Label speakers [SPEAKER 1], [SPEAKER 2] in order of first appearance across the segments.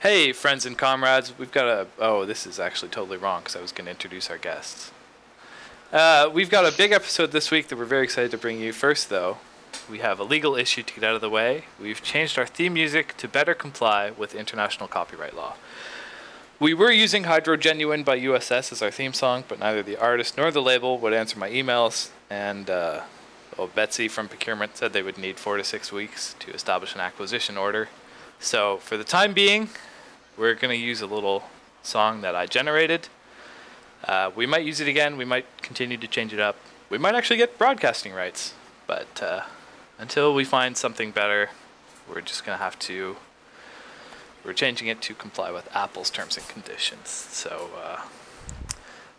[SPEAKER 1] Hey, friends and comrades, we've got a. Oh, this is actually totally wrong because I was going to introduce our guests. Uh, we've got a big episode this week that we're very excited to bring you. First, though, we have a legal issue to get out of the way. We've changed our theme music to better comply with international copyright law. We were using Hydro Genuine by USS as our theme song, but neither the artist nor the label would answer my emails, and uh, well, Betsy from procurement said they would need four to six weeks to establish an acquisition order. So, for the time being, we're going to use a little song that I generated. Uh, we might use it again. We might continue to change it up. We might actually get broadcasting rights. But uh, until we find something better, we're just going to have to. We're changing it to comply with Apple's terms and conditions. So uh,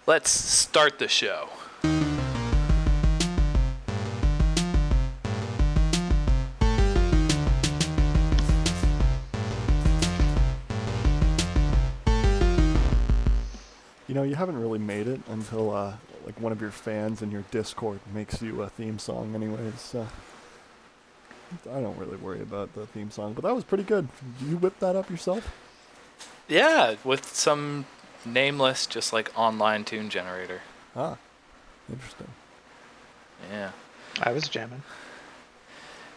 [SPEAKER 1] let's start the show.
[SPEAKER 2] You know, you haven't really made it until uh, like one of your fans in your Discord makes you a theme song, anyways. So I don't really worry about the theme song, but that was pretty good. You whipped that up yourself?
[SPEAKER 1] Yeah, with some nameless, just like online tune generator.
[SPEAKER 2] Ah, interesting.
[SPEAKER 1] Yeah.
[SPEAKER 3] I was jamming.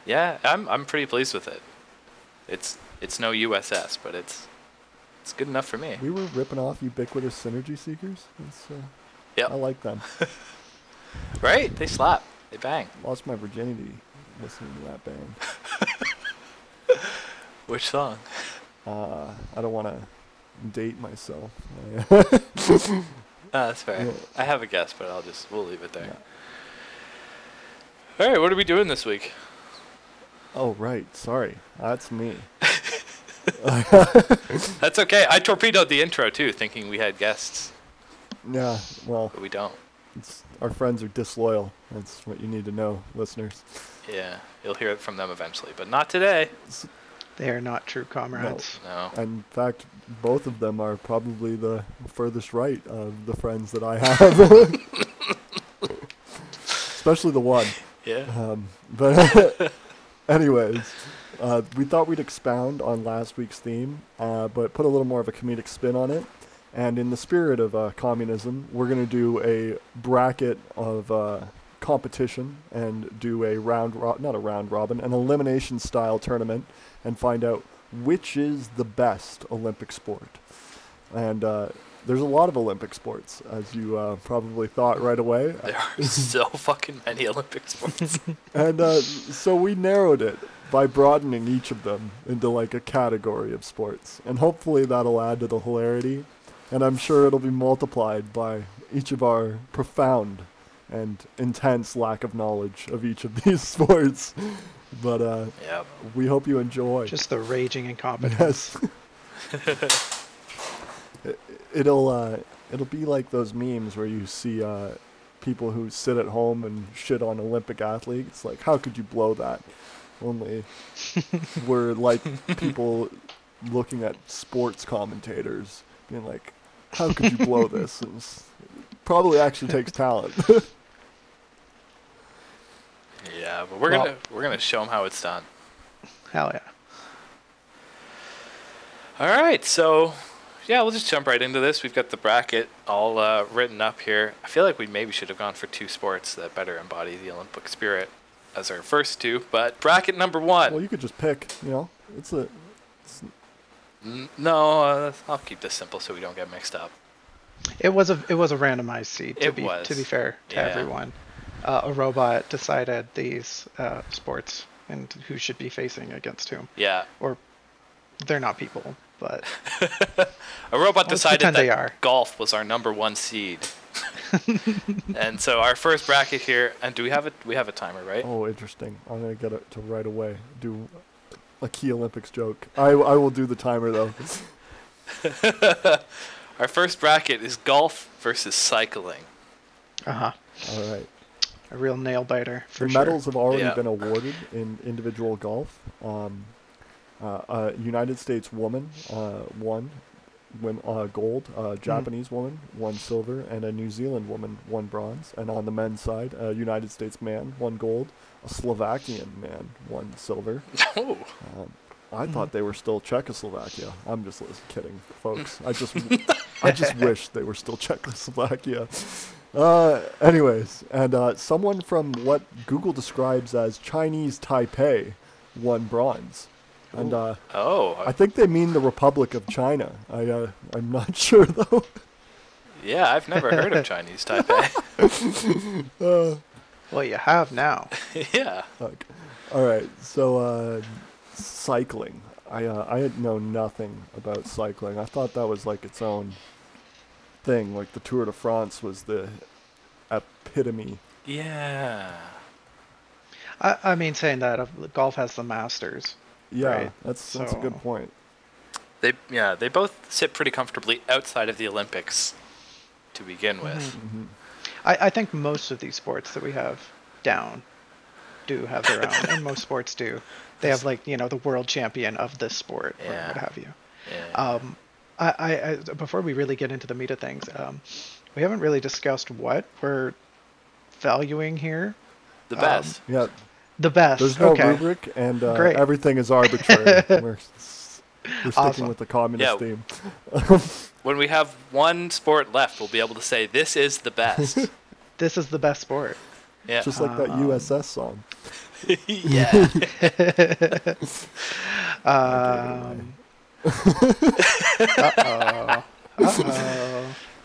[SPEAKER 1] Yeah, I'm I'm pretty pleased with it. It's it's no USS, but it's it's good enough for me.
[SPEAKER 2] We were ripping off ubiquitous synergy seekers. It's, uh,
[SPEAKER 1] Yep.
[SPEAKER 2] I like them.
[SPEAKER 1] Right? They slap. They bang.
[SPEAKER 2] Lost my virginity listening to that band.
[SPEAKER 1] Which song?
[SPEAKER 2] Uh, I don't want to date myself.
[SPEAKER 1] Ah, that's fair.
[SPEAKER 2] Yeah.
[SPEAKER 1] I have a guess, but I'll just we'll leave it there.
[SPEAKER 2] Yeah.
[SPEAKER 1] All right, what are we doing this week?
[SPEAKER 2] oh right, sorry, that's me.
[SPEAKER 1] That's okay. I torpedoed the intro too, thinking we had guests,
[SPEAKER 2] Yeah, well,
[SPEAKER 1] but we don't.
[SPEAKER 2] It's, our friends are disloyal. That's what you need to know, listeners.
[SPEAKER 1] Yeah, you'll hear it from them eventually, but not today.
[SPEAKER 3] They are not true comrades.
[SPEAKER 1] No.
[SPEAKER 2] In fact, both of them are probably the furthest right of the friends that I have. Especially the one.
[SPEAKER 1] Yeah.
[SPEAKER 2] Um, but, anyways, uh, we thought we'd expound on last week's theme, uh, but put a little more of a comedic spin on it. And in the spirit of uh, communism, we're going to do a bracket of uh, competition and do a round, ro- not a round robin, an elimination style tournament and find out which is the best Olympic sport. And uh, there's a lot of Olympic sports, as you uh, probably thought right away.
[SPEAKER 1] There are so fucking many Olympic sports.
[SPEAKER 2] And uh, so we narrowed it by broadening each of them into like a category of sports. And hopefully that'll add to the hilarity. And I'm sure it'll be multiplied by each of our profound and intense lack of knowledge of each of these sports. But uh,
[SPEAKER 1] yep.
[SPEAKER 2] we hope you enjoy.
[SPEAKER 3] Just the raging incompetence.
[SPEAKER 2] Yes. It- it'll uh, it'll be like those memes where you see uh, people who sit at home and shit on Olympic athletes. Like, how could you blow that? Only we're like people looking at sports commentators being like, how could you blow this? And it's- probably actually takes talent.
[SPEAKER 1] Yeah, but we're
[SPEAKER 2] Well-
[SPEAKER 1] gonna we're gonna show them how it's done.
[SPEAKER 3] Hell yeah.
[SPEAKER 1] All right, so yeah, we'll just jump right into this. We've got the bracket all uh, written up here. I feel like we maybe should have gone for two sports that better embody the Olympic spirit as our first two, but bracket number one.
[SPEAKER 2] well, you could just pick. You know, it's a
[SPEAKER 1] N- no, uh, I'll keep this simple so we don't get mixed up.
[SPEAKER 3] It was a it was a randomized seed. To
[SPEAKER 1] It
[SPEAKER 3] be
[SPEAKER 1] was.
[SPEAKER 3] to be fair to
[SPEAKER 1] Yeah.
[SPEAKER 3] everyone, uh, a robot decided these uh, sports and who should be facing against whom.
[SPEAKER 1] Yeah,
[SPEAKER 3] Or they're not people, but
[SPEAKER 1] a robot
[SPEAKER 3] Let's
[SPEAKER 1] decided
[SPEAKER 3] pretend
[SPEAKER 1] that
[SPEAKER 3] they are.
[SPEAKER 1] golf was our number one seed, and so our first bracket here. And do we have a we have a timer, right?
[SPEAKER 2] Oh, interesting. I'm gonna get it to right away. Do a key Olympics joke. I, I will do the timer though.
[SPEAKER 1] Our first bracket is golf versus cycling.
[SPEAKER 3] uh huh,
[SPEAKER 2] All right.
[SPEAKER 3] a real nail biter for
[SPEAKER 2] the
[SPEAKER 3] sure.
[SPEAKER 2] medals have already
[SPEAKER 1] Yeah.
[SPEAKER 2] been awarded in individual golf. Um, uh, a United States woman uh, won, win, uh, gold. A
[SPEAKER 3] Mm-hmm.
[SPEAKER 2] Japanese woman won silver, and a New Zealand woman won bronze. And on the men's side, a United States man won gold. A Slovakian man won silver.
[SPEAKER 1] Oh,
[SPEAKER 2] I thought they were still Czechoslovakia. I'm just lis- kidding, folks. I just, I just wish they were still Czechoslovakia. Uh, anyways, and uh, someone from what Google describes as Chinese Taipei won bronze, and uh,
[SPEAKER 1] Oh,
[SPEAKER 2] I think they mean the Republic of China. I, uh, I'm not sure though.
[SPEAKER 1] yeah. I've never heard of Chinese Taipei.
[SPEAKER 2] Uh,
[SPEAKER 3] Well, you have now.
[SPEAKER 1] yeah.
[SPEAKER 2] Fuck. All right. So uh, cycling. I uh, I had known nothing about cycling. I thought that was like its own thing. Like the Tour de France was the epitome.
[SPEAKER 1] Yeah.
[SPEAKER 3] I, I mean, saying that uh, golf has the Masters.
[SPEAKER 2] Yeah,
[SPEAKER 3] Right,
[SPEAKER 2] that's that's a good
[SPEAKER 3] so-
[SPEAKER 2] point.
[SPEAKER 1] They yeah they both sit pretty comfortably outside of the Olympics, to begin with.
[SPEAKER 2] hmm
[SPEAKER 3] I, I think most of these sports that we have down do have their own, and most sports do. They have like you know the world champion of this sport or
[SPEAKER 1] Yeah.
[SPEAKER 3] what have you.
[SPEAKER 1] Yeah.
[SPEAKER 3] Um, I, I, I before we really get into the meat of things, um, we haven't really discussed what we're valuing here.
[SPEAKER 1] the
[SPEAKER 3] um,
[SPEAKER 1] best.
[SPEAKER 2] Yeah,
[SPEAKER 3] The best.
[SPEAKER 2] there's no
[SPEAKER 3] okay.
[SPEAKER 2] rubric, and uh,
[SPEAKER 3] Great.
[SPEAKER 2] everything is arbitrary. we're, s- we're sticking
[SPEAKER 3] Awesome.
[SPEAKER 2] with the communist
[SPEAKER 1] Yeah.
[SPEAKER 2] theme.
[SPEAKER 1] when we have one sport left, we'll be able to say this is the best.
[SPEAKER 3] This is the best sport.
[SPEAKER 1] yeah.
[SPEAKER 2] Just like that
[SPEAKER 3] Um,
[SPEAKER 2] USS song.
[SPEAKER 1] yeah.
[SPEAKER 3] Um, uh oh. Uh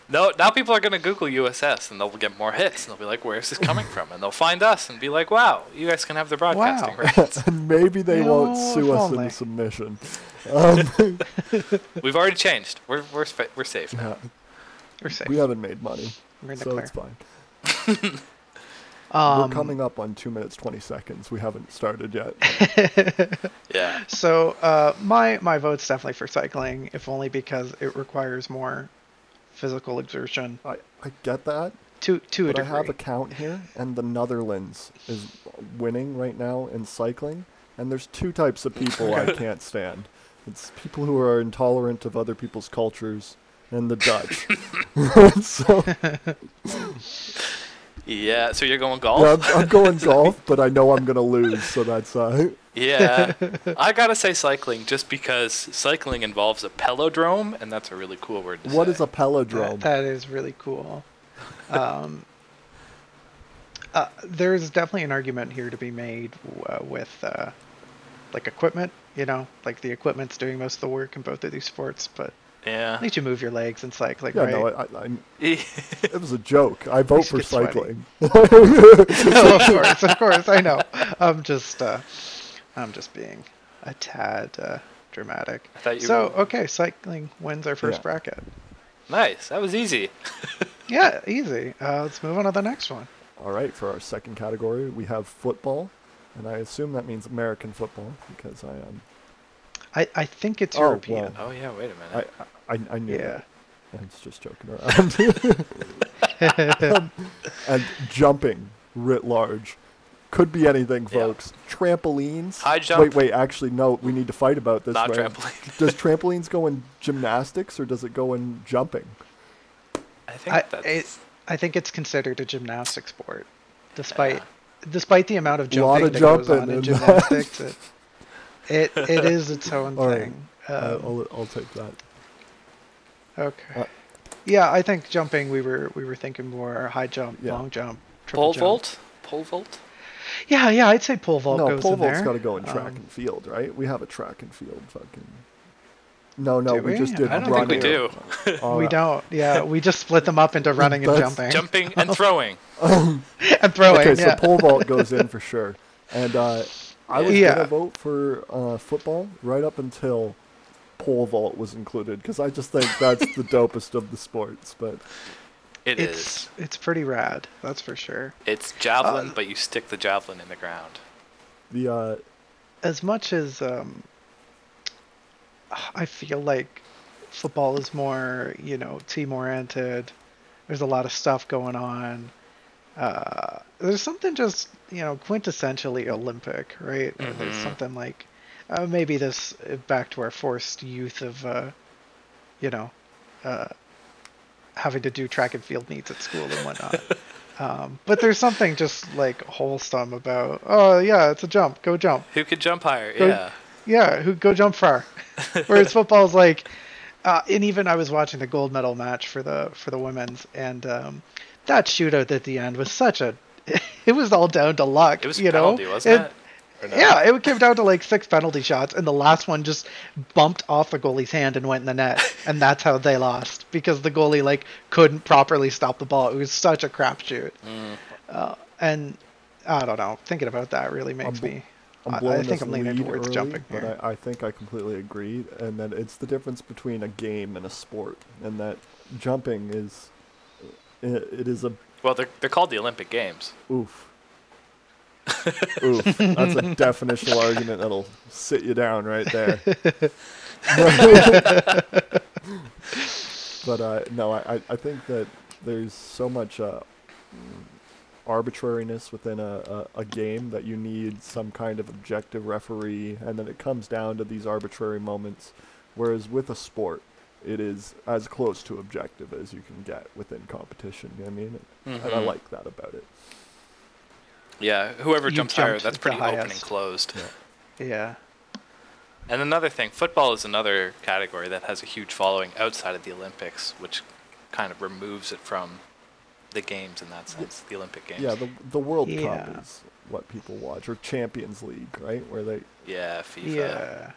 [SPEAKER 1] No, now people are gonna Google USS and they'll get more hits and they'll be like, "Where's this coming from?" And they'll find us and be like, "Wow, you guys can have the broadcasting
[SPEAKER 3] Wow.
[SPEAKER 1] rights."
[SPEAKER 2] And maybe they
[SPEAKER 3] you
[SPEAKER 2] won't
[SPEAKER 3] know,
[SPEAKER 2] sue
[SPEAKER 3] if
[SPEAKER 2] us in
[SPEAKER 3] only.
[SPEAKER 2] the submission. Um,
[SPEAKER 1] We've already changed. We're we're fa- we're safe now.
[SPEAKER 2] yeah,
[SPEAKER 3] We're safe.
[SPEAKER 2] we haven't made money.
[SPEAKER 3] We're in the
[SPEAKER 2] so
[SPEAKER 3] clear.
[SPEAKER 2] it's fine.
[SPEAKER 3] Um,
[SPEAKER 2] We're coming up on two minutes twenty seconds. We haven't started yet.
[SPEAKER 1] Yeah.
[SPEAKER 3] So uh, my my vote's definitely for cycling, if only because it requires more physical exertion
[SPEAKER 2] I, I get that,
[SPEAKER 3] to to a
[SPEAKER 2] but I
[SPEAKER 3] degree.
[SPEAKER 2] have a count here, and the Netherlands is winning right now in cycling. And there's two types of people I can't stand. It's people who are intolerant of other people's cultures, and the Dutch. so
[SPEAKER 1] Yeah. So you're going
[SPEAKER 2] yeah,
[SPEAKER 1] golf?
[SPEAKER 2] I'm, I'm going golf, but I know I'm gonna lose, so that's uh,
[SPEAKER 1] Yeah. I gotta say cycling just because cycling involves a pelodrome and that's a really cool word. To
[SPEAKER 2] what
[SPEAKER 1] say.
[SPEAKER 2] is a
[SPEAKER 3] That-
[SPEAKER 2] pelodrome?
[SPEAKER 3] that is really cool. Um, uh, there's definitely an argument here to be made uh, with uh, like equipment. You know, like the equipment's doing most of the work in both of these sports, but at
[SPEAKER 1] Yeah.
[SPEAKER 3] least you move your legs and cycling,
[SPEAKER 2] yeah,
[SPEAKER 3] right?
[SPEAKER 2] no, I, I, I'm-
[SPEAKER 1] yeah.
[SPEAKER 2] it was a joke. I vote
[SPEAKER 3] should
[SPEAKER 2] for
[SPEAKER 3] get sweaty.
[SPEAKER 2] cycling.
[SPEAKER 3] no, of course, of course, I know. I'm just, uh, I'm just being a tad uh, dramatic.
[SPEAKER 1] I thought you
[SPEAKER 3] So
[SPEAKER 1] were-
[SPEAKER 3] okay, cycling wins our first
[SPEAKER 2] Yeah.
[SPEAKER 3] bracket.
[SPEAKER 1] Nice. That was easy.
[SPEAKER 3] Yeah, easy. Uh, let's move on to the next one.
[SPEAKER 2] All right, for our second category, we have football, and I assume that means American football because I um, am.
[SPEAKER 3] I, I think it's
[SPEAKER 2] Oh, well.
[SPEAKER 3] European.
[SPEAKER 1] Oh yeah. Wait a minute.
[SPEAKER 2] I I, I knew.
[SPEAKER 3] Yeah.
[SPEAKER 2] That. I was just joking around. Um, and jumping writ large could be anything,
[SPEAKER 1] Yeah.
[SPEAKER 2] folks. Trampolines.
[SPEAKER 1] High
[SPEAKER 2] Wait,
[SPEAKER 1] jump.
[SPEAKER 2] wait. Actually, no. We need to fight about this.
[SPEAKER 1] Not
[SPEAKER 2] right?
[SPEAKER 1] trampoline.
[SPEAKER 2] Does trampolines go in gymnastics or does it go in jumping?
[SPEAKER 1] I think
[SPEAKER 3] I,
[SPEAKER 1] that's.
[SPEAKER 3] it, I think it's considered a gymnastic sport, despite despite the amount of
[SPEAKER 2] Lot
[SPEAKER 3] jumping
[SPEAKER 2] of
[SPEAKER 3] that goes
[SPEAKER 2] jumping
[SPEAKER 3] on in
[SPEAKER 2] in
[SPEAKER 3] gymnastics. It, it it is its own
[SPEAKER 2] All right.
[SPEAKER 3] thing.
[SPEAKER 2] Uh,
[SPEAKER 3] Um,
[SPEAKER 2] I'll I'll take that.
[SPEAKER 3] Okay.
[SPEAKER 2] Uh,
[SPEAKER 3] yeah, I think jumping. We were we were thinking more high jump,
[SPEAKER 2] Yeah.
[SPEAKER 3] long jump, triple
[SPEAKER 1] pole
[SPEAKER 3] jump.
[SPEAKER 1] vault. Pole vault.
[SPEAKER 3] Yeah, yeah, I'd say pole vault
[SPEAKER 2] no,
[SPEAKER 3] goes
[SPEAKER 2] pole
[SPEAKER 3] in
[SPEAKER 2] vault's
[SPEAKER 3] there.
[SPEAKER 2] got to go in track
[SPEAKER 3] Um,
[SPEAKER 2] and field, right? We have a track and field fucking. No, no,
[SPEAKER 3] Do
[SPEAKER 2] we?
[SPEAKER 3] we?
[SPEAKER 2] just did.
[SPEAKER 1] I don't
[SPEAKER 2] running.
[SPEAKER 1] think we do.
[SPEAKER 2] All
[SPEAKER 3] we
[SPEAKER 2] right.
[SPEAKER 3] don't. Yeah, we just split them up into running and
[SPEAKER 2] That's-
[SPEAKER 3] jumping
[SPEAKER 1] Jumping and throwing.
[SPEAKER 3] and throwing.
[SPEAKER 2] Okay, so
[SPEAKER 3] yeah.
[SPEAKER 2] pole vault goes in for sure, and uh, I was
[SPEAKER 3] Yeah.
[SPEAKER 2] gonna vote for uh, football right up until pole vault was included because I just think that's the dopest of the sports. But
[SPEAKER 1] it's,
[SPEAKER 3] it's it's pretty rad. That's for sure.
[SPEAKER 1] It's
[SPEAKER 3] uh,
[SPEAKER 1] javelin, but you stick the javelin in the ground.
[SPEAKER 2] the uh,
[SPEAKER 3] As much as um, I feel like football is more, you know, team oriented. There's a lot of stuff going on. Uh, there's something just, you know, quintessentially Olympic, right? There's
[SPEAKER 1] Mhm.
[SPEAKER 3] something like uh, maybe this uh, back to our forced youth of, uh, you know, uh, having to do track and field needs at school and whatnot. um, but there's something just like wholesome about, oh, yeah, it's a jump, go jump
[SPEAKER 1] Who could jump higher?
[SPEAKER 3] Go-
[SPEAKER 1] yeah.
[SPEAKER 3] yeah, who go jump far. Whereas football's like, uh, and even I was watching the gold medal match for the for the women's, and um, that shootout at the end was such a. It was all down to luck.
[SPEAKER 1] It was
[SPEAKER 3] you
[SPEAKER 1] penalty,
[SPEAKER 3] know?
[SPEAKER 1] wasn't
[SPEAKER 3] And-
[SPEAKER 1] it? Or no?
[SPEAKER 3] Yeah, it came down to like six penalty shots, and the last one just bumped off the goalie's hand and went in the net, and that's how they lost because the goalie like couldn't properly stop the ball. It was such a crapshoot,
[SPEAKER 1] Mm.
[SPEAKER 3] uh, and I don't know. Thinking about that really makes
[SPEAKER 2] bl-
[SPEAKER 3] me.
[SPEAKER 2] I'm
[SPEAKER 3] I- I
[SPEAKER 2] blowing
[SPEAKER 3] think
[SPEAKER 2] this
[SPEAKER 3] I'm leaning
[SPEAKER 2] lead
[SPEAKER 3] towards
[SPEAKER 2] early,
[SPEAKER 3] jumping here.
[SPEAKER 2] But I, I think I completely agree. And that it's the difference between a game and a sport. And that jumping is. It, it is a.
[SPEAKER 1] Well, they're, they're called the Olympic Games.
[SPEAKER 2] Oof. oof. That's a definitional argument that'll sit you down right there. but uh, no, I, I- I think that there's so much uh, mm, arbitrariness within a, a, a game that you need some kind of objective referee, and then it comes down to these arbitrary moments. Whereas with a sport, it is as close to objective as you can get within competition. you know what I mean, and I
[SPEAKER 1] Mhm.
[SPEAKER 2] like that about it.
[SPEAKER 1] Yeah, whoever
[SPEAKER 3] You
[SPEAKER 1] jumps higher,
[SPEAKER 3] jumped
[SPEAKER 1] that's
[SPEAKER 3] the
[SPEAKER 1] pretty open and
[SPEAKER 3] highest.
[SPEAKER 1] closed.
[SPEAKER 3] Yeah,
[SPEAKER 1] And another thing, football is another category that has a huge following outside of the Olympics, which kind of removes it from the games in that sense, the Olympic games.
[SPEAKER 2] Yeah, the the World Cup
[SPEAKER 3] Yeah.
[SPEAKER 2] is what people watch, or Champions League, right? Where they
[SPEAKER 1] Yeah, FIFA.
[SPEAKER 3] yeah.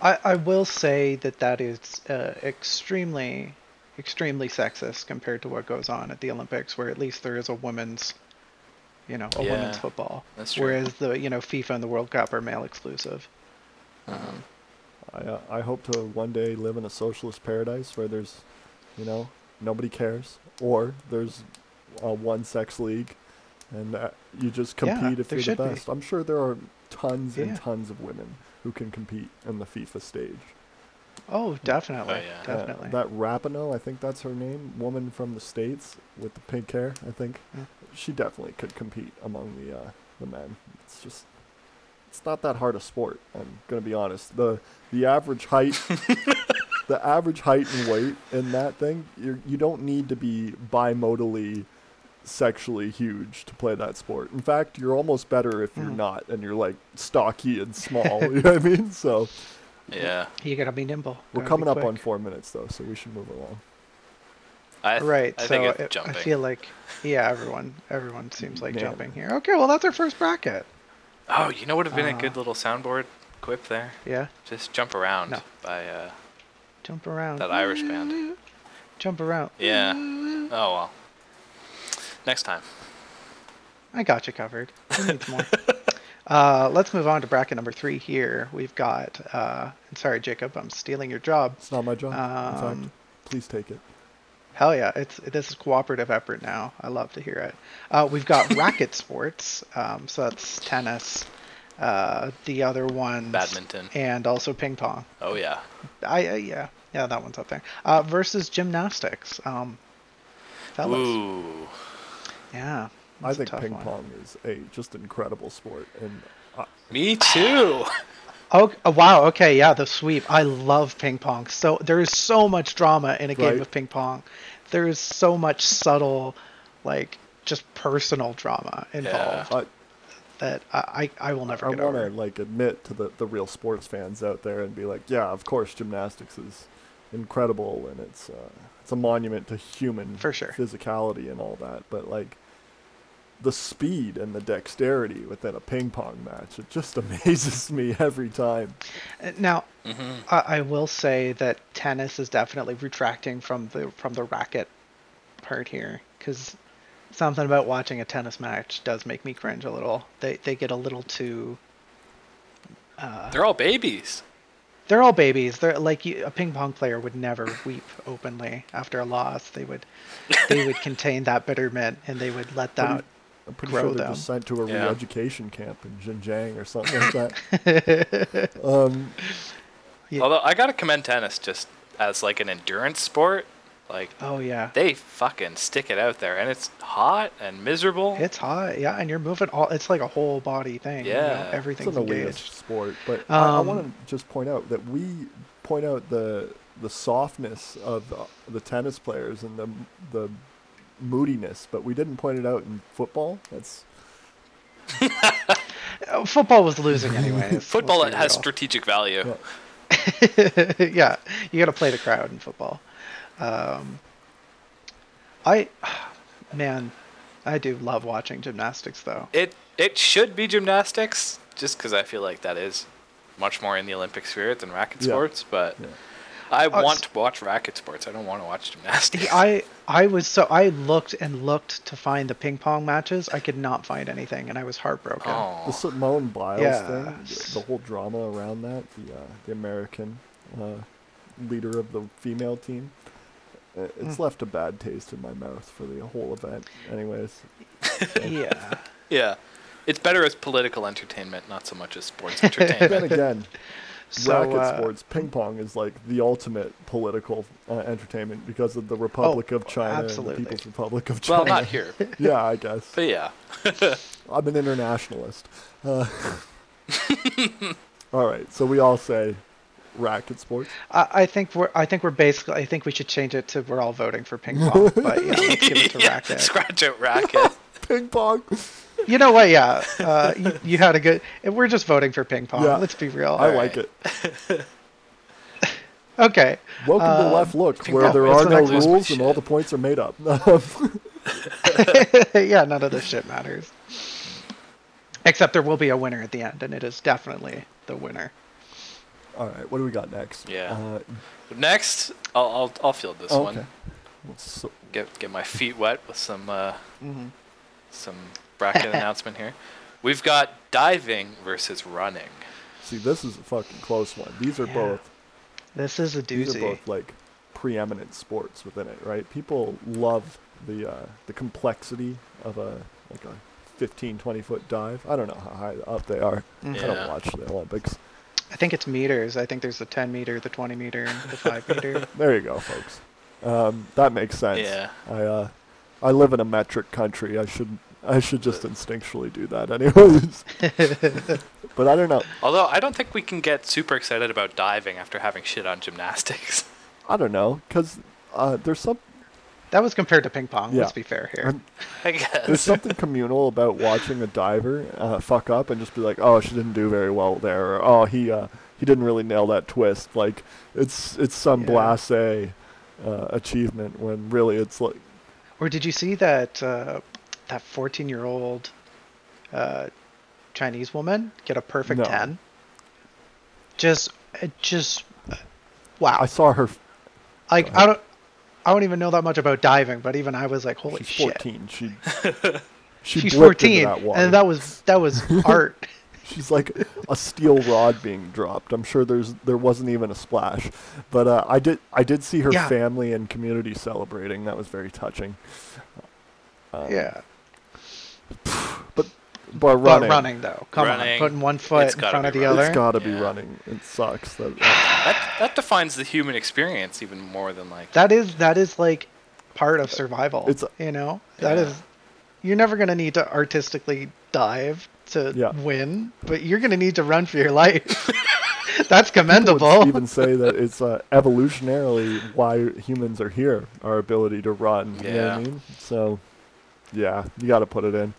[SPEAKER 3] I I will say that that is uh, extremely, extremely sexist compared to what goes on at the Olympics, where at least there is a women's, you know, a women's
[SPEAKER 1] Yeah.
[SPEAKER 3] football.
[SPEAKER 1] That's true.
[SPEAKER 3] Whereas the you know FIFA and the World Cup are male exclusive.
[SPEAKER 1] Uh-huh.
[SPEAKER 3] Um,
[SPEAKER 2] I, uh, I hope to one day live in a socialist paradise where there's, you know, nobody cares, or there's a one sex league, and uh, you just
[SPEAKER 3] Yeah,
[SPEAKER 2] compete if
[SPEAKER 3] there
[SPEAKER 2] you're the
[SPEAKER 3] should be.
[SPEAKER 2] best. I'm sure there are tons
[SPEAKER 3] Yeah.
[SPEAKER 2] and tons of women who can compete in the FIFA stage.
[SPEAKER 3] oh, definitely,
[SPEAKER 1] Oh, yeah.
[SPEAKER 2] Uh,
[SPEAKER 3] definitely.
[SPEAKER 2] that Rapinoe, I think that's her name, woman from the states with the pink hair. I think
[SPEAKER 3] Yeah.
[SPEAKER 2] she definitely could compete among the uh, the men. It's just it's not that hard a sport. I'm gonna be honest. the The average height, the average height and weight in that thing, you you don't need to be bimodally sexually huge to play that sport. In fact, you're almost better if you're
[SPEAKER 3] Mhm.
[SPEAKER 2] not and you're like stocky and small. you know what I mean? So
[SPEAKER 1] Yeah.
[SPEAKER 3] you gotta be nimble.
[SPEAKER 2] we're
[SPEAKER 3] gotta be
[SPEAKER 2] coming up on
[SPEAKER 3] quick.
[SPEAKER 2] four minutes though, so we should move along.
[SPEAKER 1] I th-
[SPEAKER 3] right.
[SPEAKER 1] I
[SPEAKER 3] so
[SPEAKER 1] think it's
[SPEAKER 3] it- I
[SPEAKER 1] jumping.
[SPEAKER 3] feel like yeah, everyone everyone seems like
[SPEAKER 2] Man.
[SPEAKER 3] jumping here. Okay, well that's our first bracket.
[SPEAKER 1] oh, you know what would have been a
[SPEAKER 3] Uh,
[SPEAKER 1] good little soundboard quip there?
[SPEAKER 3] Yeah,
[SPEAKER 1] Just Jump Around
[SPEAKER 3] No.
[SPEAKER 1] by uh,
[SPEAKER 3] jump around.
[SPEAKER 1] that Irish band.
[SPEAKER 3] Jump around.
[SPEAKER 1] Yeah. Oh, well. Next time.
[SPEAKER 3] I got you covered. Who needs more? Uh, let's move on to bracket number three here. We've got, uh, and sorry, Jacob, I'm stealing your job.
[SPEAKER 2] It's not my job. In
[SPEAKER 3] Um,
[SPEAKER 2] fact, please take it.
[SPEAKER 3] Hell yeah, it's this is cooperative effort now. I love to hear it. Uh, we've got racket sports, um, so that's tennis, uh, the other one,
[SPEAKER 1] Badminton.
[SPEAKER 3] and also ping pong.
[SPEAKER 1] Oh, yeah.
[SPEAKER 3] I uh, yeah yeah that one's up there. Uh, versus gymnastics. Um, fellas,
[SPEAKER 1] Ooh.
[SPEAKER 3] yeah.
[SPEAKER 2] I
[SPEAKER 3] that's a
[SPEAKER 2] think
[SPEAKER 3] tough
[SPEAKER 2] ping
[SPEAKER 3] one.
[SPEAKER 2] pong is a just incredible sport, and I,
[SPEAKER 1] Me too.
[SPEAKER 3] Oh, oh, wow. Okay, yeah, the sweep. I love ping pong. So there is so much drama in a
[SPEAKER 2] Right.
[SPEAKER 3] game of ping pong. There is so much subtle, like just personal drama involved
[SPEAKER 2] I,
[SPEAKER 3] that I, I I will never
[SPEAKER 2] I
[SPEAKER 3] get
[SPEAKER 2] want to
[SPEAKER 3] over.
[SPEAKER 2] like admit to the the real sports fans out there and be like, yeah, of course, gymnastics is incredible, and it's uh, it's a monument to human
[SPEAKER 3] For sure.
[SPEAKER 2] physicality and all that, but like. The speed and the dexterity within a ping pong match—it just amazes me every time.
[SPEAKER 3] Uh, Now, I, I will say that tennis is definitely retracting from the from the racket part here because something about watching a tennis match does make me cringe a little. They they get a little too.
[SPEAKER 1] They're all babies.
[SPEAKER 3] they're all babies. They're like you, a ping pong player would never weep openly after a loss. They would, they would contain that bitterment and they would let
[SPEAKER 2] Pretty-
[SPEAKER 3] that.
[SPEAKER 2] I'm pretty
[SPEAKER 3] grow
[SPEAKER 2] sure they're
[SPEAKER 3] them.
[SPEAKER 2] just sent to a
[SPEAKER 1] Yeah.
[SPEAKER 2] re-education camp in Xinjiang or something like that. um,
[SPEAKER 3] Yeah.
[SPEAKER 1] Although I gotta commend tennis just as like an endurance sport. Like
[SPEAKER 3] Oh yeah,
[SPEAKER 1] they fucking stick it out there, and it's hot and miserable.
[SPEAKER 3] it's hot. Yeah, and you're moving all. It's like a whole body thing. you know,
[SPEAKER 1] Yeah.
[SPEAKER 2] it's
[SPEAKER 3] everything's
[SPEAKER 2] an elitist
[SPEAKER 3] engaged.
[SPEAKER 2] sport, but I, I
[SPEAKER 3] Um,
[SPEAKER 2] want to just point out that we point out the the softness of the, the tennis players and the the moodiness, but we didn't point it out in football. That's
[SPEAKER 3] Uh, Football was losing anyway. Let's-
[SPEAKER 1] Football
[SPEAKER 3] let's be
[SPEAKER 1] has
[SPEAKER 3] real.
[SPEAKER 1] strategic value.
[SPEAKER 2] Yeah.
[SPEAKER 3] yeah, you got to play the crowd in football. Um, I, man, I do love watching gymnastics though.
[SPEAKER 1] It it should be gymnastics, just because I feel like that is much more in the Olympic spirit than racket
[SPEAKER 2] Yeah.
[SPEAKER 1] sports. But
[SPEAKER 2] Yeah.
[SPEAKER 1] I
[SPEAKER 3] Oh,
[SPEAKER 1] want
[SPEAKER 3] s-
[SPEAKER 1] to watch racket sports. I don't want to watch gymnastics.
[SPEAKER 3] The- I I was so I looked and looked to find the ping pong matches. I could not find anything, and I was
[SPEAKER 2] The
[SPEAKER 3] heartbroken.
[SPEAKER 1] oh,
[SPEAKER 2] Simone Biles
[SPEAKER 3] Yeah.
[SPEAKER 2] thing, the- the whole drama around that, the uh, the American uh, leader of the female team, i- it's
[SPEAKER 3] Mm.
[SPEAKER 2] left a bad taste in my mouth for the whole event. Anyways,
[SPEAKER 3] Yeah,
[SPEAKER 1] yeah, it's better as political entertainment, not so much as sports
[SPEAKER 2] then
[SPEAKER 1] entertainment.
[SPEAKER 2] again,
[SPEAKER 3] so
[SPEAKER 2] racket
[SPEAKER 3] uh,
[SPEAKER 2] sports, ping pong is like the ultimate political uh, entertainment because of the Republic of China
[SPEAKER 3] absolutely.
[SPEAKER 2] and the People's Republic of China.
[SPEAKER 1] Oh, well, not here,
[SPEAKER 2] yeah, I guess
[SPEAKER 1] but yeah.
[SPEAKER 2] I'm an internationalist. Uh, all right, so we all say racket sports.
[SPEAKER 3] I, I think we're I think we're basically I think we should change it to we're all voting for ping pong, but yeah, let's give it to
[SPEAKER 1] Yeah,
[SPEAKER 3] racket.
[SPEAKER 1] Scratch out racket.
[SPEAKER 2] Ping pong.
[SPEAKER 3] You know what? Yeah, uh, you, you had a good. and We're just voting for ping pong.
[SPEAKER 2] Yeah.
[SPEAKER 3] Let's be real.
[SPEAKER 2] I
[SPEAKER 1] right.
[SPEAKER 2] like it.
[SPEAKER 3] Okay.
[SPEAKER 2] Welcome to
[SPEAKER 3] Um,
[SPEAKER 2] Left Look,
[SPEAKER 1] Uh, ping
[SPEAKER 2] where
[SPEAKER 1] pong.
[SPEAKER 2] there
[SPEAKER 1] It's
[SPEAKER 2] are
[SPEAKER 1] not
[SPEAKER 2] no
[SPEAKER 1] like lose my
[SPEAKER 2] rules and all
[SPEAKER 1] shit.
[SPEAKER 2] the points are made up.
[SPEAKER 3] yeah, none of this shit matters. Except there will be a winner at the end, and it is definitely the winner.
[SPEAKER 2] all right, what do we got next?
[SPEAKER 1] Yeah.
[SPEAKER 2] Uh,
[SPEAKER 1] Next, I'll, I'll I'll field this
[SPEAKER 2] oh,
[SPEAKER 1] one.
[SPEAKER 2] okay. Well, so-
[SPEAKER 1] Get get my feet wet with some uh,
[SPEAKER 3] Mm-hmm.
[SPEAKER 1] some bracket announcement here. We've got diving versus running.
[SPEAKER 2] see, this is a fucking close one. These are
[SPEAKER 3] Yeah.
[SPEAKER 2] both.
[SPEAKER 3] This is a
[SPEAKER 2] These are
[SPEAKER 3] doozy.
[SPEAKER 2] both like preeminent sports within it, right? People love the uh, the complexity of a like a 15, 20 foot dive. I don't know how high up they are.
[SPEAKER 3] Mm-hmm.
[SPEAKER 2] I
[SPEAKER 1] Yeah.
[SPEAKER 2] don't watch the Olympics.
[SPEAKER 3] I think it's meters. I think there's the 10 meter, the 20 meter, the 5 meter.
[SPEAKER 2] There you go, folks. Um, that makes sense.
[SPEAKER 1] Yeah.
[SPEAKER 2] I uh, I live in a metric country. I should I should just instinctually do that anyways. but I don't know.
[SPEAKER 1] Although I don't think we can get super excited about diving after having shit on gymnastics.
[SPEAKER 2] I don't know because uh, there's some
[SPEAKER 3] That was compared to ping pong.
[SPEAKER 2] Yeah. Uh,
[SPEAKER 3] Let's be fair here.
[SPEAKER 2] I'm-
[SPEAKER 1] I guess.
[SPEAKER 2] there's something communal about watching a diver uh, fuck up and just be like, oh, she didn't do very well there, or oh, he uh, he didn't really nail that twist. Like it's it's some
[SPEAKER 3] Yeah.
[SPEAKER 2] blasé uh, achievement when really it's like
[SPEAKER 3] Or did you see that uh, that 14 year old uh, Chinese woman get a perfect
[SPEAKER 2] No.
[SPEAKER 3] 10? Just, it just, wow.
[SPEAKER 2] I saw her.
[SPEAKER 3] like I don't I don't even know that much about diving, but even I was like, holy
[SPEAKER 2] she's
[SPEAKER 3] shit.
[SPEAKER 2] 14. She. She
[SPEAKER 3] She's
[SPEAKER 2] blipped
[SPEAKER 3] 14.
[SPEAKER 2] into that water.
[SPEAKER 3] and that was that was art.
[SPEAKER 2] She's like a steel rod being dropped. I'm sure there's there wasn't even a splash, but uh, I did I did see her
[SPEAKER 3] Yeah.
[SPEAKER 2] family and community celebrating. That was very touching. Uh,
[SPEAKER 3] yeah.
[SPEAKER 2] But
[SPEAKER 3] But
[SPEAKER 2] running,
[SPEAKER 3] running though. Come
[SPEAKER 1] Running,
[SPEAKER 3] on. Putting one foot
[SPEAKER 1] it's
[SPEAKER 3] in
[SPEAKER 1] gotta
[SPEAKER 3] front of
[SPEAKER 1] be
[SPEAKER 3] the
[SPEAKER 1] running.
[SPEAKER 2] it's
[SPEAKER 3] other.
[SPEAKER 2] gotta be
[SPEAKER 1] Yeah.
[SPEAKER 2] running. It sucks. That, uh, that's-
[SPEAKER 1] that that defines the human experience even more than like
[SPEAKER 3] that is that is like part of survival.
[SPEAKER 2] It's-
[SPEAKER 3] you know? That
[SPEAKER 1] Yeah.
[SPEAKER 3] is you're never gonna need to artistically dive to
[SPEAKER 2] Yeah.
[SPEAKER 3] win, but you're gonna need to run for your life. That's
[SPEAKER 2] I would
[SPEAKER 3] commendable.
[SPEAKER 2] even say that it's uh, evolutionarily why humans are here. Our ability to run. You know what I
[SPEAKER 1] Yeah.
[SPEAKER 2] mean? So, yeah, you got to put it in.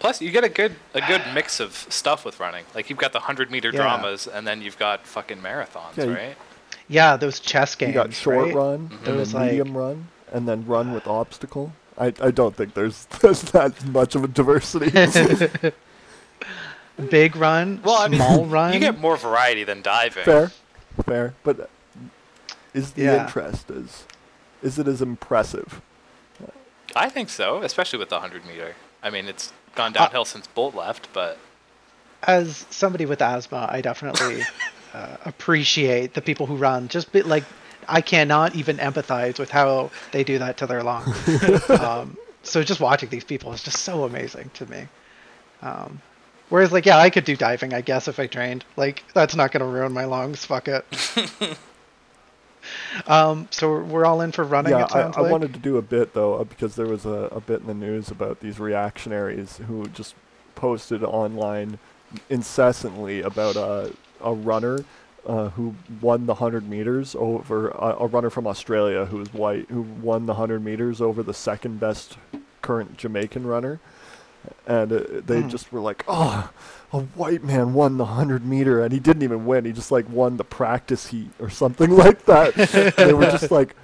[SPEAKER 1] Plus, you get a good a good mix of stuff with running. Like you've got the hundred meter
[SPEAKER 3] Yeah.
[SPEAKER 1] dramas, and then you've got fucking marathons,
[SPEAKER 2] Yeah, you-
[SPEAKER 1] right?
[SPEAKER 3] yeah, those chess games.
[SPEAKER 2] you got short
[SPEAKER 3] right?
[SPEAKER 2] run and
[SPEAKER 3] There's,
[SPEAKER 2] then
[SPEAKER 3] like-
[SPEAKER 2] medium run and then run with obstacle. I, I don't think there's there's that much of a diversity.
[SPEAKER 3] Big run,
[SPEAKER 1] Well, I mean,
[SPEAKER 3] small run.
[SPEAKER 1] You get more variety than diving.
[SPEAKER 2] fair, fair. But is the
[SPEAKER 3] Yeah.
[SPEAKER 2] interest is is it as impressive?
[SPEAKER 1] I think so, especially with the hundred meter. I mean, it's gone downhill since Bolt left, but
[SPEAKER 3] as somebody with asthma, I definitely uh, appreciate the people who run. Just be, like I cannot even empathize with how they do that to their lungs. um, so just watching these people is just so amazing to me. Um, whereas, like, yeah, I could do diving, I guess, if I trained. Like, that's not gonna ruin my lungs. Fuck it. um, so we're- we're all in for running.
[SPEAKER 2] yeah,
[SPEAKER 3] it
[SPEAKER 2] I,
[SPEAKER 3] sounds
[SPEAKER 2] I
[SPEAKER 3] like.
[SPEAKER 2] wanted to do a bit though uh, because there was a, a bit in the news about these reactionaries who just posted online incessantly about a a runner. Uh, who won the 100 meters over uh, a, a runner from Australia who was white, who won the 100 meters over the second best current Jamaican runner. and uh, they
[SPEAKER 3] Mm.
[SPEAKER 2] just were like, "Oh, a white man won the hundred meter, and he didn't even win. He just like won the practice heat or something like that." they were just like,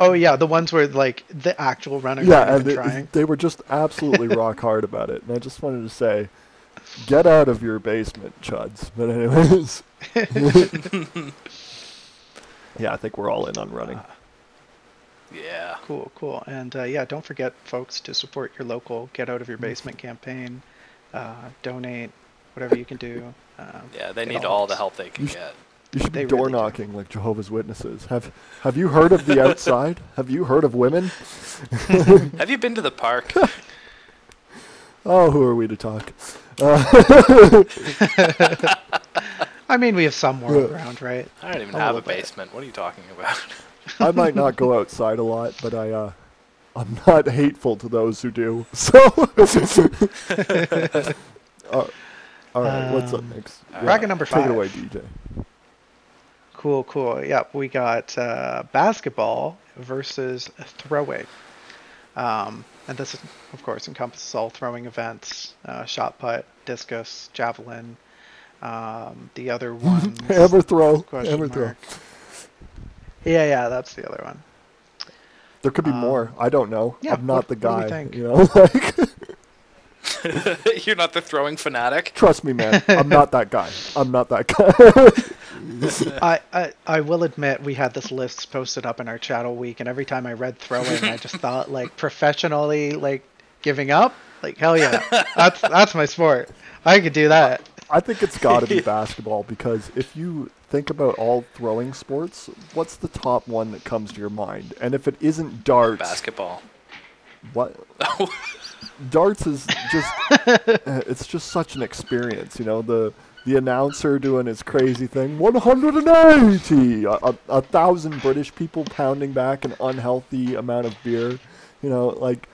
[SPEAKER 3] Oh yeah, the ones where like the actual runner
[SPEAKER 2] "Yeah,"
[SPEAKER 3] yeah,
[SPEAKER 2] and
[SPEAKER 3] been
[SPEAKER 2] they,
[SPEAKER 3] trying.
[SPEAKER 2] they were just absolutely rock hard about it. And I just wanted to say, get out of your basement, chuds. But anyways, yeah, I think we're all in on
[SPEAKER 3] Uh,
[SPEAKER 2] running.
[SPEAKER 1] Yeah.
[SPEAKER 3] Cool, cool, and uh, yeah, don't forget, folks, to support your local get out of your basement
[SPEAKER 2] Mm-hmm.
[SPEAKER 3] campaign. Uh, donate, whatever you can do. Um,
[SPEAKER 1] Yeah, they
[SPEAKER 3] It
[SPEAKER 1] need
[SPEAKER 3] all
[SPEAKER 1] all the
[SPEAKER 3] helps.
[SPEAKER 1] help they can get.
[SPEAKER 2] You should
[SPEAKER 3] They
[SPEAKER 2] be
[SPEAKER 3] really
[SPEAKER 2] door
[SPEAKER 3] do.
[SPEAKER 2] knocking like Jehovah's Witnesses. Have Have you heard of the outside? have you heard of women?
[SPEAKER 1] Have you been to the park?
[SPEAKER 2] Oh, who are we to talk? Uh,
[SPEAKER 3] I mean, we have some world
[SPEAKER 2] Yeah.
[SPEAKER 3] around, right?
[SPEAKER 1] I don't even
[SPEAKER 3] A
[SPEAKER 1] have a
[SPEAKER 3] little bit.
[SPEAKER 1] basement. What are you talking about?
[SPEAKER 2] I might not go outside a lot, but I uh, I'm not hateful to those who do. So. Uh, all right, what's up
[SPEAKER 3] Um,
[SPEAKER 2] next?
[SPEAKER 3] bracket number
[SPEAKER 2] Take
[SPEAKER 3] five.
[SPEAKER 2] it away, DJ.
[SPEAKER 3] Cool, cool. Yeah, we got uh, basketball versus throwing. Um, and this, of course, encompasses all throwing events uh, shot put, discus, javelin. Um, the other one.
[SPEAKER 2] Hammer throw.
[SPEAKER 3] question
[SPEAKER 2] Hammer throw.
[SPEAKER 3] mark. Yeah, yeah, that's the other one.
[SPEAKER 2] There could be
[SPEAKER 3] Um,
[SPEAKER 2] more. I don't know.
[SPEAKER 3] yeah,
[SPEAKER 2] I'm not
[SPEAKER 3] what-
[SPEAKER 2] the
[SPEAKER 3] what do we
[SPEAKER 2] guy.
[SPEAKER 3] think?
[SPEAKER 2] You know, like
[SPEAKER 1] You're not the throwing fanatic.
[SPEAKER 2] trust me, man. I'm not that guy. I'm not that guy.
[SPEAKER 3] I, I I will admit we had this list posted up in our chat all week, and every time I read throwing, I just thought like professionally, like giving up, like hell yeah, that's that's my sport. I could do that.
[SPEAKER 2] I think it's got to be basketball because if you think about all throwing sports, what's the top one that comes to your mind? And if it isn't darts,
[SPEAKER 1] Basketball.
[SPEAKER 2] what? darts is just uh, it's just such an experience, you know, the the announcer doing his crazy thing, 180, a, a, a thousand British people pounding back an unhealthy amount of beer, you know, like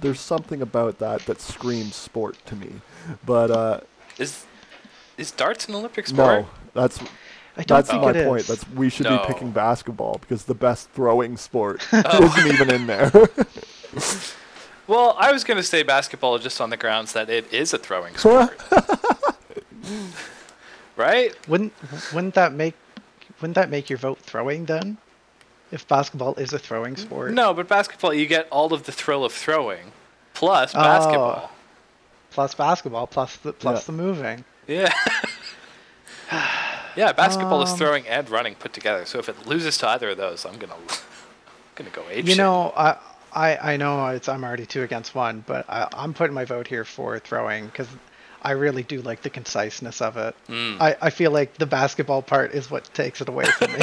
[SPEAKER 2] there's something about that that screams sport to me. But uh
[SPEAKER 1] Is is darts an Olympic sport?
[SPEAKER 2] no, that's
[SPEAKER 3] I don't
[SPEAKER 2] that's
[SPEAKER 3] think
[SPEAKER 2] my
[SPEAKER 3] it is.
[SPEAKER 2] point. That's we should
[SPEAKER 1] No. Oh.
[SPEAKER 2] be picking basketball because the best throwing sport isn't even in there.
[SPEAKER 1] Well, I was going to say basketball just on the grounds that it is a throwing sport, right?
[SPEAKER 3] Wouldn't wouldn't that make wouldn't that make your vote throwing then? If basketball is a throwing sport.
[SPEAKER 1] No, but basketball you get all of the thrill of throwing plus basketball.
[SPEAKER 3] Oh. Plus basketball, plus the plus
[SPEAKER 2] Yeah.
[SPEAKER 3] the moving.
[SPEAKER 1] Yeah. yeah, basketball is
[SPEAKER 3] Um,
[SPEAKER 1] throwing and running put together. So if it loses to either of those, I'm going to going to go ape
[SPEAKER 3] You
[SPEAKER 1] shit.
[SPEAKER 3] know, I I, I know it's I'm already two against one, but I, I'm putting my vote here for throwing because I really do like the conciseness of it.
[SPEAKER 1] Mm.
[SPEAKER 3] I, I feel like the basketball part is what takes it away from me.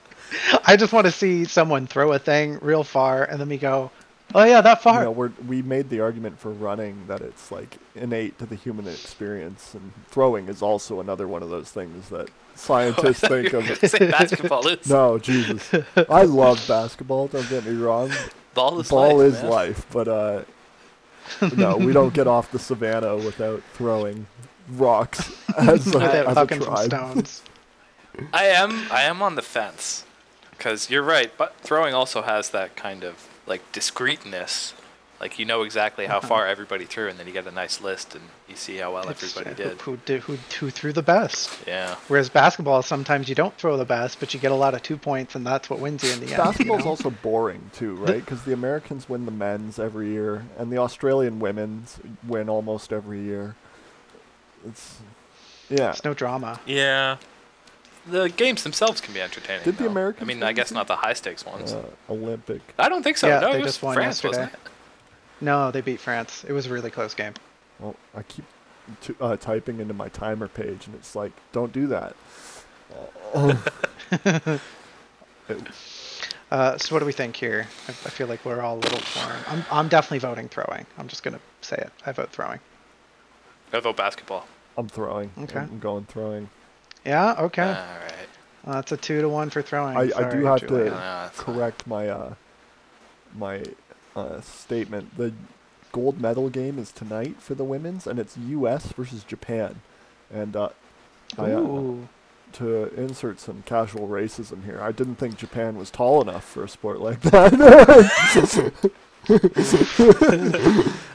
[SPEAKER 3] I just want to see someone throw a thing real far and then we go, oh yeah, that
[SPEAKER 2] you
[SPEAKER 3] far.
[SPEAKER 2] know, we're, we made the argument for running that it's like innate to the human experience, and throwing is also another one of those things that scientists think
[SPEAKER 1] You're
[SPEAKER 2] of.
[SPEAKER 1] gonna say basketball is
[SPEAKER 2] No, Jesus, I love basketball. Don't get me wrong,
[SPEAKER 1] ball is
[SPEAKER 2] ball
[SPEAKER 1] life,
[SPEAKER 2] is
[SPEAKER 1] man.
[SPEAKER 2] life, but uh, no, we don't get off the savannah without throwing rocks as a,
[SPEAKER 3] Without
[SPEAKER 2] as a
[SPEAKER 3] fucking some
[SPEAKER 2] tribe.
[SPEAKER 3] stones.
[SPEAKER 1] I am I am on the fence because you're right, but throwing also has that kind of like discreteness. Like you know exactly how
[SPEAKER 2] Uh-huh.
[SPEAKER 1] far everybody threw, and then you get a nice list, and you see how well
[SPEAKER 3] It's,
[SPEAKER 1] everybody
[SPEAKER 3] uh,
[SPEAKER 1] did.
[SPEAKER 3] Who, who, who, who threw the best?
[SPEAKER 1] Yeah,
[SPEAKER 3] Whereas basketball, sometimes you don't throw the best, but you get a lot of two points, and that's what wins you in the end.
[SPEAKER 2] Basketball's
[SPEAKER 3] you know?
[SPEAKER 2] also boring too, right? Because the Americans win the men's every year, and the Australian women's win almost every year. It's yeah.
[SPEAKER 3] It's no drama.
[SPEAKER 1] yeah. The games themselves can be entertaining.
[SPEAKER 2] Did the
[SPEAKER 1] though. I
[SPEAKER 2] Americans
[SPEAKER 1] mean,
[SPEAKER 2] win
[SPEAKER 1] I
[SPEAKER 2] this
[SPEAKER 1] guess
[SPEAKER 2] year?
[SPEAKER 1] not the high stakes ones.
[SPEAKER 2] Uh, Olympic.
[SPEAKER 1] I don't think so.
[SPEAKER 3] Yeah,
[SPEAKER 1] no,
[SPEAKER 3] they
[SPEAKER 1] it was
[SPEAKER 3] just won
[SPEAKER 1] France, wasn't
[SPEAKER 3] yesterday.
[SPEAKER 1] it?
[SPEAKER 3] No, they beat France. It was a really close game.
[SPEAKER 2] Well, I keep t- uh, typing into my timer page, and it's like, don't do that.
[SPEAKER 3] Uh, so what do we think here? I, I feel like we're all a little torn. I'm, I'm definitely voting throwing. I'm just gonna say it. I vote throwing.
[SPEAKER 1] I vote basketball.
[SPEAKER 2] I'm throwing.
[SPEAKER 3] Okay.
[SPEAKER 2] I'm going throwing.
[SPEAKER 3] Yeah. Okay.
[SPEAKER 1] All right.
[SPEAKER 3] Well, that's a two to one for throwing.
[SPEAKER 2] I, I do
[SPEAKER 3] Sorry,
[SPEAKER 2] have
[SPEAKER 1] No,
[SPEAKER 2] to
[SPEAKER 3] Julian.
[SPEAKER 1] that's fine.
[SPEAKER 2] correct my uh, my uh, statement. The gold medal game is tonight for the women's, and it's U.S. versus Japan. And uh, I, uh,
[SPEAKER 3] Ooh.
[SPEAKER 2] to insert some casual racism here, I didn't think Japan was tall enough for a sport like that.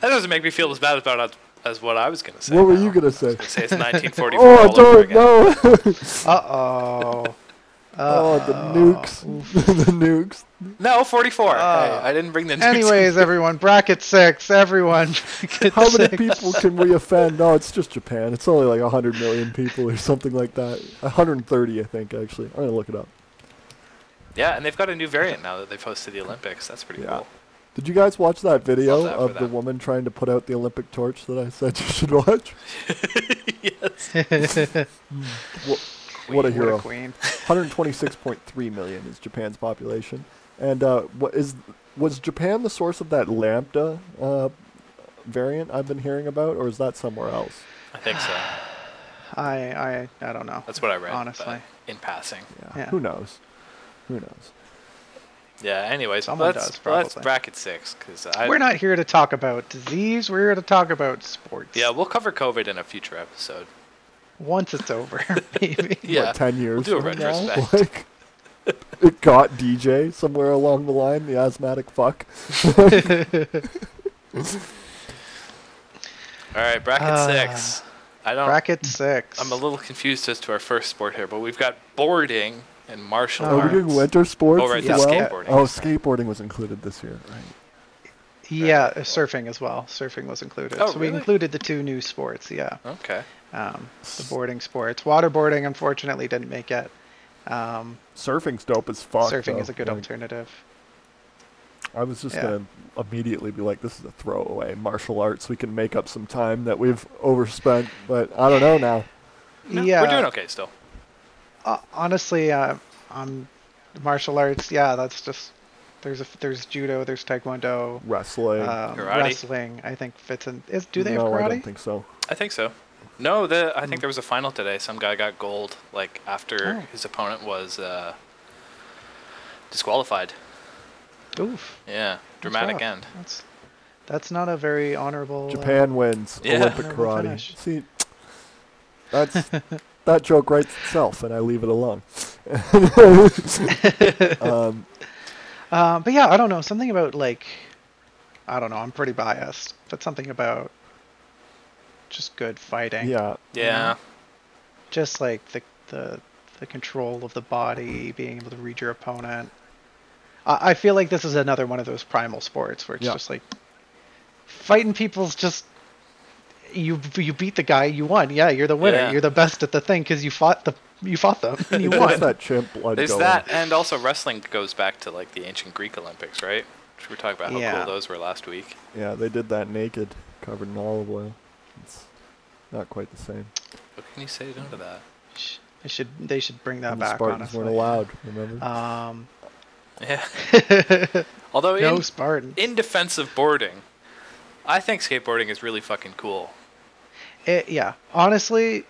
[SPEAKER 1] That doesn't make me feel as bad about it as what I was gonna say.
[SPEAKER 2] What were
[SPEAKER 1] now.
[SPEAKER 2] you gonna say?
[SPEAKER 1] I say it's 1944
[SPEAKER 2] Oh,
[SPEAKER 1] all over
[SPEAKER 2] don't
[SPEAKER 1] again.
[SPEAKER 2] know.
[SPEAKER 3] Uh-oh.
[SPEAKER 2] Oh, the
[SPEAKER 1] Uh,
[SPEAKER 2] nukes. the nukes.
[SPEAKER 1] No, 44.
[SPEAKER 3] Ah.
[SPEAKER 1] hey, I didn't bring the nukes.
[SPEAKER 3] Anyways, everyone, bracket six. Everyone, bracket
[SPEAKER 2] How many
[SPEAKER 3] six.
[SPEAKER 2] people can we offend? No, it's just Japan. It's only like 100 million people or something like that. 130, I think, actually. I'm going to look it up.
[SPEAKER 1] Yeah, and they've got a new variant now that they've hosted the Olympics. That's pretty
[SPEAKER 2] Yeah.
[SPEAKER 1] cool.
[SPEAKER 2] Did you guys watch that video
[SPEAKER 1] Love that for
[SPEAKER 2] of the
[SPEAKER 1] that.
[SPEAKER 2] woman trying to put out the Olympic torch that I said you should watch?
[SPEAKER 1] yes.
[SPEAKER 2] What a hero.
[SPEAKER 3] queen.
[SPEAKER 2] 126.3 million is Japan's population. And uh, what is was Japan the source of that lambda uh, variant I've been hearing about, or is that somewhere else?
[SPEAKER 1] I think so.
[SPEAKER 3] I, I, I don't know.
[SPEAKER 1] That's what I read. but
[SPEAKER 3] Honestly.
[SPEAKER 1] in passing.
[SPEAKER 3] Yeah.
[SPEAKER 2] Who knows? Who knows?
[SPEAKER 1] Yeah. Anyways,
[SPEAKER 3] Someone
[SPEAKER 1] let's,
[SPEAKER 3] does,
[SPEAKER 1] let's
[SPEAKER 3] probably.
[SPEAKER 1] bracket six because I.
[SPEAKER 3] We're not here to talk about disease. We're here to talk about sports.
[SPEAKER 1] Yeah, we'll cover COVID in a future episode.
[SPEAKER 3] Once it's over, maybe.
[SPEAKER 1] Yeah.
[SPEAKER 2] like 10 years
[SPEAKER 1] do a
[SPEAKER 2] from now,
[SPEAKER 1] retrospect.
[SPEAKER 2] like, it got DJ somewhere along the line, the asthmatic fuck.
[SPEAKER 1] All right, bracket
[SPEAKER 3] Ah.
[SPEAKER 1] six. I don't.
[SPEAKER 3] Bracket six.
[SPEAKER 1] I'm a little confused as to our first sport here, but we've got boarding and martial
[SPEAKER 3] Oh,
[SPEAKER 2] Are we
[SPEAKER 1] arts.
[SPEAKER 2] doing winter sports
[SPEAKER 1] Oh, right,
[SPEAKER 2] as
[SPEAKER 3] yeah,
[SPEAKER 2] well?
[SPEAKER 1] skateboarding.
[SPEAKER 2] Oh, skateboarding was included this year. Right.
[SPEAKER 3] yeah, uh, surfing as well. Surfing was included.
[SPEAKER 1] Oh,
[SPEAKER 3] so we
[SPEAKER 1] really?
[SPEAKER 3] included the two new sports. Yeah.
[SPEAKER 1] okay.
[SPEAKER 3] Um, the boarding sports. Waterboarding, unfortunately, didn't make it. Um,
[SPEAKER 2] Surfing's dope as fuck.
[SPEAKER 3] surfing
[SPEAKER 2] though.
[SPEAKER 3] is a good
[SPEAKER 2] Like,
[SPEAKER 3] alternative.
[SPEAKER 2] I was just
[SPEAKER 3] Yeah.
[SPEAKER 2] gonna immediately be like, "This is a throwaway martial arts. We can make up some time that we've overspent." But I don't know now.
[SPEAKER 1] No,
[SPEAKER 3] yeah.
[SPEAKER 1] We're doing okay still.
[SPEAKER 3] uh, honestly, uh, um, martial arts. Yeah, that's just there's a, there's judo, there's taekwondo,
[SPEAKER 2] Wrestling?
[SPEAKER 3] um,
[SPEAKER 1] Karate?
[SPEAKER 3] wrestling. I think fits in. Is do they
[SPEAKER 2] no,
[SPEAKER 3] have karate?
[SPEAKER 2] I don't think so.
[SPEAKER 1] I think so. No, the I think there was a final today. Some guy got gold like after
[SPEAKER 3] Hmm. Oh.
[SPEAKER 1] his opponent was uh, disqualified.
[SPEAKER 3] Oof.
[SPEAKER 1] Yeah,
[SPEAKER 3] that's
[SPEAKER 1] dramatic
[SPEAKER 3] rough.
[SPEAKER 1] end.
[SPEAKER 3] That's that's not a very honorable. uh,
[SPEAKER 2] Japan wins
[SPEAKER 1] Yeah.
[SPEAKER 2] Olympic
[SPEAKER 3] Honorable
[SPEAKER 2] karate.
[SPEAKER 3] finish.
[SPEAKER 2] See, that's that joke writes itself, and I leave it alone. um,
[SPEAKER 3] Uh, but yeah, I don't know. Something about like, I don't know. I'm pretty biased, but something about just good fighting.
[SPEAKER 2] yeah,
[SPEAKER 1] Yeah,
[SPEAKER 3] Just like the the the control of the body, being able to read your opponent. I, I feel like this is another one of those primal sports where it's
[SPEAKER 2] Yeah.
[SPEAKER 3] just like fighting people's just. You you beat the guy, you won. Yeah, you're the winner.
[SPEAKER 1] Yeah.
[SPEAKER 3] You're the best at the thing because you fought the you fought them and you
[SPEAKER 2] it gets
[SPEAKER 3] won.
[SPEAKER 2] that chimp blood
[SPEAKER 1] there's
[SPEAKER 2] going.
[SPEAKER 1] that, and also wrestling goes back to like the ancient Greek Olympics, right? Which we talked about how
[SPEAKER 3] Yeah.
[SPEAKER 1] cool those were last week.
[SPEAKER 2] Yeah, they did that naked, covered in olive oil. It's not quite the same.
[SPEAKER 1] What can you say no to that?
[SPEAKER 3] Sh- They should they should bring that
[SPEAKER 2] And the
[SPEAKER 3] back.
[SPEAKER 2] Spartans
[SPEAKER 3] honestly.
[SPEAKER 2] weren't allowed. Remember?
[SPEAKER 3] Um,
[SPEAKER 1] Yeah. Although
[SPEAKER 3] no
[SPEAKER 1] in,
[SPEAKER 3] Spartan.
[SPEAKER 1] in defense of boarding, I think skateboarding is really fucking cool.
[SPEAKER 3] It, yeah, honestly,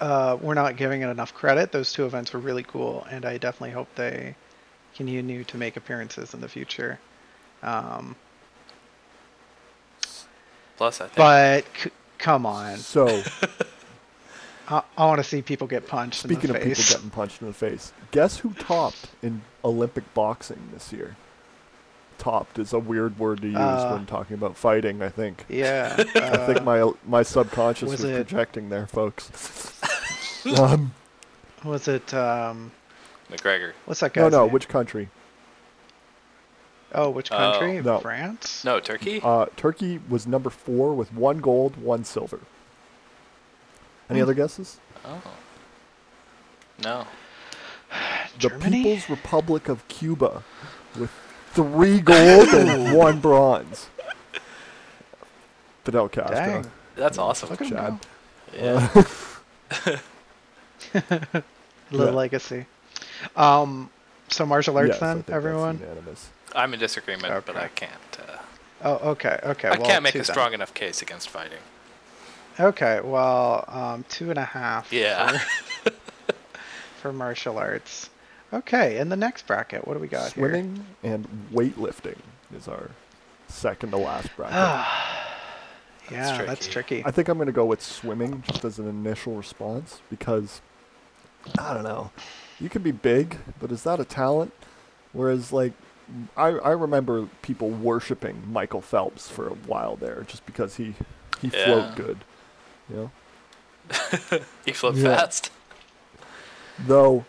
[SPEAKER 3] uh, we're not giving it enough credit. Those two events were really cool, and I definitely hope they continue to make appearances in the future. Um,
[SPEAKER 1] Plus, I think.
[SPEAKER 3] but c- come on,
[SPEAKER 2] so,
[SPEAKER 3] I, I want to see people get punched
[SPEAKER 2] speaking
[SPEAKER 3] in
[SPEAKER 2] of
[SPEAKER 3] the
[SPEAKER 2] people
[SPEAKER 3] face.
[SPEAKER 2] getting punched in the face, guess who topped in Olympic boxing this year? Topped is a weird word to use
[SPEAKER 3] Uh,
[SPEAKER 2] when talking about fighting. I think.
[SPEAKER 3] yeah,
[SPEAKER 2] I think
[SPEAKER 3] uh,
[SPEAKER 2] my my subconscious
[SPEAKER 3] was
[SPEAKER 2] was,
[SPEAKER 3] it-
[SPEAKER 2] projecting there, folks. um,
[SPEAKER 3] uh, was it um,
[SPEAKER 1] McGregor.
[SPEAKER 3] what's that
[SPEAKER 2] no,
[SPEAKER 3] guy's
[SPEAKER 2] no.
[SPEAKER 3] name?
[SPEAKER 2] Which country?
[SPEAKER 3] oh, which
[SPEAKER 1] Oh,
[SPEAKER 3] country?
[SPEAKER 2] no.
[SPEAKER 3] France.
[SPEAKER 1] No, Turkey?
[SPEAKER 2] Uh, Turkey was number four with one gold, one silver.
[SPEAKER 3] Hmm.
[SPEAKER 2] Any other guesses?
[SPEAKER 1] oh. No.
[SPEAKER 2] The
[SPEAKER 3] Germany?
[SPEAKER 2] People's Republic of Cuba with three gold and one bronze. Fidel Castro.
[SPEAKER 3] Dang.
[SPEAKER 1] That's awesome.
[SPEAKER 3] Look at him
[SPEAKER 2] Chad.
[SPEAKER 3] go.
[SPEAKER 1] Yeah.
[SPEAKER 3] Little
[SPEAKER 2] Yeah.
[SPEAKER 3] legacy. Um, so martial arts
[SPEAKER 2] Yes, I
[SPEAKER 3] then,
[SPEAKER 2] think that's
[SPEAKER 3] everyone.
[SPEAKER 2] unanimous.
[SPEAKER 1] I'm in disagreement, but
[SPEAKER 3] Okay.
[SPEAKER 1] I can't. Uh,
[SPEAKER 3] Oh, okay, okay.
[SPEAKER 1] I
[SPEAKER 3] well,
[SPEAKER 1] can't make
[SPEAKER 3] two
[SPEAKER 1] a
[SPEAKER 3] then.
[SPEAKER 1] strong enough case against fighting.
[SPEAKER 3] Okay, well, um, two and a half.
[SPEAKER 1] Yeah.
[SPEAKER 3] For, for martial arts. Okay, in the next bracket, what do we got here?
[SPEAKER 2] Swimming and weightlifting is our second to last bracket.
[SPEAKER 3] Ah, yeah, that's tricky.
[SPEAKER 2] I think I'm going to go with swimming just as an initial response because I don't know. You can be big, but is that a talent? Whereas like I, I remember people worshiping Michael Phelps for a while there, just because he he
[SPEAKER 1] Yeah.
[SPEAKER 2] flowed good. You know,
[SPEAKER 1] He flipped
[SPEAKER 2] Yeah.
[SPEAKER 1] fast.
[SPEAKER 2] though.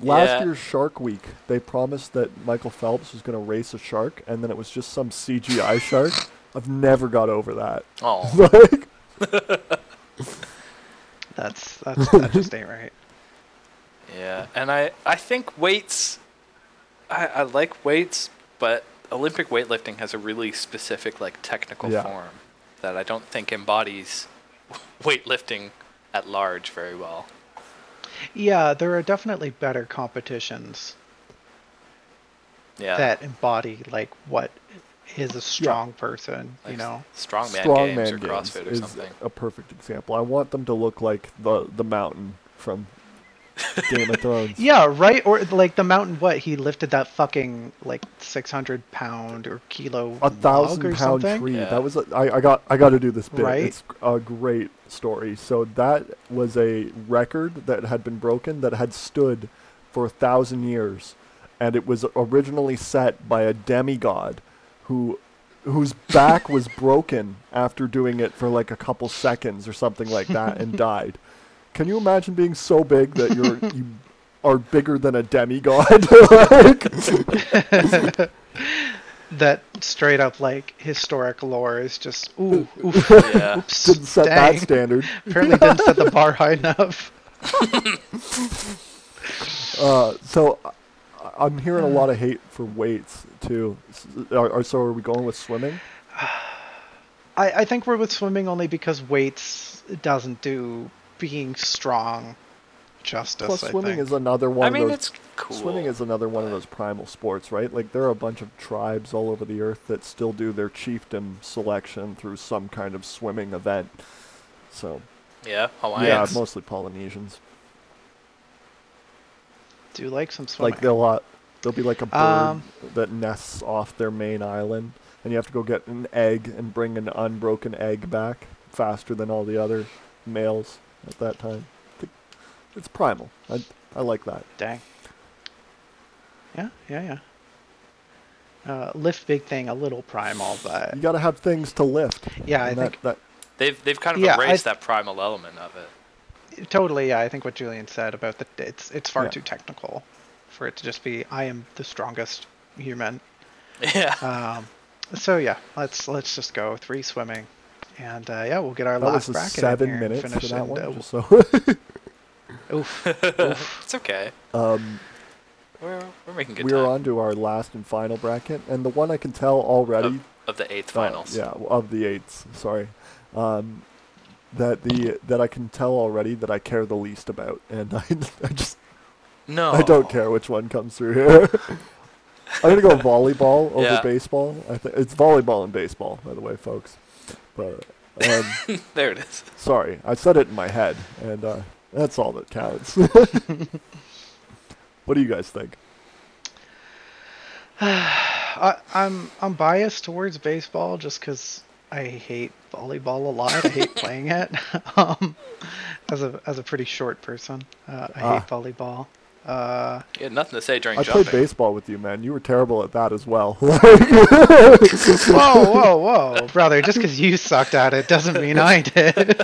[SPEAKER 2] Last
[SPEAKER 1] Yeah.
[SPEAKER 2] year's Shark Week, they promised that Michael Phelps was going to race a shark, and then it was just some CGI shark. I've never got over that.
[SPEAKER 1] Oh,
[SPEAKER 2] like,
[SPEAKER 3] That's that's that just ain't right.
[SPEAKER 1] yeah. And I, I think weights. I, I like weights, but Olympic weightlifting has a really specific like technical
[SPEAKER 2] Yeah.
[SPEAKER 1] form that I don't think embodies weightlifting at large very well.
[SPEAKER 3] Yeah, there are definitely better competitions
[SPEAKER 1] Yeah.
[SPEAKER 3] that embody like what is a strong person,
[SPEAKER 1] like
[SPEAKER 3] you know.
[SPEAKER 1] s- Strongman
[SPEAKER 2] strongman
[SPEAKER 1] games
[SPEAKER 2] games
[SPEAKER 1] or CrossFit or
[SPEAKER 2] is
[SPEAKER 1] something.
[SPEAKER 2] a perfect example. I want them to look like the the mountain from Game of Thrones.
[SPEAKER 3] Yeah, right. Or like the mountain. What he lifted that fucking like six hundred pound or kilo
[SPEAKER 2] a
[SPEAKER 3] log or
[SPEAKER 2] thousand pound
[SPEAKER 3] something?
[SPEAKER 2] tree.
[SPEAKER 1] Yeah.
[SPEAKER 2] That was a, I, I got I got to do this bit.
[SPEAKER 3] Right?
[SPEAKER 2] It's a great story. So that was a record that had been broken that had stood for a thousand years, and it was originally set by a demigod, who whose back was broken after doing it for like a couple seconds or something like that and died. Can you imagine being so big that you're you are bigger than a demigod? like,
[SPEAKER 3] That straight up like historic lore is just ooh. oof,
[SPEAKER 1] yeah.
[SPEAKER 3] oops,
[SPEAKER 2] didn't set
[SPEAKER 3] dang.
[SPEAKER 2] that standard.
[SPEAKER 3] Apparently didn't set the bar high enough.
[SPEAKER 2] Uh, so I- I'm hearing a lot of hate for weights too. S- Are, are, so are we going with swimming?
[SPEAKER 3] I, I think we're with swimming only because weights doesn't do being strong justice.
[SPEAKER 2] Plus,
[SPEAKER 3] I
[SPEAKER 2] swimming
[SPEAKER 3] think.
[SPEAKER 2] is another one.
[SPEAKER 1] I mean,
[SPEAKER 2] of those,
[SPEAKER 1] it's cool.
[SPEAKER 2] Swimming is another one of those primal sports, right? Like there are a bunch of tribes all over the earth that still do their chieftain selection through some kind of swimming event. So
[SPEAKER 1] yeah,
[SPEAKER 2] yeah,
[SPEAKER 1] Hawaiians.
[SPEAKER 2] mostly Polynesians.
[SPEAKER 3] do you like some swimming.
[SPEAKER 2] Like they'll uh, there'll be like a bird
[SPEAKER 3] Um,
[SPEAKER 2] that nests off their main island, and you have to go get an egg and bring an unbroken egg back faster than all the other males at that time. I think It's primal. I I like that.
[SPEAKER 3] Dang. Yeah, yeah, yeah. Uh, lift big thing a little primal, but
[SPEAKER 2] You got to have things to lift.
[SPEAKER 3] Uh, Yeah, I
[SPEAKER 2] and that,
[SPEAKER 3] think-
[SPEAKER 2] that
[SPEAKER 1] They've they've kind of
[SPEAKER 3] Yeah, I-
[SPEAKER 1] erased that primal element of it.
[SPEAKER 3] totally. Yeah, I think what Julian said about the it's it's far
[SPEAKER 2] Yeah.
[SPEAKER 3] too technical for it to just be I am the strongest human.
[SPEAKER 1] Yeah.
[SPEAKER 3] Um, so yeah, let's let's just go three swimming, and uh, yeah, we'll get our
[SPEAKER 2] that
[SPEAKER 3] last
[SPEAKER 2] was
[SPEAKER 3] bracket
[SPEAKER 2] just
[SPEAKER 3] in
[SPEAKER 2] seven
[SPEAKER 3] here
[SPEAKER 2] minutes
[SPEAKER 3] and
[SPEAKER 2] for
[SPEAKER 3] finish
[SPEAKER 2] that
[SPEAKER 3] and,
[SPEAKER 2] one.
[SPEAKER 3] uh,
[SPEAKER 2] just so
[SPEAKER 3] oof.
[SPEAKER 1] it's okay.
[SPEAKER 2] um,
[SPEAKER 1] We're, we're making good
[SPEAKER 2] we
[SPEAKER 1] time.
[SPEAKER 2] are on to our last and final bracket, and the one I can tell already
[SPEAKER 1] of, of the eighth
[SPEAKER 2] Uh,
[SPEAKER 1] finals.
[SPEAKER 2] yeah, w- of the eights. Sorry, um, that the that I can tell already that I care the least about, and I, I just
[SPEAKER 1] No.
[SPEAKER 2] I don't care which one comes through here. I'm gonna go volleyball over
[SPEAKER 1] Yeah.
[SPEAKER 2] baseball. I think it's volleyball and baseball, by the way, folks. But um,
[SPEAKER 1] There it is.
[SPEAKER 2] sorry, I said it in my head, and uh, that's all that counts. what do you guys think?
[SPEAKER 3] I, I'm I'm biased towards baseball just because I hate volleyball a lot. I hate playing it. Um, as a as a pretty short person, uh, I
[SPEAKER 2] Ah.
[SPEAKER 3] hate volleyball. Uh,
[SPEAKER 1] You had nothing to say during
[SPEAKER 2] I
[SPEAKER 1] jumping.
[SPEAKER 2] played baseball with you, man. You were terrible at that as well.
[SPEAKER 3] whoa, whoa, whoa, brother! Just because you sucked at it doesn't mean I did.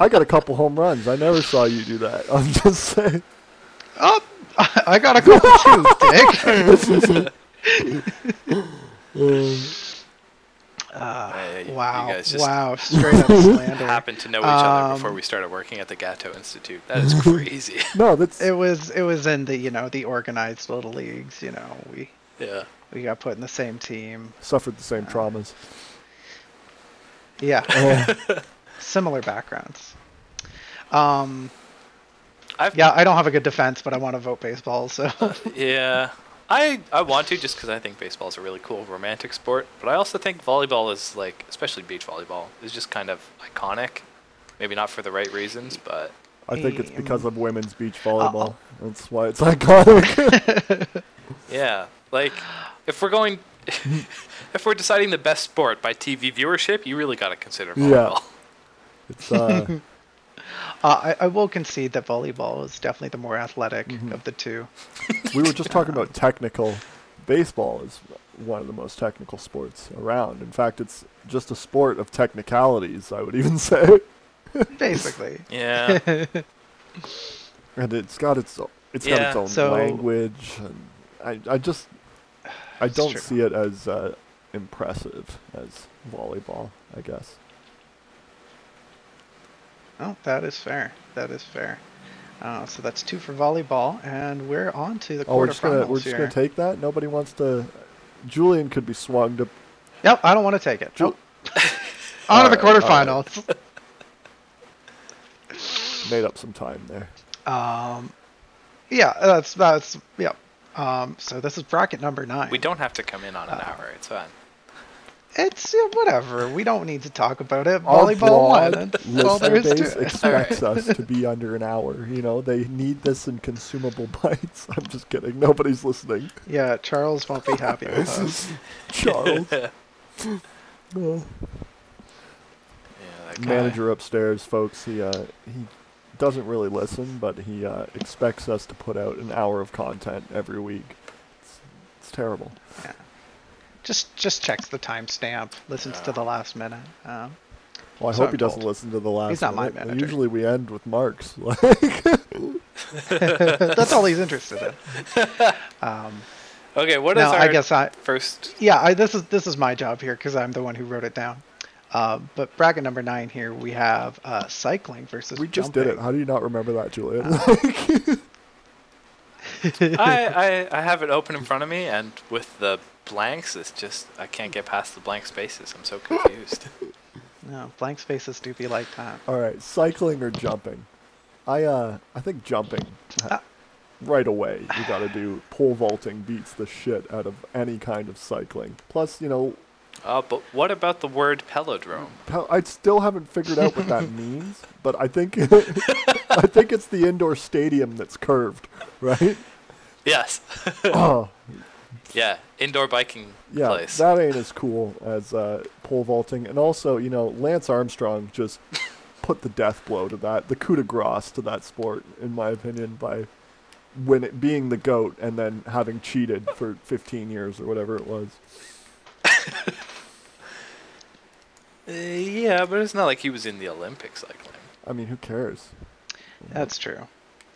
[SPEAKER 2] I got a couple home runs. I never saw you do that. I'm just saying.
[SPEAKER 3] Oh, I I got a couple too, Dick.
[SPEAKER 1] Yeah, yeah, you-
[SPEAKER 3] Wow,
[SPEAKER 1] You guys just
[SPEAKER 3] wow, Um, straight up slander.
[SPEAKER 1] happened to know each other before we started working at the Gatto Institute. That is crazy.
[SPEAKER 2] No, that's
[SPEAKER 3] It was it was in the you know the organized little leagues. You know we
[SPEAKER 1] yeah.
[SPEAKER 3] we got put in the same team.
[SPEAKER 2] suffered the same traumas.
[SPEAKER 3] Yeah.
[SPEAKER 2] Uh,
[SPEAKER 3] similar backgrounds. Um,
[SPEAKER 1] I've,
[SPEAKER 3] yeah, I don't have a good defense, but I want to vote baseball. So uh,
[SPEAKER 1] Yeah. I, I want to just because I think baseball is a really cool romantic sport, but I also think volleyball is like, especially beach volleyball, is just kind of iconic. Maybe not for the right reasons, but
[SPEAKER 2] I think it's because of women's beach
[SPEAKER 3] I'll-
[SPEAKER 2] volleyball. That's why it's iconic.
[SPEAKER 1] yeah, like if we're going, if we're deciding the best sport by TV viewership, you really got to consider
[SPEAKER 2] Yeah.
[SPEAKER 1] volleyball.
[SPEAKER 2] it's uh,
[SPEAKER 3] uh, I, I will concede that
[SPEAKER 2] Mm-hmm.
[SPEAKER 3] volleyball is definitely the more athletic of the two.
[SPEAKER 2] we were just talking about technical baseball is one of the most technical sports around. In fact, it's just a sport of technicalities, I would even say.
[SPEAKER 3] basically.
[SPEAKER 1] Yeah.
[SPEAKER 2] And it's got its o- it's got
[SPEAKER 1] Yeah.
[SPEAKER 2] its own
[SPEAKER 3] So-
[SPEAKER 2] language and I I just I
[SPEAKER 3] It's
[SPEAKER 2] don't
[SPEAKER 3] true.
[SPEAKER 2] see it as uh, impressive as volleyball, I guess.
[SPEAKER 3] Oh, that is fair. That is fair. Uh, so that's two for volleyball, and we're on to the
[SPEAKER 2] Oh, we're just gonna
[SPEAKER 3] quarterfinals
[SPEAKER 2] we're just
[SPEAKER 3] here.
[SPEAKER 2] gonna take that. Nobody wants to. Julian could be swung to.
[SPEAKER 3] Nope, I don't want to take it.
[SPEAKER 2] Ju-
[SPEAKER 3] Nope. On to the
[SPEAKER 2] Alright, alright.
[SPEAKER 3] quarterfinals.
[SPEAKER 2] Made up some time there.
[SPEAKER 3] Um, yeah, that's that's yeah. Um, so this is bracket number nine.
[SPEAKER 1] we don't have to come in on an
[SPEAKER 3] Uh,
[SPEAKER 1] hour. It's fine.
[SPEAKER 3] It's yeah, whatever. We don't need to talk about it.
[SPEAKER 2] Our
[SPEAKER 3] Volleyball
[SPEAKER 2] broad
[SPEAKER 3] won. That's all there
[SPEAKER 2] Listener
[SPEAKER 3] is
[SPEAKER 2] base
[SPEAKER 3] to it.
[SPEAKER 2] expects us to be under an hour. You know they need this in consumable bites. I'm just kidding. Nobody's listening.
[SPEAKER 3] Yeah, Charles won't be happy with us.
[SPEAKER 2] Charles,
[SPEAKER 1] Yeah,
[SPEAKER 2] Oh,
[SPEAKER 1] that guy.
[SPEAKER 2] manager upstairs, folks. He uh, he doesn't really listen, but he uh, expects us to put out an hour of content every week. It's, it's terrible.
[SPEAKER 3] Yeah. Just just checks the timestamp. Listens to the last minute. Um,
[SPEAKER 2] Well, I
[SPEAKER 3] So
[SPEAKER 2] hope
[SPEAKER 3] I'm
[SPEAKER 2] he doesn't
[SPEAKER 3] told.
[SPEAKER 2] listen to the last.
[SPEAKER 3] He's not my
[SPEAKER 2] minute.
[SPEAKER 3] manager.
[SPEAKER 2] Usually we end with marks. Like,
[SPEAKER 3] that's all he's interested in. Um,
[SPEAKER 1] Okay, what is
[SPEAKER 3] now
[SPEAKER 1] our
[SPEAKER 3] I guess I
[SPEAKER 1] first?
[SPEAKER 3] yeah I, this is this is my job here because I'm the one who wrote it down. Uh, but bracket number nine here we have uh, cycling versus
[SPEAKER 2] we just did it.
[SPEAKER 3] jumping.
[SPEAKER 2] How do you not remember that, Julian?
[SPEAKER 3] Uh.
[SPEAKER 1] I, I I have it open in front of me, and with the blanks, it's just I can't get past the blank spaces. I'm so confused.
[SPEAKER 3] No, blank spaces do be like that.
[SPEAKER 2] All right, cycling or jumping? I uh, I think jumping.
[SPEAKER 3] Ah.
[SPEAKER 2] Right away, you got to do pole vaulting beats the shit out of any kind of cycling. Plus, you know,
[SPEAKER 1] uh, but what about the word pelodrome?
[SPEAKER 2] How- I still haven't figured out what that means, but I think I think it's the indoor stadium that's curved, right?
[SPEAKER 1] Yes.
[SPEAKER 2] Oh,
[SPEAKER 1] yeah, indoor biking
[SPEAKER 2] yeah,
[SPEAKER 1] place.
[SPEAKER 2] that ain't as cool as uh, pole vaulting. And also, you know, Lance Armstrong just put the death blow to that, the coup de grace to that sport, in my opinion, by when it being the goat and then having cheated for 15 years or whatever it was.
[SPEAKER 1] Uh, yeah, but it's not like he was in the Olympic cycling.
[SPEAKER 2] I mean, who cares?
[SPEAKER 3] That's true.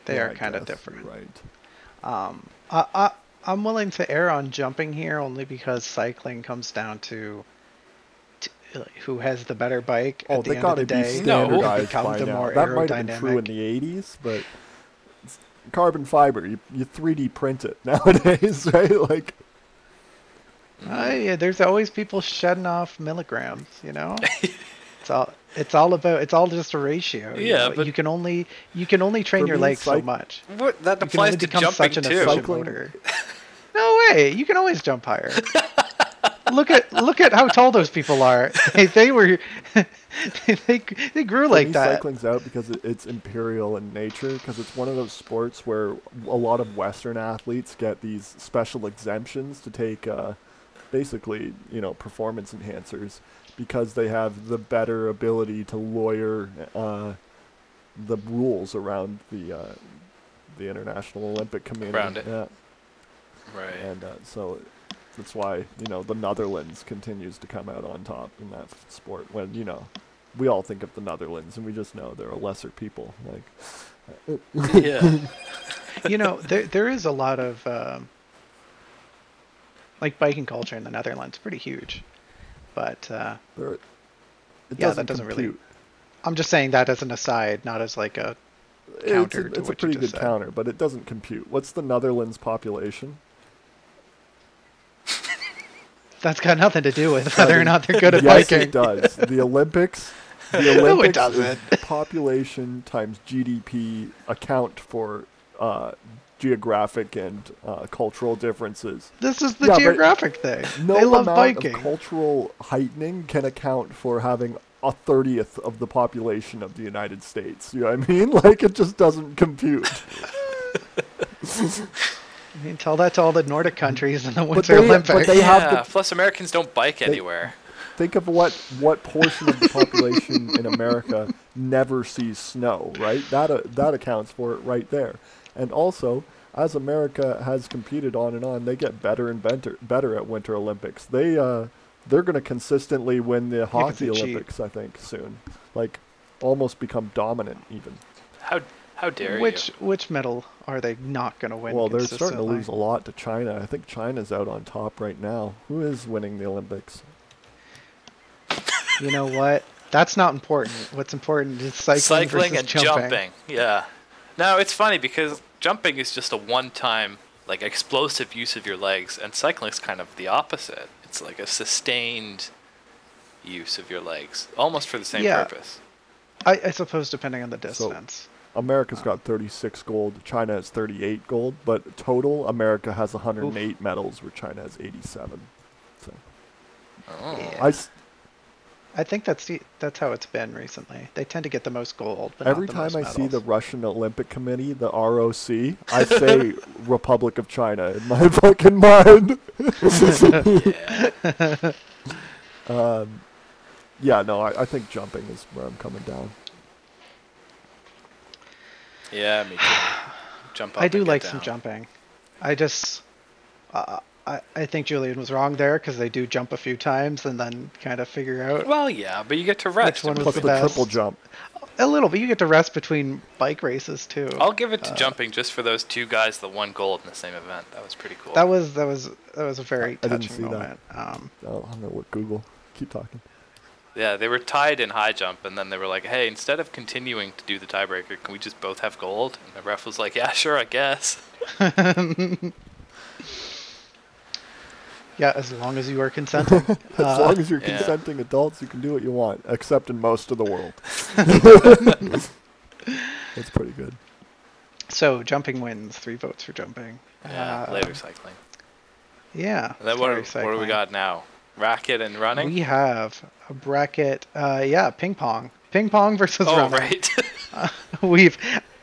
[SPEAKER 3] They
[SPEAKER 2] Yeah,
[SPEAKER 3] are
[SPEAKER 2] I
[SPEAKER 3] kind of
[SPEAKER 2] guess,
[SPEAKER 3] different.
[SPEAKER 2] right?
[SPEAKER 3] Um, I, I I'm willing to err on jumping here only because cycling comes down to, t who has the better bike
[SPEAKER 2] Oh,
[SPEAKER 3] at the
[SPEAKER 2] they
[SPEAKER 3] end
[SPEAKER 2] got
[SPEAKER 3] of
[SPEAKER 2] to be
[SPEAKER 3] the day.
[SPEAKER 1] No.
[SPEAKER 3] will
[SPEAKER 2] standardized
[SPEAKER 3] become
[SPEAKER 2] by
[SPEAKER 3] the
[SPEAKER 2] now.
[SPEAKER 3] more
[SPEAKER 2] that might have been true in
[SPEAKER 3] aerodynamic.
[SPEAKER 2] the '80s, but it's carbon fiber, you, you 3D print it nowadays, right? Like,
[SPEAKER 3] Ah, yeah, there's always people shedding off milligrams, you know. it's all it's all about it's all just a ratio. you
[SPEAKER 1] Yeah,
[SPEAKER 3] know?
[SPEAKER 1] but-
[SPEAKER 3] you can only you can only train
[SPEAKER 2] For
[SPEAKER 3] your
[SPEAKER 2] me,
[SPEAKER 3] legs so
[SPEAKER 2] psych-
[SPEAKER 3] much.
[SPEAKER 1] What that
[SPEAKER 3] You can only
[SPEAKER 1] applies to
[SPEAKER 3] become
[SPEAKER 1] jumping
[SPEAKER 3] such an
[SPEAKER 1] too.
[SPEAKER 3] efficient
[SPEAKER 2] Cycling.
[SPEAKER 3] motor. No way! You can always jump higher. look at look at how tall those people are. They, they were they they grew
[SPEAKER 2] for
[SPEAKER 3] like
[SPEAKER 2] me,
[SPEAKER 3] that.
[SPEAKER 2] cycling's out because it, it's imperial in nature, because it's one of those sports where a lot of Western athletes get these special exemptions to take, uh, basically, you know, performance enhancers, because they have the better ability to lawyer uh, the rules around the. Uh, the International Olympic Community.
[SPEAKER 1] Around it.
[SPEAKER 2] Yeah.
[SPEAKER 1] Right.
[SPEAKER 2] and uh, so that's why you know the Netherlands continues to come out on top in that f- sport. When you know, we all think of the Netherlands, and we just know they're a lesser people. Like,
[SPEAKER 1] yeah.
[SPEAKER 3] You know, there there is a lot of um, like biking culture in the Netherlands, pretty huge. But uh,
[SPEAKER 2] they're it
[SPEAKER 3] Yeah, that doesn't really
[SPEAKER 2] compute.
[SPEAKER 3] I'm just saying that as an aside, not as like a
[SPEAKER 2] It's
[SPEAKER 3] counter
[SPEAKER 2] a, it's
[SPEAKER 3] to
[SPEAKER 2] a
[SPEAKER 3] what you
[SPEAKER 2] pretty good
[SPEAKER 3] just said.
[SPEAKER 2] counter, but it doesn't compute. What's the Netherlands population?
[SPEAKER 3] that's got nothing to do with whether or not they're good at
[SPEAKER 2] yes,
[SPEAKER 3] biking.
[SPEAKER 2] it does. The Olympics. The
[SPEAKER 3] it
[SPEAKER 2] Olympics is
[SPEAKER 3] doesn't.
[SPEAKER 2] population times GDP account for uh, geographic and uh, cultural differences.
[SPEAKER 3] This is the
[SPEAKER 2] Yeah, but
[SPEAKER 3] geographic thing.
[SPEAKER 2] no
[SPEAKER 3] they love
[SPEAKER 2] amount
[SPEAKER 3] biking.
[SPEAKER 2] of cultural heightening can account for having a thirtieth of the population of the United States. You know what I mean? Like it just doesn't compute.
[SPEAKER 3] I mean, tell that to all the Nordic countries and the
[SPEAKER 2] they-
[SPEAKER 3] Winter
[SPEAKER 2] but
[SPEAKER 3] Olympics.
[SPEAKER 2] they
[SPEAKER 1] yeah.
[SPEAKER 2] have the-
[SPEAKER 1] Plus, Americans don't bike anywhere.
[SPEAKER 2] Think of what what portion of the population in America never sees snow, right? That uh, that accounts for it right there. And also, as America has competed on and on, they get better and better, better at Winter Olympics. They uh, they're going to consistently win the hockey
[SPEAKER 3] they cheat.
[SPEAKER 2] Olympics, I think, soon. Like almost become dominant even.
[SPEAKER 1] How how dare
[SPEAKER 3] which
[SPEAKER 1] you?
[SPEAKER 3] which medal are they not going to win?
[SPEAKER 2] well, they're starting to
[SPEAKER 3] consistently?
[SPEAKER 2] lose a lot to China. I think China's out on top right now. Who is winning the Olympics?
[SPEAKER 3] You know what? That's not important. What's important is cycling,
[SPEAKER 1] Cycling
[SPEAKER 3] versus
[SPEAKER 1] and
[SPEAKER 3] jumping.
[SPEAKER 1] jumping. Yeah. No, it's funny because jumping is just a one-time like explosive use of your legs, and cycling is kind of the opposite. It's like a sustained use of your legs, almost for the same
[SPEAKER 3] Yeah.
[SPEAKER 1] purpose.
[SPEAKER 3] I, I suppose depending on the distance. Uh,
[SPEAKER 2] America's got 36 gold, China has 38 gold, but total America has 108 medals where China has 87. So
[SPEAKER 1] Oh.
[SPEAKER 3] Yeah.
[SPEAKER 2] I s
[SPEAKER 3] I think that's the, that's how it's been recently. They tend to get the most gold, but
[SPEAKER 2] every
[SPEAKER 3] not the
[SPEAKER 2] time
[SPEAKER 3] most
[SPEAKER 2] I see the
[SPEAKER 3] medals.
[SPEAKER 2] Russian Olympic Committee, the ROC, I say Republic of China in my fucking mind.
[SPEAKER 1] yeah.
[SPEAKER 2] Um, yeah, no, I, I think jumping is where I'm coming down.
[SPEAKER 1] Yeah, me too. Jump up.
[SPEAKER 3] I do
[SPEAKER 1] and get
[SPEAKER 3] like some
[SPEAKER 1] down.
[SPEAKER 3] jumping. I just uh, I I think Julian was wrong there because they do jump a few times and then kind of figure out
[SPEAKER 1] Well, yeah, but you get to rest.
[SPEAKER 3] one
[SPEAKER 1] in
[SPEAKER 2] Plus
[SPEAKER 3] was the
[SPEAKER 2] the
[SPEAKER 1] between.
[SPEAKER 2] triple
[SPEAKER 3] best.
[SPEAKER 2] jump.
[SPEAKER 3] a little, but you get to rest between bike races too.
[SPEAKER 1] I'll give it to jumping just for those two guys that won gold in the same event. That was pretty cool.
[SPEAKER 3] That was that was that was a very
[SPEAKER 2] I
[SPEAKER 3] touching
[SPEAKER 2] didn't see that.
[SPEAKER 3] moment. Um,
[SPEAKER 2] Oh, I'm gonna look Google. Keep talking.
[SPEAKER 1] yeah, they were tied in high jump, and then they were like, "Hey, instead of continuing to do the tiebreaker, can we just both have gold?" And the ref was like, "Yeah, sure, I guess."
[SPEAKER 3] yeah, as long as you are consenting.
[SPEAKER 2] As
[SPEAKER 3] Uh,
[SPEAKER 2] long as you're
[SPEAKER 1] yeah.
[SPEAKER 2] consenting adults, you can do what you want, except in most of the world. That's pretty good.
[SPEAKER 3] so jumping wins. Three votes for jumping.
[SPEAKER 1] Yeah,
[SPEAKER 3] Uh,
[SPEAKER 1] later cycling.
[SPEAKER 3] Yeah.
[SPEAKER 1] And then what?
[SPEAKER 3] sorry,
[SPEAKER 1] Are, what do we
[SPEAKER 3] cycling.
[SPEAKER 1] got now? Racket and running.
[SPEAKER 3] We have a bracket. Uh, yeah, ping pong. Ping pong versus
[SPEAKER 1] oh,
[SPEAKER 3] running.
[SPEAKER 1] right.
[SPEAKER 3] We've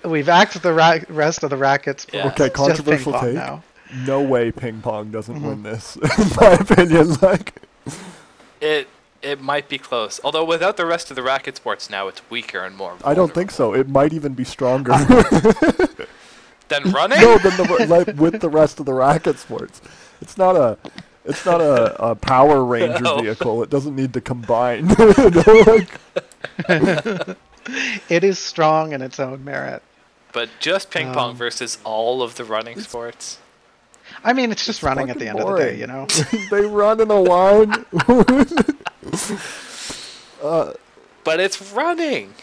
[SPEAKER 3] we've axed the ra- rest of the rackets. but
[SPEAKER 1] Yeah.
[SPEAKER 3] it's
[SPEAKER 2] Okay,
[SPEAKER 3] just ping
[SPEAKER 2] controversial
[SPEAKER 3] pong
[SPEAKER 2] take.
[SPEAKER 3] now.
[SPEAKER 2] No way ping pong doesn't
[SPEAKER 3] Mm-hmm.
[SPEAKER 2] win this, in my opinion. Like,
[SPEAKER 1] it it might be close. Although without the rest of the racket sports, now it's weaker and more.
[SPEAKER 2] I don't think
[SPEAKER 1] vulnerable.
[SPEAKER 2] so. It might even be stronger.
[SPEAKER 1] Then running.
[SPEAKER 2] no, than the like with the rest of the racket sports. It's not a, it's not a, a Power Ranger
[SPEAKER 1] No.
[SPEAKER 2] vehicle. It doesn't need to combine. No, like,
[SPEAKER 3] It is strong in its own merit.
[SPEAKER 1] But just ping pong
[SPEAKER 3] Um,
[SPEAKER 1] versus all of the running sports.
[SPEAKER 3] I mean, it's just running at
[SPEAKER 2] fucking
[SPEAKER 3] the end of the
[SPEAKER 2] boring.
[SPEAKER 3] day, you know.
[SPEAKER 2] they run in a line.
[SPEAKER 1] But it's running.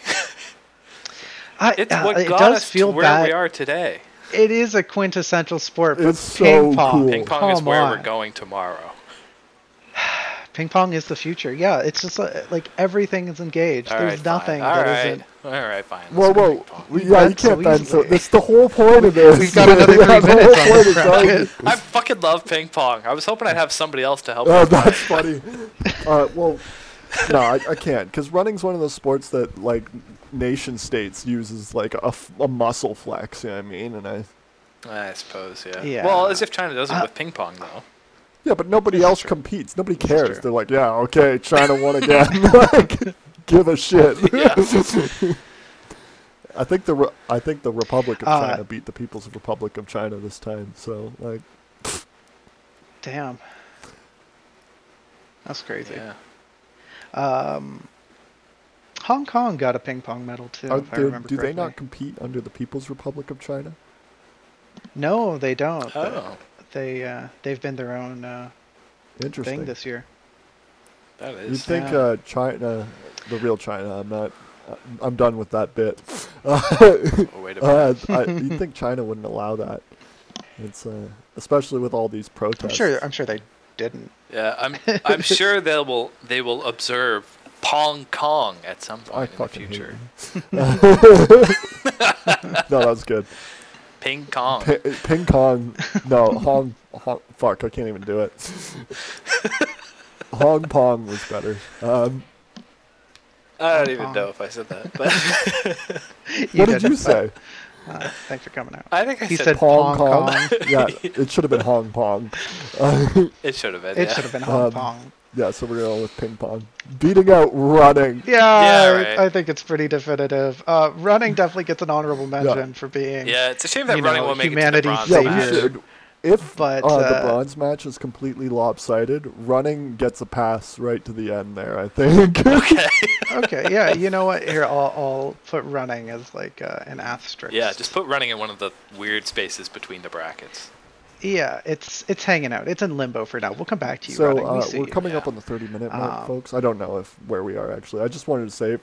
[SPEAKER 3] I,
[SPEAKER 1] It's
[SPEAKER 3] uh,
[SPEAKER 1] what
[SPEAKER 3] it
[SPEAKER 1] got
[SPEAKER 3] does
[SPEAKER 1] us
[SPEAKER 3] feel
[SPEAKER 1] to where
[SPEAKER 3] bad.
[SPEAKER 1] we are today.
[SPEAKER 3] It is a quintessential sport. but
[SPEAKER 2] It's
[SPEAKER 3] ping
[SPEAKER 2] so
[SPEAKER 3] pong.
[SPEAKER 2] cool.
[SPEAKER 1] Ping pong is
[SPEAKER 3] Come
[SPEAKER 1] where we're
[SPEAKER 3] on.
[SPEAKER 1] going tomorrow.
[SPEAKER 3] Ping pong is the future. Yeah, it's just uh, like everything is engaged.
[SPEAKER 1] All
[SPEAKER 3] There's
[SPEAKER 1] right,
[SPEAKER 3] nothing
[SPEAKER 1] fine. All
[SPEAKER 3] that
[SPEAKER 1] right.
[SPEAKER 3] isn't.
[SPEAKER 1] All right, fine.
[SPEAKER 2] Whoa,
[SPEAKER 1] Let's go
[SPEAKER 2] whoa!
[SPEAKER 1] ping pong.
[SPEAKER 2] We- Yeah, you
[SPEAKER 3] That's so
[SPEAKER 2] can't bend. So
[SPEAKER 3] easily.
[SPEAKER 2] that's the whole point of this.
[SPEAKER 3] We've got another
[SPEAKER 2] Yeah,
[SPEAKER 3] three
[SPEAKER 2] the whole
[SPEAKER 3] minutes on
[SPEAKER 2] point
[SPEAKER 3] this
[SPEAKER 2] is telling you.
[SPEAKER 3] bracket.
[SPEAKER 1] I fucking love ping pong. I was hoping I'd have somebody else to help.
[SPEAKER 2] Oh,
[SPEAKER 1] with
[SPEAKER 2] that's
[SPEAKER 1] running.
[SPEAKER 2] funny. Uh, well, no, I, I can't because running's one of those sports that like nation states uses like a, f- a muscle flex. You know what I mean? And I
[SPEAKER 1] I suppose, yeah.
[SPEAKER 3] Yeah.
[SPEAKER 1] Well, as if China doesn't
[SPEAKER 3] Uh,
[SPEAKER 1] with ping pong though.
[SPEAKER 2] yeah, but nobody else competes. Nobody
[SPEAKER 3] is
[SPEAKER 2] cares.
[SPEAKER 3] true.
[SPEAKER 2] They're like, yeah, okay, China won again. like, give a shit.
[SPEAKER 1] Yeah.
[SPEAKER 2] I think the Re- I think the Republic of
[SPEAKER 3] Uh,
[SPEAKER 2] China beat the People's Republic of China this time. So like,
[SPEAKER 3] Damn. That's crazy.
[SPEAKER 1] Yeah.
[SPEAKER 3] Um, Hong Kong got a ping pong medal too,
[SPEAKER 2] are-
[SPEAKER 3] if I
[SPEAKER 2] do,
[SPEAKER 3] remember
[SPEAKER 2] Oh, do they
[SPEAKER 3] correctly.
[SPEAKER 2] not compete under the People's Republic of China?
[SPEAKER 3] No, they don't. They-
[SPEAKER 1] Oh,
[SPEAKER 3] They uh, they've been their own uh,
[SPEAKER 2] Interesting.
[SPEAKER 3] thing this year.
[SPEAKER 1] that
[SPEAKER 2] You'd
[SPEAKER 1] is.
[SPEAKER 2] think
[SPEAKER 3] Yeah.
[SPEAKER 2] uh, China, the real China. I'm not. I'm done with that bit. Uh,
[SPEAKER 1] Oh, wait a minute.
[SPEAKER 2] uh, I, you'd think China wouldn't allow that. It's uh, especially with all these protests.
[SPEAKER 3] I'm sure. I'm sure they didn't.
[SPEAKER 1] yeah, I'm. I'm sure they will. They will observe Pong Kong at some
[SPEAKER 2] I
[SPEAKER 1] point in the
[SPEAKER 2] fucking hate
[SPEAKER 1] future.
[SPEAKER 2] No, that was good.
[SPEAKER 1] Ping Kong.
[SPEAKER 2] Pi ping Kong. No, Hong, Hong. Fuck, I can't even do it. Hong Pong was better. Um,
[SPEAKER 1] I don't
[SPEAKER 3] Ping
[SPEAKER 1] even
[SPEAKER 3] pong.
[SPEAKER 1] know if I said that, but
[SPEAKER 2] what did
[SPEAKER 3] didn't,
[SPEAKER 2] you say?
[SPEAKER 3] but, Uh, thanks for coming out.
[SPEAKER 1] I think I
[SPEAKER 3] He
[SPEAKER 1] said,
[SPEAKER 3] said
[SPEAKER 2] Pong
[SPEAKER 3] Hong
[SPEAKER 2] Kong. yeah, it should have been Hong Pong.
[SPEAKER 1] it should have been.
[SPEAKER 3] It
[SPEAKER 1] yeah.
[SPEAKER 3] should have been Hong
[SPEAKER 2] Um,
[SPEAKER 3] Kong.
[SPEAKER 2] Yeah, so we're going with ping pong. Beating out running.
[SPEAKER 3] Yeah,
[SPEAKER 1] Yeah, right.
[SPEAKER 3] I think it's pretty definitive. Uh, running definitely gets an honorable mention for being.
[SPEAKER 1] Yeah, it's a shame that
[SPEAKER 3] You
[SPEAKER 1] running
[SPEAKER 3] know,
[SPEAKER 1] won't make
[SPEAKER 3] humanity
[SPEAKER 1] it to
[SPEAKER 2] Yeah,
[SPEAKER 1] the
[SPEAKER 3] Same
[SPEAKER 2] we
[SPEAKER 1] bronze match.
[SPEAKER 3] here.
[SPEAKER 2] should. If
[SPEAKER 3] But,
[SPEAKER 2] uh, the
[SPEAKER 3] uh,
[SPEAKER 2] bronze match is completely lopsided, running gets a pass right to the end there, I think.
[SPEAKER 3] Okay, yeah. You know what? Here, I'll, I'll put running as like uh, an asterisk.
[SPEAKER 1] Yeah, just put running in one of the weird spaces between the brackets.
[SPEAKER 3] yeah. It's it's hanging out. It's in limbo for now. We'll come back to you.
[SPEAKER 2] so
[SPEAKER 3] running. We
[SPEAKER 2] uh,
[SPEAKER 3] see
[SPEAKER 2] we're
[SPEAKER 3] you.
[SPEAKER 2] coming up
[SPEAKER 1] yeah.
[SPEAKER 2] on the 30 minute mark,
[SPEAKER 3] Um,
[SPEAKER 2] folks. I don't know if where we are actually. I just wanted to say if,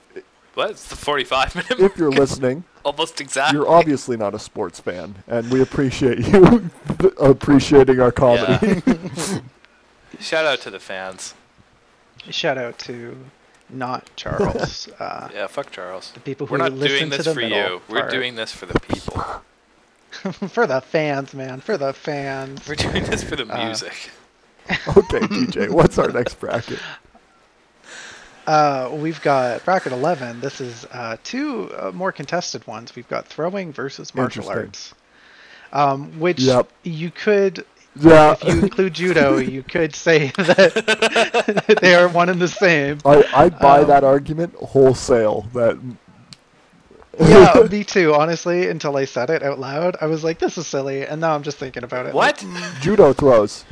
[SPEAKER 1] What? It's the 45 minute
[SPEAKER 2] if you're listening,
[SPEAKER 1] Almost exactly.
[SPEAKER 2] you're obviously not a sports fan, and we appreciate you appreciating our comedy.
[SPEAKER 1] Shout out to the fans.
[SPEAKER 3] Shout out to not Charles. uh,
[SPEAKER 1] Yeah, fuck Charles.
[SPEAKER 3] The people who
[SPEAKER 1] We're not
[SPEAKER 3] listen
[SPEAKER 1] doing
[SPEAKER 3] to
[SPEAKER 1] this
[SPEAKER 3] the
[SPEAKER 1] for
[SPEAKER 3] middle
[SPEAKER 1] you. We're
[SPEAKER 3] part.
[SPEAKER 1] doing this for the people.
[SPEAKER 3] for the fans, man. For the fans.
[SPEAKER 1] We're doing this for the
[SPEAKER 3] Uh,
[SPEAKER 1] music.
[SPEAKER 2] okay, DJ, what's our next bracket?
[SPEAKER 3] Uh, we've got bracket 11. This is uh, two uh, more contested ones. We've got throwing versus martial
[SPEAKER 2] Interesting.
[SPEAKER 3] arts, um, which
[SPEAKER 2] Yep.
[SPEAKER 3] you could,
[SPEAKER 2] Yeah,
[SPEAKER 3] if you include judo, you could say that they are one and the same.
[SPEAKER 2] I, I buy
[SPEAKER 3] um,
[SPEAKER 2] that argument wholesale. That
[SPEAKER 3] Yeah, me too. Honestly, until I said it out loud, I was like, "This is silly," and now I'm just thinking about it. like,
[SPEAKER 1] What?
[SPEAKER 2] mm. judo throws.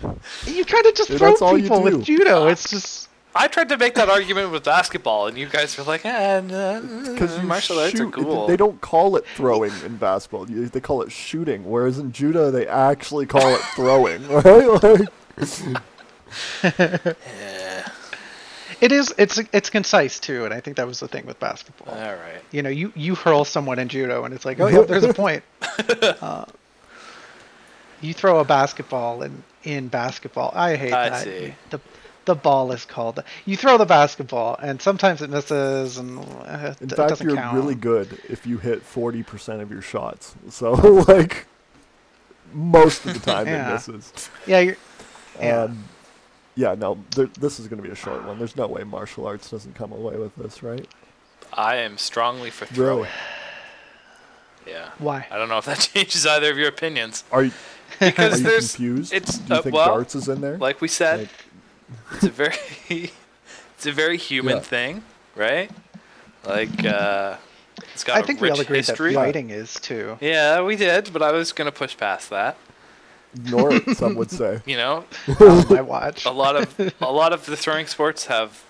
[SPEAKER 3] you kind of just
[SPEAKER 2] Yeah,
[SPEAKER 3] throw
[SPEAKER 2] that's all you
[SPEAKER 3] people with
[SPEAKER 2] do.
[SPEAKER 3] judo. It's just
[SPEAKER 1] I tried to make that argument with basketball, and you guys were like, eh, nah,
[SPEAKER 2] Because
[SPEAKER 1] nah, martial arts are cool.
[SPEAKER 2] They don't call it throwing in basketball. You, they call it shooting. Whereas in judo, they actually call it throwing. Right? Like,
[SPEAKER 1] Eh,
[SPEAKER 3] it is it's it's concise too, and I think that was the thing with basketball.
[SPEAKER 1] all right.
[SPEAKER 3] you know, you, you hurl someone in judo and it's like, oh, yeah, there's a point. uh, you throw a basketball in, in basketball. I hate
[SPEAKER 1] I
[SPEAKER 3] that.
[SPEAKER 1] see.
[SPEAKER 3] The, the ball is called. You throw the basketball and sometimes it misses and uh, it
[SPEAKER 2] in
[SPEAKER 3] d- it
[SPEAKER 2] fact,
[SPEAKER 3] doesn't
[SPEAKER 2] you're
[SPEAKER 3] count.
[SPEAKER 2] really good if you hit 40% of your shots. So, like, most of the time
[SPEAKER 3] Yeah.
[SPEAKER 2] it misses.
[SPEAKER 3] Yeah, you're, yeah.
[SPEAKER 2] Um, yeah, no, there, this is going to be a short one. There's no way martial arts doesn't come away with this, right?
[SPEAKER 1] I am strongly for
[SPEAKER 2] Really?
[SPEAKER 1] throwing. Yeah.
[SPEAKER 3] Why?
[SPEAKER 1] I don't know if that changes either of your opinions.
[SPEAKER 2] Are you, are
[SPEAKER 1] Because
[SPEAKER 2] you
[SPEAKER 1] there's,
[SPEAKER 2] confused?
[SPEAKER 1] it's-
[SPEAKER 2] Do you
[SPEAKER 1] uh,
[SPEAKER 2] think
[SPEAKER 1] well,
[SPEAKER 2] darts is in there?
[SPEAKER 1] like we said,
[SPEAKER 2] Like,
[SPEAKER 1] it's a very it's a very human
[SPEAKER 2] Yeah.
[SPEAKER 1] thing, right? Like uh it's got
[SPEAKER 3] I
[SPEAKER 1] a
[SPEAKER 3] think we
[SPEAKER 1] rich
[SPEAKER 3] all agree
[SPEAKER 1] history.
[SPEAKER 3] that fighting is too.
[SPEAKER 1] Yeah, we did, but I was gonna push past that.
[SPEAKER 2] ignore it, some would say.
[SPEAKER 1] You know,
[SPEAKER 3] on my watch.
[SPEAKER 1] a lot of a lot of the throwing sports have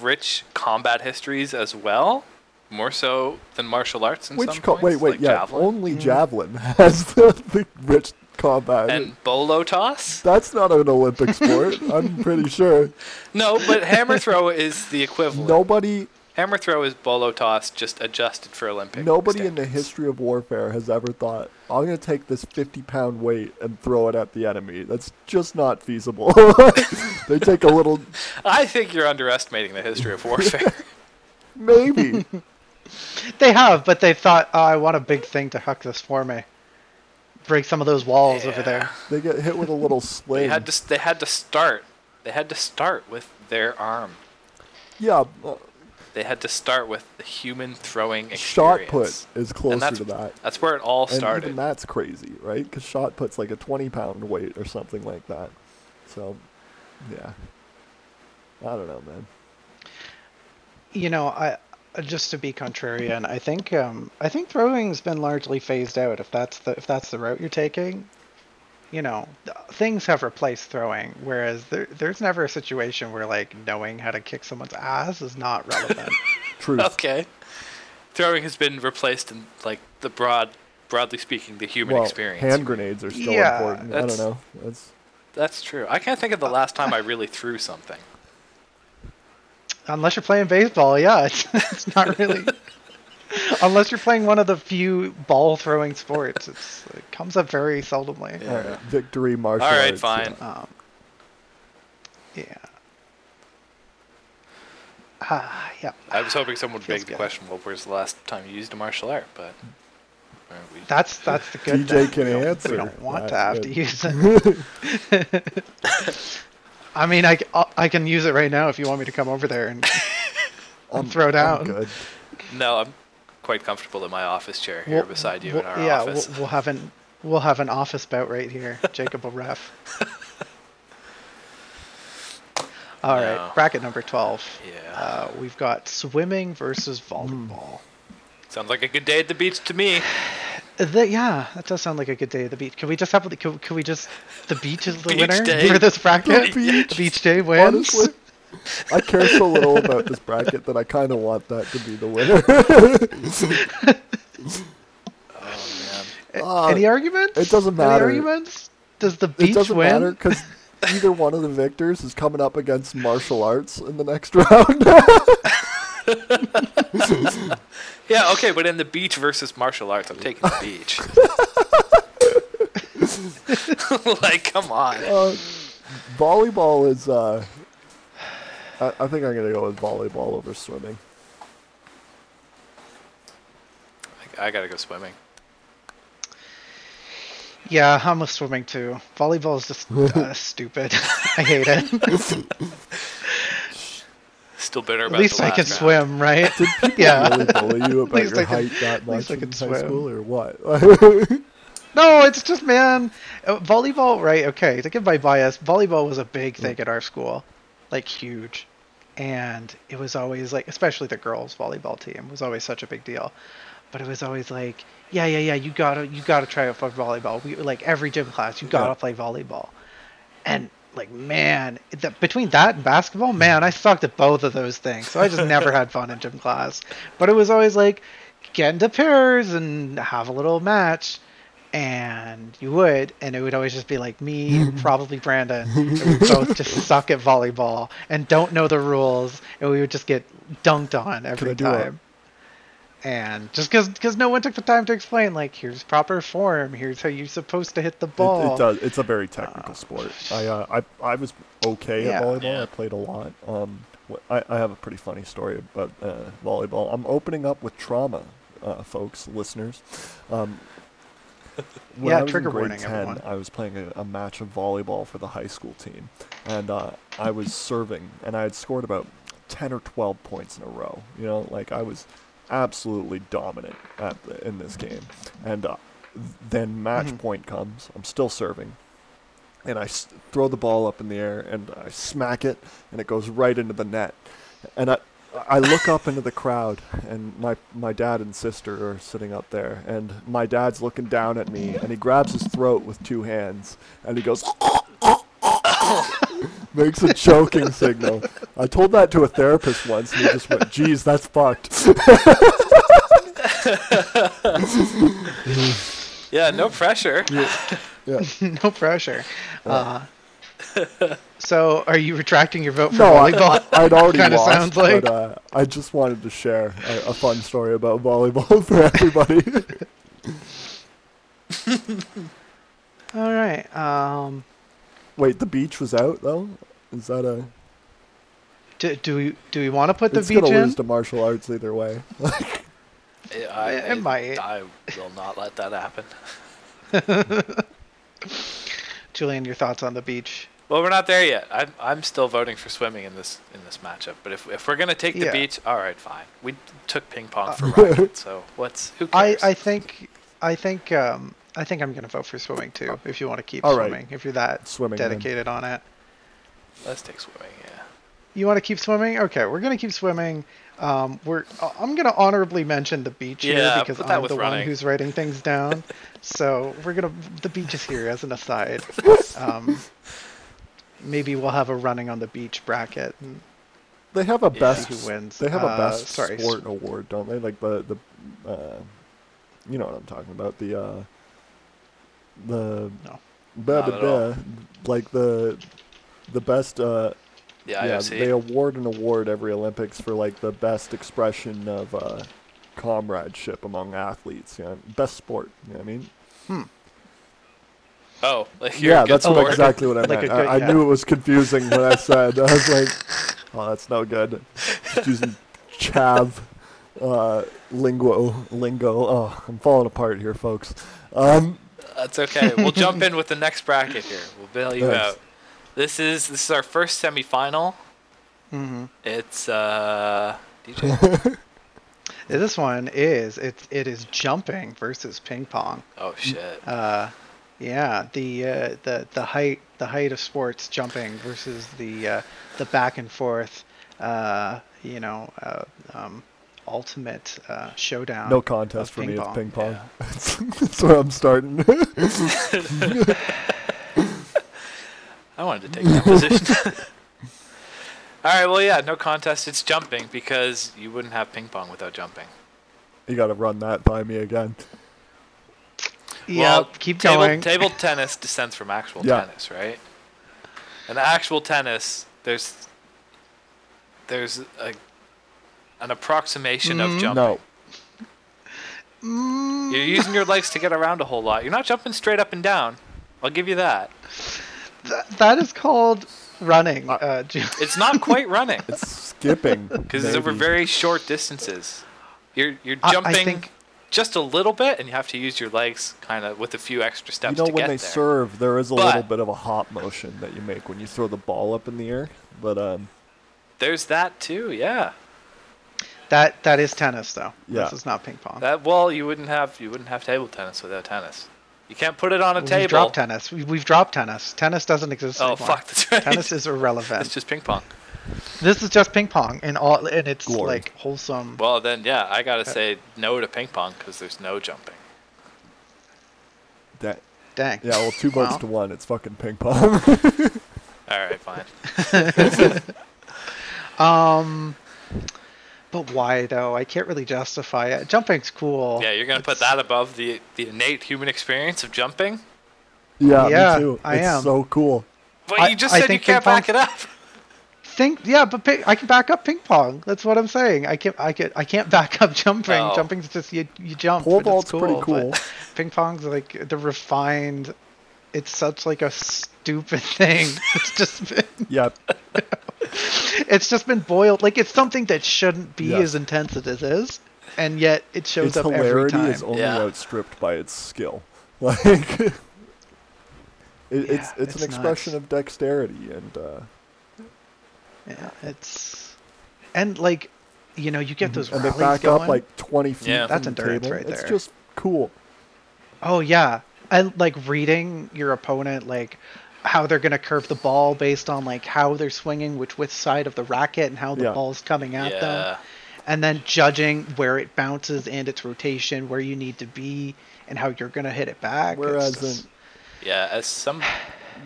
[SPEAKER 1] rich combat histories as well, more so than martial arts in
[SPEAKER 2] Which
[SPEAKER 1] some
[SPEAKER 2] co-
[SPEAKER 1] points,
[SPEAKER 2] wait, wait,
[SPEAKER 1] like
[SPEAKER 2] yeah,
[SPEAKER 1] javelin
[SPEAKER 2] only javelin has the, the rich combat.
[SPEAKER 1] and bolo toss.
[SPEAKER 2] That's not an Olympic sport. I'm pretty sure
[SPEAKER 1] No, but hammer throw is the equivalent.
[SPEAKER 2] nobody,
[SPEAKER 1] Hammer throw is bolo toss, just adjusted for Olympic.
[SPEAKER 2] nobody in the
[SPEAKER 1] standards.
[SPEAKER 2] history of warfare has ever thought, "I'm going to take this 50-pound weight and throw it at the enemy." That's just not feasible. they take a little,
[SPEAKER 1] I think you're underestimating the history of warfare.
[SPEAKER 2] maybe.
[SPEAKER 3] They have, but they thought, oh, I want a big thing to huck this for me. Break some of those walls over
[SPEAKER 1] Yeah.
[SPEAKER 3] there.
[SPEAKER 2] They get hit with a little sling.
[SPEAKER 1] They had to. s- They had to start. They had to start with their arm.
[SPEAKER 2] yeah, uh,
[SPEAKER 1] They had to start with the human throwing
[SPEAKER 2] shot
[SPEAKER 1] experience.
[SPEAKER 2] put is
[SPEAKER 1] and
[SPEAKER 2] closer
[SPEAKER 1] that's,
[SPEAKER 2] to that.
[SPEAKER 1] That's where it all
[SPEAKER 2] And even
[SPEAKER 1] started.
[SPEAKER 2] that's crazy, right? Because shot put's like a 20 pound weight or something like that. So, yeah. I don't know, man.
[SPEAKER 3] You know, I uh, just to be contrarian, I think um, I think throwing's been largely phased out. If that's the if that's the route you're taking, you know, th- things have replaced throwing. Whereas there, there's never a situation where like knowing how to kick someone's ass is not relevant.
[SPEAKER 2] Truth.
[SPEAKER 1] Okay. Throwing has been replaced in like the broad, broadly speaking, the human
[SPEAKER 2] well,
[SPEAKER 1] experience.
[SPEAKER 2] hand grenades are still
[SPEAKER 3] Yeah,
[SPEAKER 2] important. I
[SPEAKER 1] that's-
[SPEAKER 2] don't know. That's
[SPEAKER 1] That's true. I can't think of the last time I really threw something.
[SPEAKER 3] Unless you're playing baseball, yeah, it's, it's not really. Unless you're playing one of the few ball throwing sports, it's, it comes up very seldomly.
[SPEAKER 1] Yeah.
[SPEAKER 2] all right, victory martial
[SPEAKER 1] All right,
[SPEAKER 2] arts,
[SPEAKER 1] fine.
[SPEAKER 2] yeah.
[SPEAKER 3] Um, yeah. Ah, yeah.
[SPEAKER 1] I was hoping someone would
[SPEAKER 3] Feels
[SPEAKER 1] beg the
[SPEAKER 3] good.
[SPEAKER 1] question, "Well, where's the last time you used a martial art?" But uh, we-
[SPEAKER 3] That's that's the good.
[SPEAKER 2] DJ
[SPEAKER 3] thing.
[SPEAKER 2] can
[SPEAKER 3] we don't,
[SPEAKER 2] answer
[SPEAKER 3] We don't want to
[SPEAKER 2] that,
[SPEAKER 3] have to
[SPEAKER 2] but-
[SPEAKER 3] use it. I mean, I, c- I can use it right now if you want me to come over there and
[SPEAKER 2] I'm,
[SPEAKER 3] throw down.
[SPEAKER 2] I'm good.
[SPEAKER 1] no, I'm quite comfortable in my office chair here
[SPEAKER 3] we'll-
[SPEAKER 1] beside you in
[SPEAKER 3] we'll-
[SPEAKER 1] our
[SPEAKER 3] yeah,
[SPEAKER 1] office.
[SPEAKER 3] We'll, we'll have an we'll have an office bout right here. Jacob will ref. All right,
[SPEAKER 1] No.
[SPEAKER 3] bracket number 12.
[SPEAKER 1] Yeah.
[SPEAKER 3] Uh, we've got swimming versus
[SPEAKER 2] Hmm.
[SPEAKER 3] volleyball.
[SPEAKER 1] Sounds like a good day at the beach to me.
[SPEAKER 3] Uh, that- yeah, that does sound like a good day at the beach. Can we just have the- can, can we just the beach is the
[SPEAKER 1] Beach
[SPEAKER 3] winner
[SPEAKER 1] day.
[SPEAKER 3] for this bracket?
[SPEAKER 1] The beach.
[SPEAKER 3] day wins.
[SPEAKER 2] Honestly, I care so little about this bracket that I kind of want that to be the winner.
[SPEAKER 1] Oh
[SPEAKER 3] A-
[SPEAKER 2] Uh,
[SPEAKER 3] Any arguments?
[SPEAKER 2] it doesn't matter.
[SPEAKER 3] Any arguments? Does the beach
[SPEAKER 2] it doesn't
[SPEAKER 3] win?
[SPEAKER 2] matter because either one of the victors is coming up against martial arts in the next round.
[SPEAKER 1] man. Yeah. Okay, but in the beach versus martial arts, I'm taking the beach. like, come on.
[SPEAKER 2] Uh, volleyball is. Uh, I, I think I'm gonna go with volleyball over swimming.
[SPEAKER 1] I, I gotta go swimming.
[SPEAKER 3] Yeah, I'm a swimming too. Volleyball is just uh, stupid. I hate it.
[SPEAKER 1] Still bitter
[SPEAKER 3] At
[SPEAKER 1] about.
[SPEAKER 3] least
[SPEAKER 1] the
[SPEAKER 3] I
[SPEAKER 1] last
[SPEAKER 3] can
[SPEAKER 1] round.
[SPEAKER 3] swim, right?
[SPEAKER 2] I
[SPEAKER 3] yeah.
[SPEAKER 2] really bully you about
[SPEAKER 3] least
[SPEAKER 2] your
[SPEAKER 3] I can-
[SPEAKER 2] height that much
[SPEAKER 3] least I
[SPEAKER 2] in
[SPEAKER 3] can
[SPEAKER 2] high
[SPEAKER 3] swim.
[SPEAKER 2] school or what?
[SPEAKER 3] No, it's just man, uh, volleyball. Right? Okay, to give my bias, volleyball was a big thing at our school, like huge, and it was always like, especially the girls' volleyball team was always such a big deal. But it was always like, yeah, yeah, yeah, you gotta, you gotta try out for volleyball. We like every gym class, you gotta
[SPEAKER 2] Yeah.
[SPEAKER 3] play volleyball, and like man, that between that and basketball, man, I sucked at both of those things. So I just never had fun in gym class. But it was always like, get into pairs and have a little match and you would, and it would always just be like me, and probably Brandon, and we both just suck at volleyball and don't know the rules, and we would just get dunked on
[SPEAKER 2] I
[SPEAKER 3] every
[SPEAKER 2] do a-
[SPEAKER 3] time. And just because no one took the time to explain, like here's proper form, here's how you're supposed to hit the ball.
[SPEAKER 2] It, it does. It's a very technical sport. I, uh, I I was okay
[SPEAKER 3] Uh, Yeah.
[SPEAKER 2] at volleyball.
[SPEAKER 1] Yeah.
[SPEAKER 2] I played a lot. Um, wh- I, I have a pretty funny story about uh, volleyball. I'm opening up with trauma, uh, folks, listeners. Um, when
[SPEAKER 3] Yeah,
[SPEAKER 2] I was in
[SPEAKER 3] trigger
[SPEAKER 2] grade
[SPEAKER 3] warning,
[SPEAKER 2] 10,
[SPEAKER 3] everyone.
[SPEAKER 2] I was playing a, a match of volleyball for the high school team, and uh, I was serving, and I had scored about ten or twelve points in a row. You know, like I was absolutely dominant at the, in this game, and uh, then match
[SPEAKER 3] Mhm.
[SPEAKER 2] point comes. I'm still serving, and I s- throw the ball up in the air and I smack it, and it goes right into the net. And I, I look up into the crowd, and my my dad and sister are sitting up there, and my dad's looking down at me, and he grabs his throat with two hands, and he goes. Makes a choking signal. I told that to a therapist once, and he just went, "Geez, that's fucked."
[SPEAKER 1] Yeah, no pressure.
[SPEAKER 2] Yeah.
[SPEAKER 3] no pressure. Uh, so, are you retracting your vote for
[SPEAKER 2] No, I,
[SPEAKER 3] volleyball?
[SPEAKER 2] I'd already
[SPEAKER 3] Oh Kinda
[SPEAKER 2] lost,
[SPEAKER 3] sounds like.
[SPEAKER 2] but uh, I just wanted to share a, a fun story about volleyball for everybody.
[SPEAKER 3] All right. Um,
[SPEAKER 2] Wait, the beach was out though. Is that a?
[SPEAKER 3] do, do we do we want to put the
[SPEAKER 2] it's
[SPEAKER 3] beach
[SPEAKER 2] gonna
[SPEAKER 3] in?
[SPEAKER 2] lose to martial arts either way.
[SPEAKER 1] I, I,
[SPEAKER 3] It- it might.
[SPEAKER 1] I will not let that happen.
[SPEAKER 3] Julian, your thoughts on the beach?
[SPEAKER 1] Well, we're not there yet. I'm I'm still voting for swimming in this in this matchup. But if if we're gonna take the
[SPEAKER 3] Yeah. Uh,
[SPEAKER 1] beach, all right, fine. We took ping pong for rocket, so what's who
[SPEAKER 3] I,
[SPEAKER 1] cares?
[SPEAKER 3] I think I think um, I think I'm gonna vote for swimming too.
[SPEAKER 1] Oh.
[SPEAKER 3] If you want to keep
[SPEAKER 2] All right.
[SPEAKER 3] swimming, if you're that
[SPEAKER 2] Swimming then.
[SPEAKER 3] dedicated on it,
[SPEAKER 1] Let's take swimming. Yeah.
[SPEAKER 3] you want to keep swimming. Okay, we're gonna keep swimming. Um, we're I- I'm gonna honorably mention the beach
[SPEAKER 1] Yeah,
[SPEAKER 3] here because
[SPEAKER 1] put that
[SPEAKER 3] I'm
[SPEAKER 1] with
[SPEAKER 3] the
[SPEAKER 1] running.
[SPEAKER 3] one who's writing things down. so we're gonna the beach is here as an aside. Um, maybe we'll have a running on the beach bracket and
[SPEAKER 2] They have a
[SPEAKER 1] Yeah.
[SPEAKER 2] best.
[SPEAKER 3] see who wins.
[SPEAKER 2] They have a
[SPEAKER 3] Uh,
[SPEAKER 2] best
[SPEAKER 3] sorry,
[SPEAKER 2] sport award, don't they? Like the the, uh, you know what I'm talking about. The uh, the
[SPEAKER 3] No.
[SPEAKER 2] blah,
[SPEAKER 1] Not
[SPEAKER 2] blah,
[SPEAKER 1] at
[SPEAKER 2] blah, like the the best. Uh,
[SPEAKER 1] The
[SPEAKER 2] yeah,
[SPEAKER 1] IOC.
[SPEAKER 2] they award an award every Olympics for like the best expression of uh, comradeship among athletes. You know? best sport. You know what I mean?
[SPEAKER 1] oh, like you're a
[SPEAKER 2] Yeah,
[SPEAKER 1] good
[SPEAKER 2] that's what-
[SPEAKER 1] sport.
[SPEAKER 2] exactly what I
[SPEAKER 3] like a
[SPEAKER 2] meant.
[SPEAKER 3] good-
[SPEAKER 2] I, I
[SPEAKER 3] yeah.
[SPEAKER 2] knew it was confusing when I said. I was like, "Oh, that's no good." Just using chav uh, lingo, lingo. Oh, I'm falling apart here, folks. Um,
[SPEAKER 1] That's okay. We'll jump in with the next bracket here. We'll bail you
[SPEAKER 2] Thanks.
[SPEAKER 1] out. This is this is our first semifinal.
[SPEAKER 3] Mhm.
[SPEAKER 1] It's uh DJ.
[SPEAKER 3] This one is it. It is jumping versus ping pong.
[SPEAKER 1] oh shit.
[SPEAKER 3] Uh, Yeah, the uh, the the height the height of sports jumping versus the uh, the back and forth, uh, you know, uh, um, ultimate uh,
[SPEAKER 1] Ah,
[SPEAKER 3] showdown.
[SPEAKER 2] No contest
[SPEAKER 3] of
[SPEAKER 2] for
[SPEAKER 3] ping
[SPEAKER 2] me.
[SPEAKER 3] pong,
[SPEAKER 2] It's ping pong.
[SPEAKER 1] yeah.
[SPEAKER 2] That's where I'm starting.
[SPEAKER 1] I wanted to take that position. All right, well, yeah, no contest. It's jumping because you wouldn't have ping pong without jumping.
[SPEAKER 2] you got to run that by me again.
[SPEAKER 3] Yeah,
[SPEAKER 1] Well,
[SPEAKER 3] keep
[SPEAKER 1] table,
[SPEAKER 3] going.
[SPEAKER 1] Table tennis descends from actual
[SPEAKER 2] Yeah.
[SPEAKER 1] tennis, right? And actual tennis, there's there's a, an approximation
[SPEAKER 3] Mm-hmm.
[SPEAKER 1] of jumping.
[SPEAKER 2] No.
[SPEAKER 3] Mm,
[SPEAKER 1] You're using your legs to get around a whole lot. You're not jumping straight up and down. I'll give you that.
[SPEAKER 3] Th- that is called running.
[SPEAKER 2] Uh,
[SPEAKER 3] Uh, Jim.
[SPEAKER 1] It's not quite running
[SPEAKER 2] It's skipping.
[SPEAKER 1] because it's over
[SPEAKER 2] maybe.
[SPEAKER 1] very short distances. You're you're
[SPEAKER 3] I- I
[SPEAKER 1] jumping
[SPEAKER 3] think-
[SPEAKER 1] just a little bit, and you have to use your legs kind of with a few extra steps
[SPEAKER 2] You know,
[SPEAKER 1] to
[SPEAKER 2] when
[SPEAKER 1] get
[SPEAKER 2] they
[SPEAKER 1] there.
[SPEAKER 2] serve, there is a
[SPEAKER 1] But-
[SPEAKER 2] little bit of a hop motion that you make when you throw the ball up in the air. But um,
[SPEAKER 1] There's that too. Yeah.
[SPEAKER 3] that that is tennis though.
[SPEAKER 2] Yeah.
[SPEAKER 3] This is not ping pong.
[SPEAKER 1] That well, you wouldn't have you wouldn't have table tennis without tennis. You can't put it on a
[SPEAKER 3] We've
[SPEAKER 1] table.
[SPEAKER 3] dropped tennis. We, we've dropped tennis. Tennis doesn't exist
[SPEAKER 1] oh
[SPEAKER 3] anymore.
[SPEAKER 1] fuck, that's right.
[SPEAKER 3] Tennis is irrelevant.
[SPEAKER 1] it's just ping pong.
[SPEAKER 3] this is just ping pong, and all, and it's
[SPEAKER 2] Glory.
[SPEAKER 3] like wholesome.
[SPEAKER 1] Well, then yeah, I gotta say no to ping pong because there's no jumping.
[SPEAKER 2] that,
[SPEAKER 3] Dang.
[SPEAKER 2] yeah, well, two votes
[SPEAKER 3] Wow.
[SPEAKER 2] to one. It's fucking ping pong.
[SPEAKER 1] All right, fine.
[SPEAKER 3] Um, but why though? I can't really justify it. Jumping's cool.
[SPEAKER 1] Yeah, you're gonna put that above the the innate human experience of jumping.
[SPEAKER 2] yeah,
[SPEAKER 3] Yeah,
[SPEAKER 2] me too.
[SPEAKER 3] I
[SPEAKER 2] it's
[SPEAKER 3] am.
[SPEAKER 2] so cool.
[SPEAKER 1] But
[SPEAKER 3] I-
[SPEAKER 1] you just
[SPEAKER 3] I
[SPEAKER 1] said you
[SPEAKER 3] think ping
[SPEAKER 1] can't back it
[SPEAKER 3] pong-
[SPEAKER 1] up.
[SPEAKER 3] Think yeah, but ping, I can back up ping pong. That's what I'm saying. I can I can I can't back up jumping.
[SPEAKER 1] Oh.
[SPEAKER 3] Jumping's just you you jump.
[SPEAKER 2] Pole
[SPEAKER 3] and it's
[SPEAKER 2] vault's pretty
[SPEAKER 3] but
[SPEAKER 2] cool.
[SPEAKER 3] Ping pong's like the refined. It's such like a stupid thing. It's just been,
[SPEAKER 2] Yeah,
[SPEAKER 3] it's just been boiled. Like it's something that shouldn't be
[SPEAKER 2] Yeah.
[SPEAKER 3] as intense as it is, and yet it shows
[SPEAKER 2] its
[SPEAKER 3] up every
[SPEAKER 2] hilarity
[SPEAKER 3] time.
[SPEAKER 2] is only
[SPEAKER 1] Yeah.
[SPEAKER 2] outstripped by its skill. Like, it, it's, it's
[SPEAKER 3] it's
[SPEAKER 2] an expression of dexterity and uh,
[SPEAKER 3] Yeah, it's and like you know you get those
[SPEAKER 2] Mm-hmm. and they
[SPEAKER 3] rallies
[SPEAKER 2] back
[SPEAKER 3] going.
[SPEAKER 2] up like 20 feet.
[SPEAKER 1] Yeah.
[SPEAKER 2] from
[SPEAKER 3] That's
[SPEAKER 2] the
[SPEAKER 3] endurance
[SPEAKER 2] table.
[SPEAKER 3] right
[SPEAKER 2] It's
[SPEAKER 3] there.
[SPEAKER 2] just cool.
[SPEAKER 3] oh yeah, and like reading your opponent like how they're going to curve the ball based on like how they're swinging which which side of the racket and how the
[SPEAKER 2] Yeah.
[SPEAKER 3] ball's coming at them
[SPEAKER 1] Yeah.
[SPEAKER 3] and then judging where it bounces and its rotation where you need to be and how you're going to hit it back It's
[SPEAKER 2] Whereas
[SPEAKER 3] just-
[SPEAKER 2] in
[SPEAKER 1] Yeah. As some.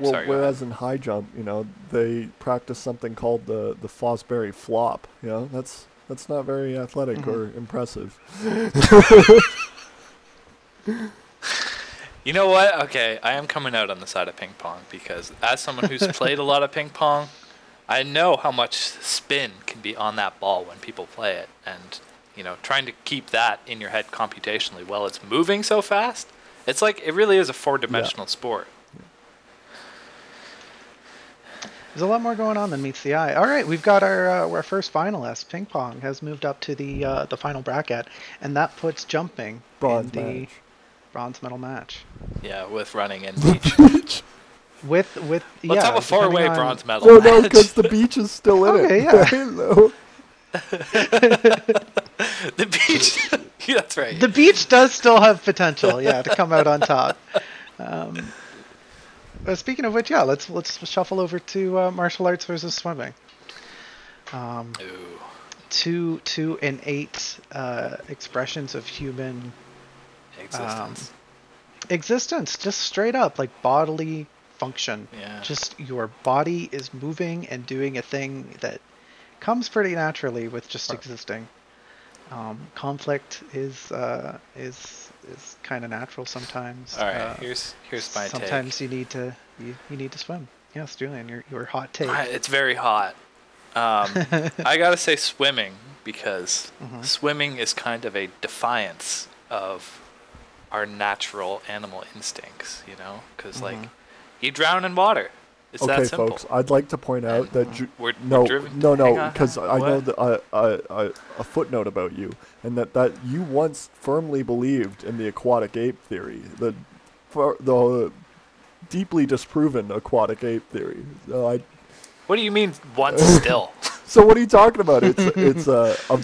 [SPEAKER 2] well,
[SPEAKER 1] Sorry, go ahead.
[SPEAKER 2] whereas in high jump, you know, they practice something called the the Fosbury flop. You know, that's that's not very athletic
[SPEAKER 3] Mm-hmm.
[SPEAKER 2] or impressive.
[SPEAKER 1] You know what? Okay, I am coming out on the side of ping pong because as someone who's played a lot of ping pong, I know how much spin can be on that ball when people play it and you know, trying to keep that in your head computationally while it's moving so fast. It's like it really is a four-dimensional sport.
[SPEAKER 3] there's a lot more going on than meets the eye all right we've got our uh, our first finalist ping pong has moved up to the uh, the final bracket and that puts jumping
[SPEAKER 2] Bronze
[SPEAKER 3] in the
[SPEAKER 2] match.
[SPEAKER 3] bronze medal match
[SPEAKER 1] Yeah, with running and beach. Let's
[SPEAKER 3] with with yeah,
[SPEAKER 1] have a four-way
[SPEAKER 3] depending on-
[SPEAKER 1] bronze medal
[SPEAKER 2] Well, no,
[SPEAKER 1] match.
[SPEAKER 2] because the beach is still in
[SPEAKER 3] Okay,
[SPEAKER 2] it.
[SPEAKER 3] yeah.
[SPEAKER 2] Hello.
[SPEAKER 1] the beach. Yeah, That's right.
[SPEAKER 3] The beach does still have potential, yeah, to come out on top. Um, but speaking of which, yeah, let's let's shuffle over to uh, martial arts versus swimming. Um,
[SPEAKER 1] Ooh.
[SPEAKER 3] two two innate uh, expressions of human
[SPEAKER 1] Existence.
[SPEAKER 3] Um, existence, just straight up like bodily function.
[SPEAKER 1] yeah.
[SPEAKER 3] Just your body is moving and doing a thing that comes pretty naturally with just existing. Um, conflict is uh, is is kind of natural sometimes.
[SPEAKER 1] All right.
[SPEAKER 3] Uh,
[SPEAKER 1] here's here's my take.
[SPEAKER 3] sometimes you need to you, you need to swim. Yes, Julian, your your hot take.
[SPEAKER 1] I- It's very hot. Um, I gotta say swimming because
[SPEAKER 3] Mhm.
[SPEAKER 1] swimming is kind of a defiance of our natural animal instincts, you know? Because like,
[SPEAKER 3] Mhm.
[SPEAKER 1] you drown in water. It's
[SPEAKER 2] okay,
[SPEAKER 1] that simple.
[SPEAKER 2] folks. I'd like to point out that ju-
[SPEAKER 1] We're,
[SPEAKER 2] no,
[SPEAKER 1] we're driven.
[SPEAKER 2] no,
[SPEAKER 1] hang
[SPEAKER 2] no,
[SPEAKER 1] on.
[SPEAKER 2] because I know
[SPEAKER 1] What?
[SPEAKER 2] that I, I, I, a footnote about you, and that that you once firmly believed in the aquatic ape theory, the fir- the deeply disproven aquatic ape theory. So, I,
[SPEAKER 1] What do you mean once still?
[SPEAKER 2] so what are you talking about? It's it's a, a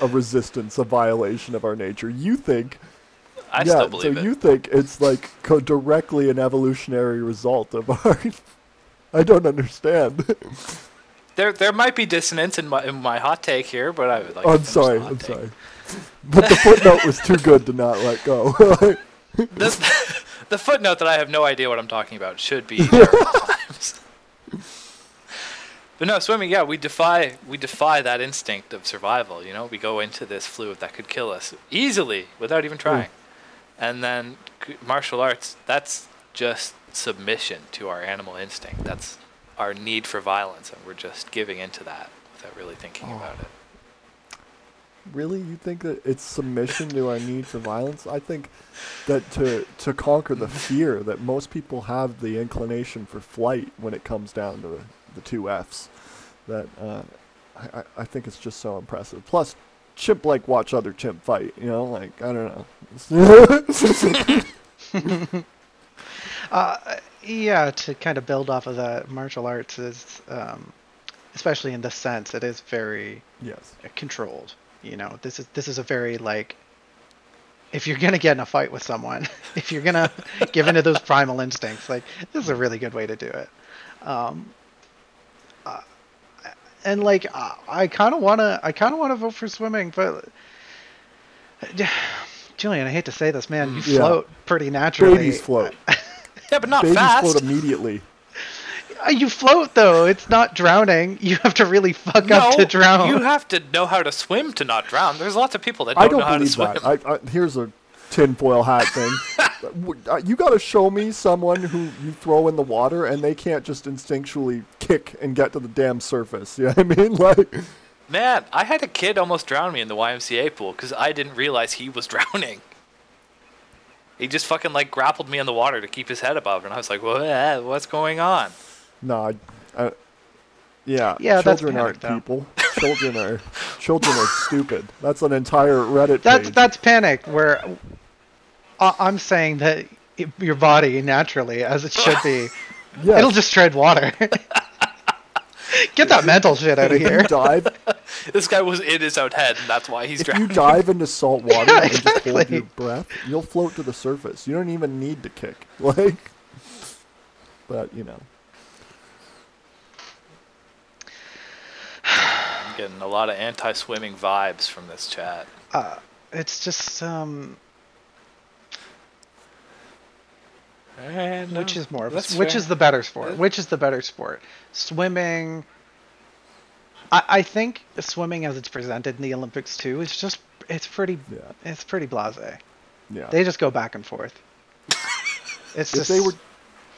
[SPEAKER 2] a resistance, a violation of our nature. You think
[SPEAKER 1] I
[SPEAKER 2] yeah,
[SPEAKER 1] still believe
[SPEAKER 2] so
[SPEAKER 1] it.
[SPEAKER 2] you think it's like co- directly an evolutionary result of ours? I don't understand.
[SPEAKER 1] There, there might be dissonance in my, in my hot take here, but I would like. to
[SPEAKER 2] Oh, I'm
[SPEAKER 1] finish the
[SPEAKER 2] sorry.
[SPEAKER 1] hot
[SPEAKER 2] I'm
[SPEAKER 1] take.
[SPEAKER 2] sorry. But the footnote was too good to not let go.
[SPEAKER 1] The, the footnote that I have no idea what I'm talking about should be. there at all times. but no, swimming. Yeah, we defy we defy that instinct of survival. You know, we go into this fluid that could kill us easily without even trying,
[SPEAKER 2] Mm.
[SPEAKER 1] and then c- martial arts. That's just submission to our animal instinct. That's our need for violence, and we're just giving into that without really thinking
[SPEAKER 2] Oh.
[SPEAKER 1] about it.
[SPEAKER 2] really, you think that it's submission to our need for violence? I think that to to conquer the fear that most people have the inclination for flight when it comes down to the, the two Fs. That uh, I, I- I think it's just so impressive. Plus, chimp like watch other chimp fight. You know, like I don't know.
[SPEAKER 3] Uh, yeah, to kind of build off of that, martial arts is, um, especially in this sense, it is very
[SPEAKER 2] yes.
[SPEAKER 3] controlled. You know, this is this is a very like, if you're gonna get in a fight with someone, if you're gonna give into those primal instincts, like this is a really good way to do it. Um, uh, and like, I, I kind of wanna, I kind of wanna vote for swimming, but. uh, Julian, I hate to say this, man. You
[SPEAKER 2] Yeah.
[SPEAKER 3] float pretty naturally.
[SPEAKER 2] Babies float.
[SPEAKER 1] Yeah, but not
[SPEAKER 2] Babies
[SPEAKER 1] fast.
[SPEAKER 2] float immediately.
[SPEAKER 3] Uh, You float though. It's not drowning. You have to really fuck up to drown.
[SPEAKER 1] You have to know how to swim to not drown. There's lots of people that don't,
[SPEAKER 2] I don't
[SPEAKER 1] know how to
[SPEAKER 2] believe
[SPEAKER 1] swim.
[SPEAKER 2] that. I, I, here's a tinfoil hat thing. W- uh, you got to show me someone who you throw in the water and they can't just instinctually kick and get to the damn surface. You know what I mean? Like,
[SPEAKER 1] Man, I had a kid almost drown me in the YMCA pool because I didn't realize he was drowning. He just fucking like grappled me in the water to keep his head above, and I was like, "What? What's going on?"
[SPEAKER 2] no, I, I, yeah.
[SPEAKER 3] Yeah, that's
[SPEAKER 2] children aren't
[SPEAKER 3] panic, though.
[SPEAKER 2] people. Children are children are stupid. That's an entire Reddit
[SPEAKER 3] that's
[SPEAKER 2] page.
[SPEAKER 3] that's panic. Where I, I'm saying that i your body naturally, as it should be,
[SPEAKER 2] Yes.
[SPEAKER 3] it'll just tread water. Get that mental shit out of
[SPEAKER 2] if
[SPEAKER 3] here.
[SPEAKER 2] you dive,
[SPEAKER 1] This guy was in his own head, and that's why he's
[SPEAKER 2] if you
[SPEAKER 1] drowning.
[SPEAKER 2] dive into salt water
[SPEAKER 3] Yeah,
[SPEAKER 2] and just hold
[SPEAKER 3] exactly.
[SPEAKER 2] your breath, you'll float to the surface. You don't even need to kick. Like, but you know.
[SPEAKER 1] I'm getting a lot of anti-swimming vibes from this chat.
[SPEAKER 3] Uh, it's just um,
[SPEAKER 1] Eh, no,
[SPEAKER 3] which is more of a,
[SPEAKER 1] that's
[SPEAKER 3] s- which
[SPEAKER 1] fair.
[SPEAKER 3] is the better sport?
[SPEAKER 1] That-
[SPEAKER 3] Which is the better sport? Swimming. I, I think swimming, as it's presented in the Olympics too, is just it's pretty
[SPEAKER 2] Yeah.
[SPEAKER 3] it's pretty blasé.
[SPEAKER 2] Yeah.
[SPEAKER 3] They just go back and forth. It's
[SPEAKER 2] if
[SPEAKER 3] just
[SPEAKER 2] they were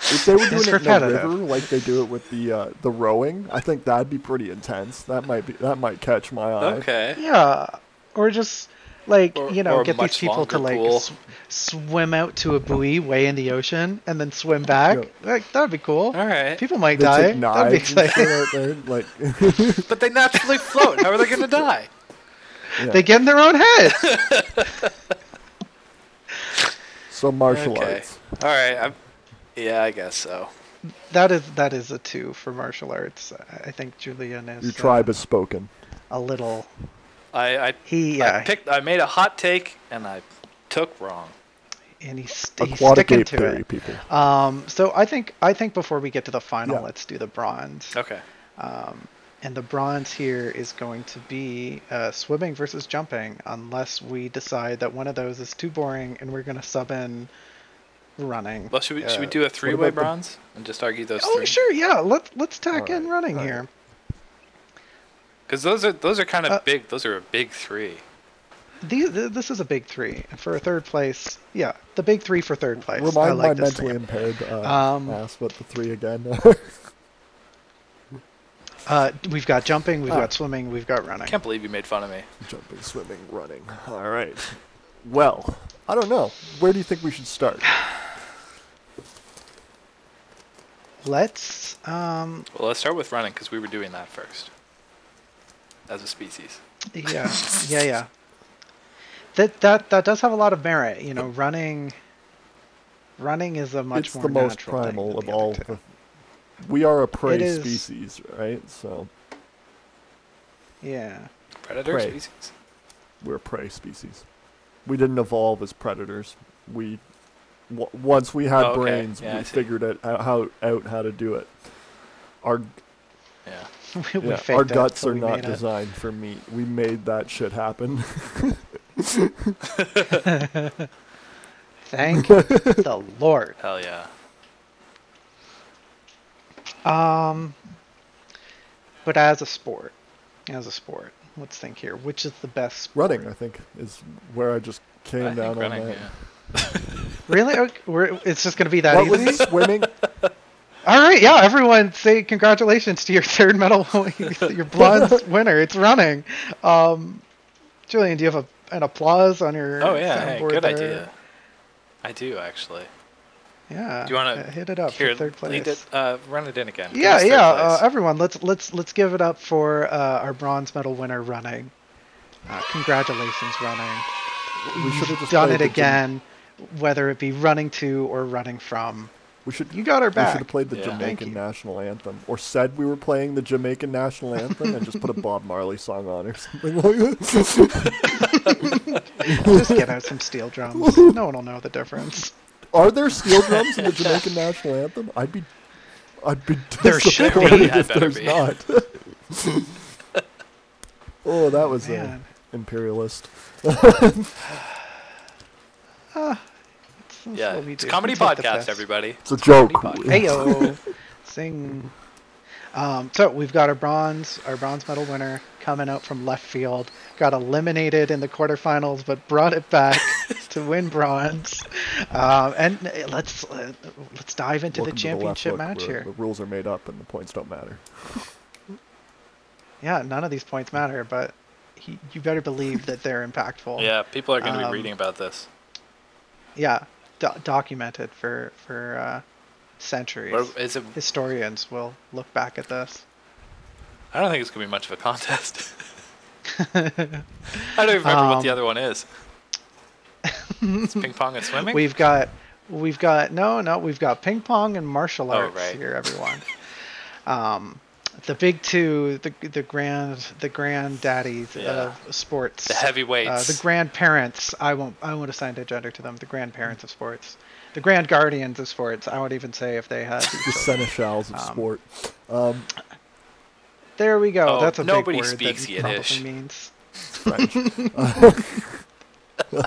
[SPEAKER 2] if they were doing
[SPEAKER 3] It's
[SPEAKER 2] it in a
[SPEAKER 3] repetitive.
[SPEAKER 2] river like they do it with the uh, the rowing, I think that'd be pretty intense. That might be that might catch my eye.
[SPEAKER 1] okay.
[SPEAKER 3] yeah, or just like
[SPEAKER 1] Or-
[SPEAKER 3] you know
[SPEAKER 1] or
[SPEAKER 3] get
[SPEAKER 1] much
[SPEAKER 3] these people to
[SPEAKER 1] longer
[SPEAKER 3] like
[SPEAKER 1] pool.
[SPEAKER 3] s- swim out to a buoy way in the ocean and then swim back. Like that'd be cool.
[SPEAKER 1] All right.
[SPEAKER 3] People might
[SPEAKER 2] They
[SPEAKER 3] die.
[SPEAKER 2] take
[SPEAKER 3] That'd be
[SPEAKER 2] knives and
[SPEAKER 3] exciting.
[SPEAKER 2] shit out there. Like,
[SPEAKER 1] But they naturally float. How are they gonna die?
[SPEAKER 2] yeah.
[SPEAKER 3] They get in their own head.
[SPEAKER 2] some martial
[SPEAKER 1] Okay.
[SPEAKER 2] arts.
[SPEAKER 1] All right. I'm, yeah, I guess so.
[SPEAKER 3] that is that is a two for martial arts. I I think Julian is
[SPEAKER 2] Your
[SPEAKER 3] uh,
[SPEAKER 2] tribe has spoken.
[SPEAKER 3] a little.
[SPEAKER 1] I, I
[SPEAKER 3] He yeah,
[SPEAKER 1] I picked. I made a hot take, and I took wrong.
[SPEAKER 3] and he's, st- he's
[SPEAKER 2] Aquatic
[SPEAKER 3] sticking
[SPEAKER 2] ape
[SPEAKER 3] to
[SPEAKER 2] theory,
[SPEAKER 3] it.
[SPEAKER 2] people.
[SPEAKER 3] Um, so I think I think before we get to the final,
[SPEAKER 2] Yeah.
[SPEAKER 3] let's do the bronze.
[SPEAKER 1] Okay.
[SPEAKER 3] Um, and the bronze here is going to be uh, swimming versus jumping, unless we decide that one of those is too boring and we're going to sub in running.
[SPEAKER 1] Well, should we should we
[SPEAKER 3] Uh,
[SPEAKER 1] do a three-way
[SPEAKER 2] about the-
[SPEAKER 1] bronze and just argue those
[SPEAKER 3] Oh,
[SPEAKER 1] three?
[SPEAKER 3] sure, yeah. Let's let's tack in
[SPEAKER 2] Alright,
[SPEAKER 3] running
[SPEAKER 2] alright.
[SPEAKER 3] here.
[SPEAKER 1] Because those are those are kind of
[SPEAKER 3] Uh,
[SPEAKER 1] big. Those are a big three.
[SPEAKER 3] These, th- this is a big three and for a third place. Yeah, the big three for third place. I
[SPEAKER 2] Remind
[SPEAKER 3] like
[SPEAKER 2] my
[SPEAKER 3] this
[SPEAKER 2] mentally
[SPEAKER 3] thing.
[SPEAKER 2] impaired uh,
[SPEAKER 3] Um,
[SPEAKER 2] ass what the three again are.
[SPEAKER 3] Uh, we've got jumping, we've
[SPEAKER 2] Ah.
[SPEAKER 3] got swimming, we've got running.
[SPEAKER 1] I can't believe you made fun of me.
[SPEAKER 2] Jumping, swimming, running. All right. Well, I don't know. Where do you think we should start?
[SPEAKER 3] Let's um,
[SPEAKER 1] Well, let's start with running because we were doing that first, as a species.
[SPEAKER 3] yeah uh, yeah yeah that that that does have a lot of merit you know running running is a much
[SPEAKER 2] it's
[SPEAKER 3] more
[SPEAKER 2] the most
[SPEAKER 3] natural thing
[SPEAKER 2] primal
[SPEAKER 3] than
[SPEAKER 2] of
[SPEAKER 3] the other
[SPEAKER 2] all.
[SPEAKER 3] two.
[SPEAKER 2] The, we are a prey
[SPEAKER 3] is-
[SPEAKER 2] species, right? So
[SPEAKER 3] yeah
[SPEAKER 1] Predator
[SPEAKER 2] Prey.
[SPEAKER 1] species.
[SPEAKER 2] we're a prey species. we didn't evolve as predators. We w- once we had
[SPEAKER 1] Oh, okay.
[SPEAKER 2] brains,
[SPEAKER 1] Yeah, I
[SPEAKER 2] we
[SPEAKER 1] see.
[SPEAKER 2] figured it out how out how to do it. Our
[SPEAKER 1] Yeah.
[SPEAKER 3] we
[SPEAKER 2] yeah,
[SPEAKER 3] faked
[SPEAKER 2] our
[SPEAKER 3] it,
[SPEAKER 2] guts
[SPEAKER 3] but
[SPEAKER 2] are
[SPEAKER 3] we
[SPEAKER 2] not
[SPEAKER 3] made it.
[SPEAKER 2] designed for meat. We made that shit happen.
[SPEAKER 3] Thank the Lord.
[SPEAKER 1] Hell yeah.
[SPEAKER 3] Um, but as a sport, as a sport, let's think here. Which is the best sport?
[SPEAKER 2] running, I think, is where I just came
[SPEAKER 1] I
[SPEAKER 2] down
[SPEAKER 1] think
[SPEAKER 2] on
[SPEAKER 1] running.
[SPEAKER 2] that.
[SPEAKER 1] Yeah.
[SPEAKER 3] Really? Okay, we're, it's just going to be that
[SPEAKER 2] What
[SPEAKER 3] easy.
[SPEAKER 2] was swimming?
[SPEAKER 3] All right, yeah. Everyone, say congratulations to your third medal, your bronze winner. It's running. Um, Julian, do you have a, an applause on your?
[SPEAKER 1] Oh yeah. Hey,
[SPEAKER 3] soundboard
[SPEAKER 1] good
[SPEAKER 3] there?
[SPEAKER 1] idea. I do actually.
[SPEAKER 3] Yeah.
[SPEAKER 1] Do you wanna-
[SPEAKER 3] uh, hit it up
[SPEAKER 1] Here,
[SPEAKER 3] for third place?
[SPEAKER 1] lead it. Uh, run it in again. Give
[SPEAKER 3] Yeah,
[SPEAKER 1] us third
[SPEAKER 3] yeah. Uh,
[SPEAKER 1] place.
[SPEAKER 3] everyone, let's let's let's give it up for uh, our bronze medal winner, running. Uh, congratulations, running.
[SPEAKER 2] We should have just
[SPEAKER 3] Done
[SPEAKER 2] played
[SPEAKER 3] it
[SPEAKER 2] the gym-
[SPEAKER 3] again, whether it be running to or running from.
[SPEAKER 2] We should
[SPEAKER 3] You got our
[SPEAKER 2] We should
[SPEAKER 3] back.
[SPEAKER 2] have played the
[SPEAKER 1] Yeah.
[SPEAKER 3] Thank
[SPEAKER 2] Jamaican
[SPEAKER 3] you.
[SPEAKER 2] national anthem, or said we were playing the Jamaican national anthem, and just put a Bob Marley song on or something like that.
[SPEAKER 3] Just get out some steel drums. No one will know the difference.
[SPEAKER 2] Are there steel drums in the Jamaican national anthem? I'd be, I'd be
[SPEAKER 3] There should be.
[SPEAKER 2] disappointed
[SPEAKER 1] There
[SPEAKER 2] if
[SPEAKER 1] better
[SPEAKER 2] there's
[SPEAKER 1] be.
[SPEAKER 2] not. oh, that was uh,
[SPEAKER 3] Man.
[SPEAKER 2] imperialist.
[SPEAKER 3] That's- that's
[SPEAKER 1] Yeah.
[SPEAKER 3] what we
[SPEAKER 1] It's
[SPEAKER 3] do.
[SPEAKER 1] a comedy
[SPEAKER 3] We take the
[SPEAKER 1] podcast,
[SPEAKER 3] piss.
[SPEAKER 1] everybody.
[SPEAKER 2] It's a joke.
[SPEAKER 1] Comedy podcast.
[SPEAKER 3] Heyo, sing. Um, so we've got our bronze, our bronze medal winner coming out from left field. Got eliminated in the quarterfinals, but brought it back to win bronze. Um, and uh, let's uh, let's dive into
[SPEAKER 2] Welcome
[SPEAKER 3] the
[SPEAKER 2] to the left
[SPEAKER 3] championship
[SPEAKER 2] look
[SPEAKER 3] match
[SPEAKER 2] where
[SPEAKER 3] here.
[SPEAKER 2] The rules are made up and the points don't matter.
[SPEAKER 3] Yeah, none of these points matter, but he, you better believe that they're impactful.
[SPEAKER 1] Yeah. People are going to
[SPEAKER 3] Um,
[SPEAKER 1] be reading about this.
[SPEAKER 3] yeah, do- documented for for uh, centuries.
[SPEAKER 1] What, is it?
[SPEAKER 3] Historians will look back at this.
[SPEAKER 1] I don't think it's going to be much of a contest. I don't even remember what the
[SPEAKER 3] Um,
[SPEAKER 1] other one is. it's ping pong and swimming.
[SPEAKER 3] We've got we've got no no we've got ping pong and martial
[SPEAKER 1] Oh,
[SPEAKER 3] arts
[SPEAKER 1] right.
[SPEAKER 3] here everyone. um, the big two the the grand the granddaddies
[SPEAKER 1] Yeah.
[SPEAKER 3] of sports.
[SPEAKER 1] the
[SPEAKER 3] uh,
[SPEAKER 1] heavyweights.
[SPEAKER 3] the grandparents. I won't. I won't assign a gender to them. The grandparents of sports, the grand guardians of sports. I won't even say if they had.
[SPEAKER 2] The seneschals of
[SPEAKER 3] Um,
[SPEAKER 2] sport. Um,
[SPEAKER 3] There we go.
[SPEAKER 1] Oh,
[SPEAKER 3] That's a
[SPEAKER 1] nobody
[SPEAKER 3] big word
[SPEAKER 1] speaks
[SPEAKER 3] that
[SPEAKER 1] Yiddish.
[SPEAKER 3] probably means.
[SPEAKER 2] French. Uh,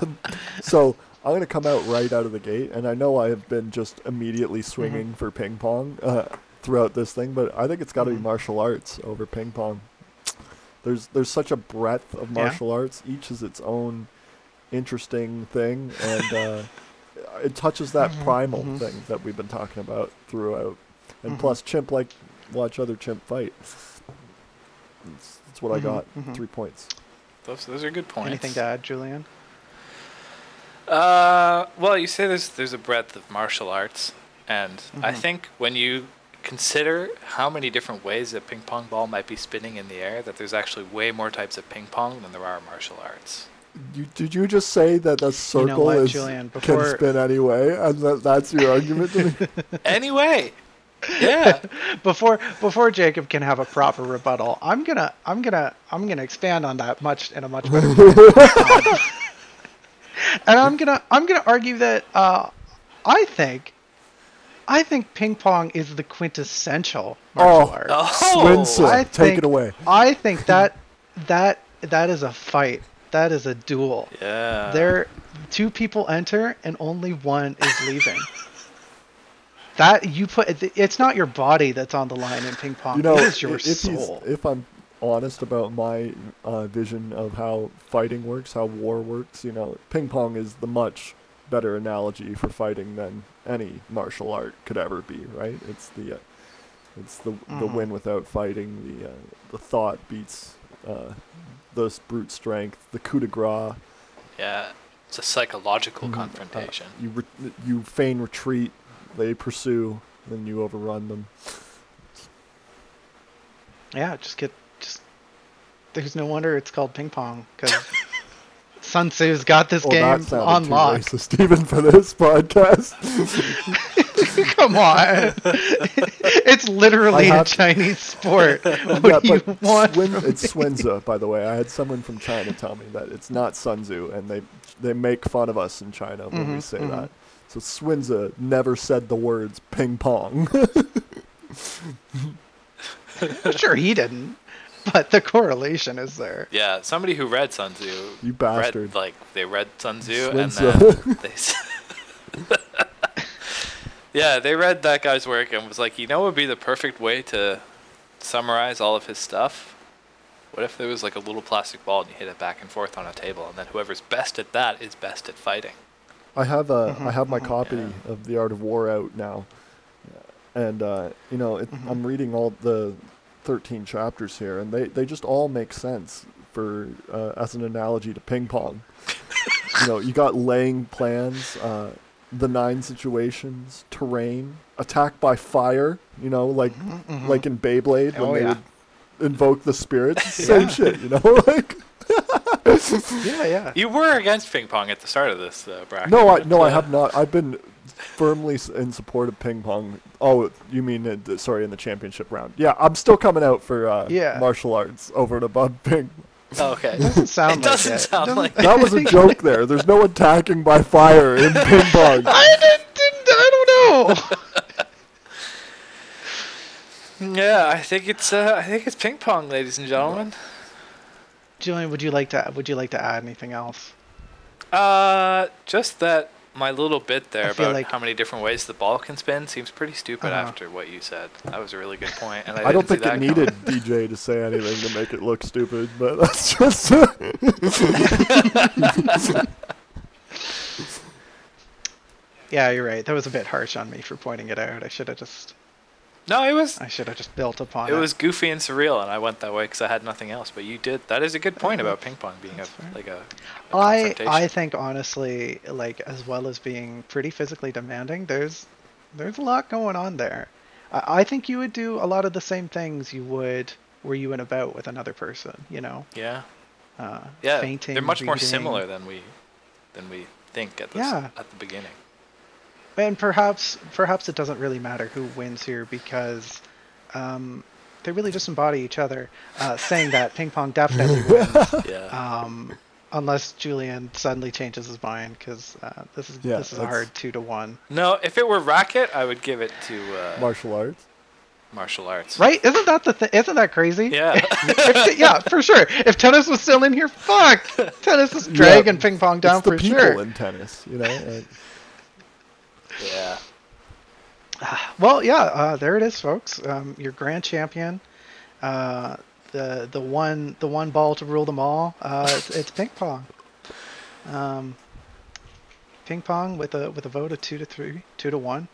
[SPEAKER 2] um, so I'm gonna come out right out of the gate, and I know I have been just immediately swinging for ping pong uh, throughout this thing, but I think it's got to
[SPEAKER 3] Mhm.
[SPEAKER 2] be martial arts over ping pong. There's there's such a breadth of
[SPEAKER 3] Yeah.
[SPEAKER 2] martial arts. Each is its own interesting thing, and uh, it touches that primal
[SPEAKER 3] mhm.
[SPEAKER 2] thing that we've been talking about throughout. And
[SPEAKER 3] Mhm.
[SPEAKER 2] plus, chimp like watch other chimp fight. That's, that's what
[SPEAKER 3] Mhm,
[SPEAKER 2] I got.
[SPEAKER 3] mhm.
[SPEAKER 2] Three points.
[SPEAKER 1] those, those are good points.
[SPEAKER 3] Anything to add, Julian?
[SPEAKER 1] Uh, well, you say there's there's a breadth of martial arts, and I
[SPEAKER 3] Mhm.
[SPEAKER 1] think when you consider how many different ways a ping pong ball might be spinning in the air, that there's actually way more types of ping pong than there are martial arts.
[SPEAKER 2] You, did you just say that the circle
[SPEAKER 3] what,
[SPEAKER 2] is,
[SPEAKER 3] Julian,
[SPEAKER 2] can
[SPEAKER 3] before-
[SPEAKER 2] spin anyway, and that, that's your argument to me?
[SPEAKER 1] anyway, yeah,
[SPEAKER 3] before before Jacob can have a proper rebuttal, I'm gonna I'm gonna I'm gonna expand on that much in a much better way. Um, and I'm gonna I'm gonna argue that uh, I think I think ping pong is the quintessential martial
[SPEAKER 2] Oh.
[SPEAKER 3] art.
[SPEAKER 1] oh,
[SPEAKER 2] Swinson,
[SPEAKER 3] I
[SPEAKER 2] take
[SPEAKER 3] think-
[SPEAKER 2] it away.
[SPEAKER 3] I think that that that is a fight. That is a duel.
[SPEAKER 1] yeah,
[SPEAKER 3] There, two people enter and only one is leaving. that you put, it's not your body that's on the line in ping pong.
[SPEAKER 2] You know,
[SPEAKER 3] it is your
[SPEAKER 2] i- if, he's,
[SPEAKER 3] soul.
[SPEAKER 2] if I'm honest about my uh, vision of how fighting works, how war works, you know, ping pong is the much better analogy for fighting than any martial art could ever be, right? It's the uh, it's the the
[SPEAKER 3] Mhm.
[SPEAKER 2] win without fighting, the uh, the thought beats uh, the s- brute strength, the coup de grace.
[SPEAKER 1] yeah, it's a psychological
[SPEAKER 2] Mhm. Uh,
[SPEAKER 1] confrontation.
[SPEAKER 2] you re- you feign retreat, they pursue, then you overrun them.
[SPEAKER 3] yeah, just get, just, there's no wonder it's called ping pong because Sun Tzu's got this
[SPEAKER 2] Oh, that
[SPEAKER 3] game
[SPEAKER 2] sounded
[SPEAKER 3] on
[SPEAKER 2] too
[SPEAKER 3] lock.
[SPEAKER 2] racist even for this podcast.
[SPEAKER 3] Come on. it's
[SPEAKER 2] I
[SPEAKER 3] literally a
[SPEAKER 2] have-
[SPEAKER 3] Chinese sport. What
[SPEAKER 2] Yeah,
[SPEAKER 3] do you
[SPEAKER 2] but
[SPEAKER 3] want?
[SPEAKER 2] Swin- it's Swinza, by the way. I had someone from China tell me that it's not Sun Tzu, and they they make fun of us in China when we
[SPEAKER 3] Mhm,
[SPEAKER 2] say
[SPEAKER 3] mhm.
[SPEAKER 2] that. So Swinza never said the words ping pong.
[SPEAKER 3] I'm sure he didn't, but the correlation is there.
[SPEAKER 1] Yeah, somebody who read Sun Tzu.
[SPEAKER 2] You
[SPEAKER 1] Read,
[SPEAKER 2] bastard.
[SPEAKER 1] like they read Sun Tzu and
[SPEAKER 2] Swinza.
[SPEAKER 1] then they. s- yeah, they read that guy's work and was like, you know, what would be the perfect way to summarize all of his stuff. What if there was like a little plastic ball and you hit it back and forth on a table, and then whoever's best at that is best at fighting.
[SPEAKER 2] I have uh, I
[SPEAKER 3] Mhm,
[SPEAKER 2] have my
[SPEAKER 3] mhm.
[SPEAKER 2] copy
[SPEAKER 1] Yeah.
[SPEAKER 2] of The Art of War out now, and uh, you know it,
[SPEAKER 3] Mhm.
[SPEAKER 2] I'm reading all the thirteen chapters here, and they, they just all make sense for uh, as an analogy to ping pong. you know, you got laying plans, uh, the nine situations, terrain, attack by fire. You know, like
[SPEAKER 3] Mhm.
[SPEAKER 2] like in Beyblade when
[SPEAKER 3] Oh,
[SPEAKER 2] they
[SPEAKER 3] yeah.
[SPEAKER 2] would invoke the spirits. Same
[SPEAKER 3] Yeah.
[SPEAKER 2] shit. You know, like
[SPEAKER 3] yeah, yeah.
[SPEAKER 1] You were against ping pong at the start of this, uh, bracket.
[SPEAKER 2] No, I no, I have not. I've been firmly s- in support of ping pong. Oh, you mean in the, sorry in the championship round? Yeah, I'm still coming out for uh,
[SPEAKER 3] Yeah.
[SPEAKER 2] martial arts over and above ping.
[SPEAKER 1] Oh, Okay.
[SPEAKER 3] Doesn't sound
[SPEAKER 1] It
[SPEAKER 3] like
[SPEAKER 1] doesn't
[SPEAKER 3] it.
[SPEAKER 1] sound
[SPEAKER 3] Doesn't-
[SPEAKER 1] like
[SPEAKER 2] That was a joke. There, there's no attacking by fire in ping pong.
[SPEAKER 3] I didn't, didn't. I don't know.
[SPEAKER 1] Yeah, I think it's uh, I think it's ping pong, ladies and gentlemen.
[SPEAKER 3] Julian, would you like to? Would you like to add anything else?
[SPEAKER 1] Uh, just that my little bit there
[SPEAKER 3] I feel
[SPEAKER 1] about
[SPEAKER 3] like-
[SPEAKER 1] how many different ways the ball can spin seems pretty stupid
[SPEAKER 3] Uh-huh.
[SPEAKER 1] after what you said. That was a really good point, and I,
[SPEAKER 2] I don't
[SPEAKER 1] didn't see that
[SPEAKER 2] think it needed
[SPEAKER 1] coming.
[SPEAKER 2] DJ to say anything to make it look stupid, but that's just.
[SPEAKER 3] Yeah, you're right. That was a bit harsh on me for pointing it out. I should have just.
[SPEAKER 1] No, it was
[SPEAKER 3] I should have just built upon
[SPEAKER 1] it
[SPEAKER 3] it.
[SPEAKER 1] was goofy and surreal, and I went that way because I had nothing else. But you did. That is a good point about ping pong being a,
[SPEAKER 3] Uh-huh. That's fair.
[SPEAKER 1] like a, a
[SPEAKER 3] I I
[SPEAKER 1] confrontation.
[SPEAKER 3] think honestly, like as well as being pretty physically demanding, there's there's a lot going on there. I, I think you would do a lot of the same things you would were you in a bout with another person. You know,
[SPEAKER 1] yeah,
[SPEAKER 3] uh,
[SPEAKER 1] yeah.
[SPEAKER 3] fainting.
[SPEAKER 1] They're much more
[SPEAKER 3] reading.
[SPEAKER 1] similar than we than we think at this
[SPEAKER 3] Yeah.
[SPEAKER 1] at the beginning.
[SPEAKER 3] And perhaps perhaps it doesn't really matter who wins here because um, they really just embody each other. Uh, saying that ping pong definitely wins,
[SPEAKER 1] Yeah.
[SPEAKER 3] um, unless Julian suddenly changes his mind because uh, this is
[SPEAKER 2] Yeah,
[SPEAKER 3] this is a
[SPEAKER 2] that's-
[SPEAKER 3] hard two to one.
[SPEAKER 1] no, if it were racket, I would give it to uh,
[SPEAKER 2] martial arts.
[SPEAKER 1] martial arts.
[SPEAKER 3] Right? Isn't that the th- isn't that crazy?
[SPEAKER 1] Yeah.
[SPEAKER 3] If- yeah, for sure. If tennis was still in here, fuck, tennis is dragging ping pong down
[SPEAKER 2] it's the
[SPEAKER 3] for
[SPEAKER 2] people
[SPEAKER 3] sure.
[SPEAKER 2] in tennis, you know. uh,
[SPEAKER 1] yeah.
[SPEAKER 3] Well, yeah, uh, there it is, folks. Um, your grand champion, uh, the the one the one ball to rule them all. Uh, it's, it's ping pong. Um, ping pong with a with a vote of two to three, two to one,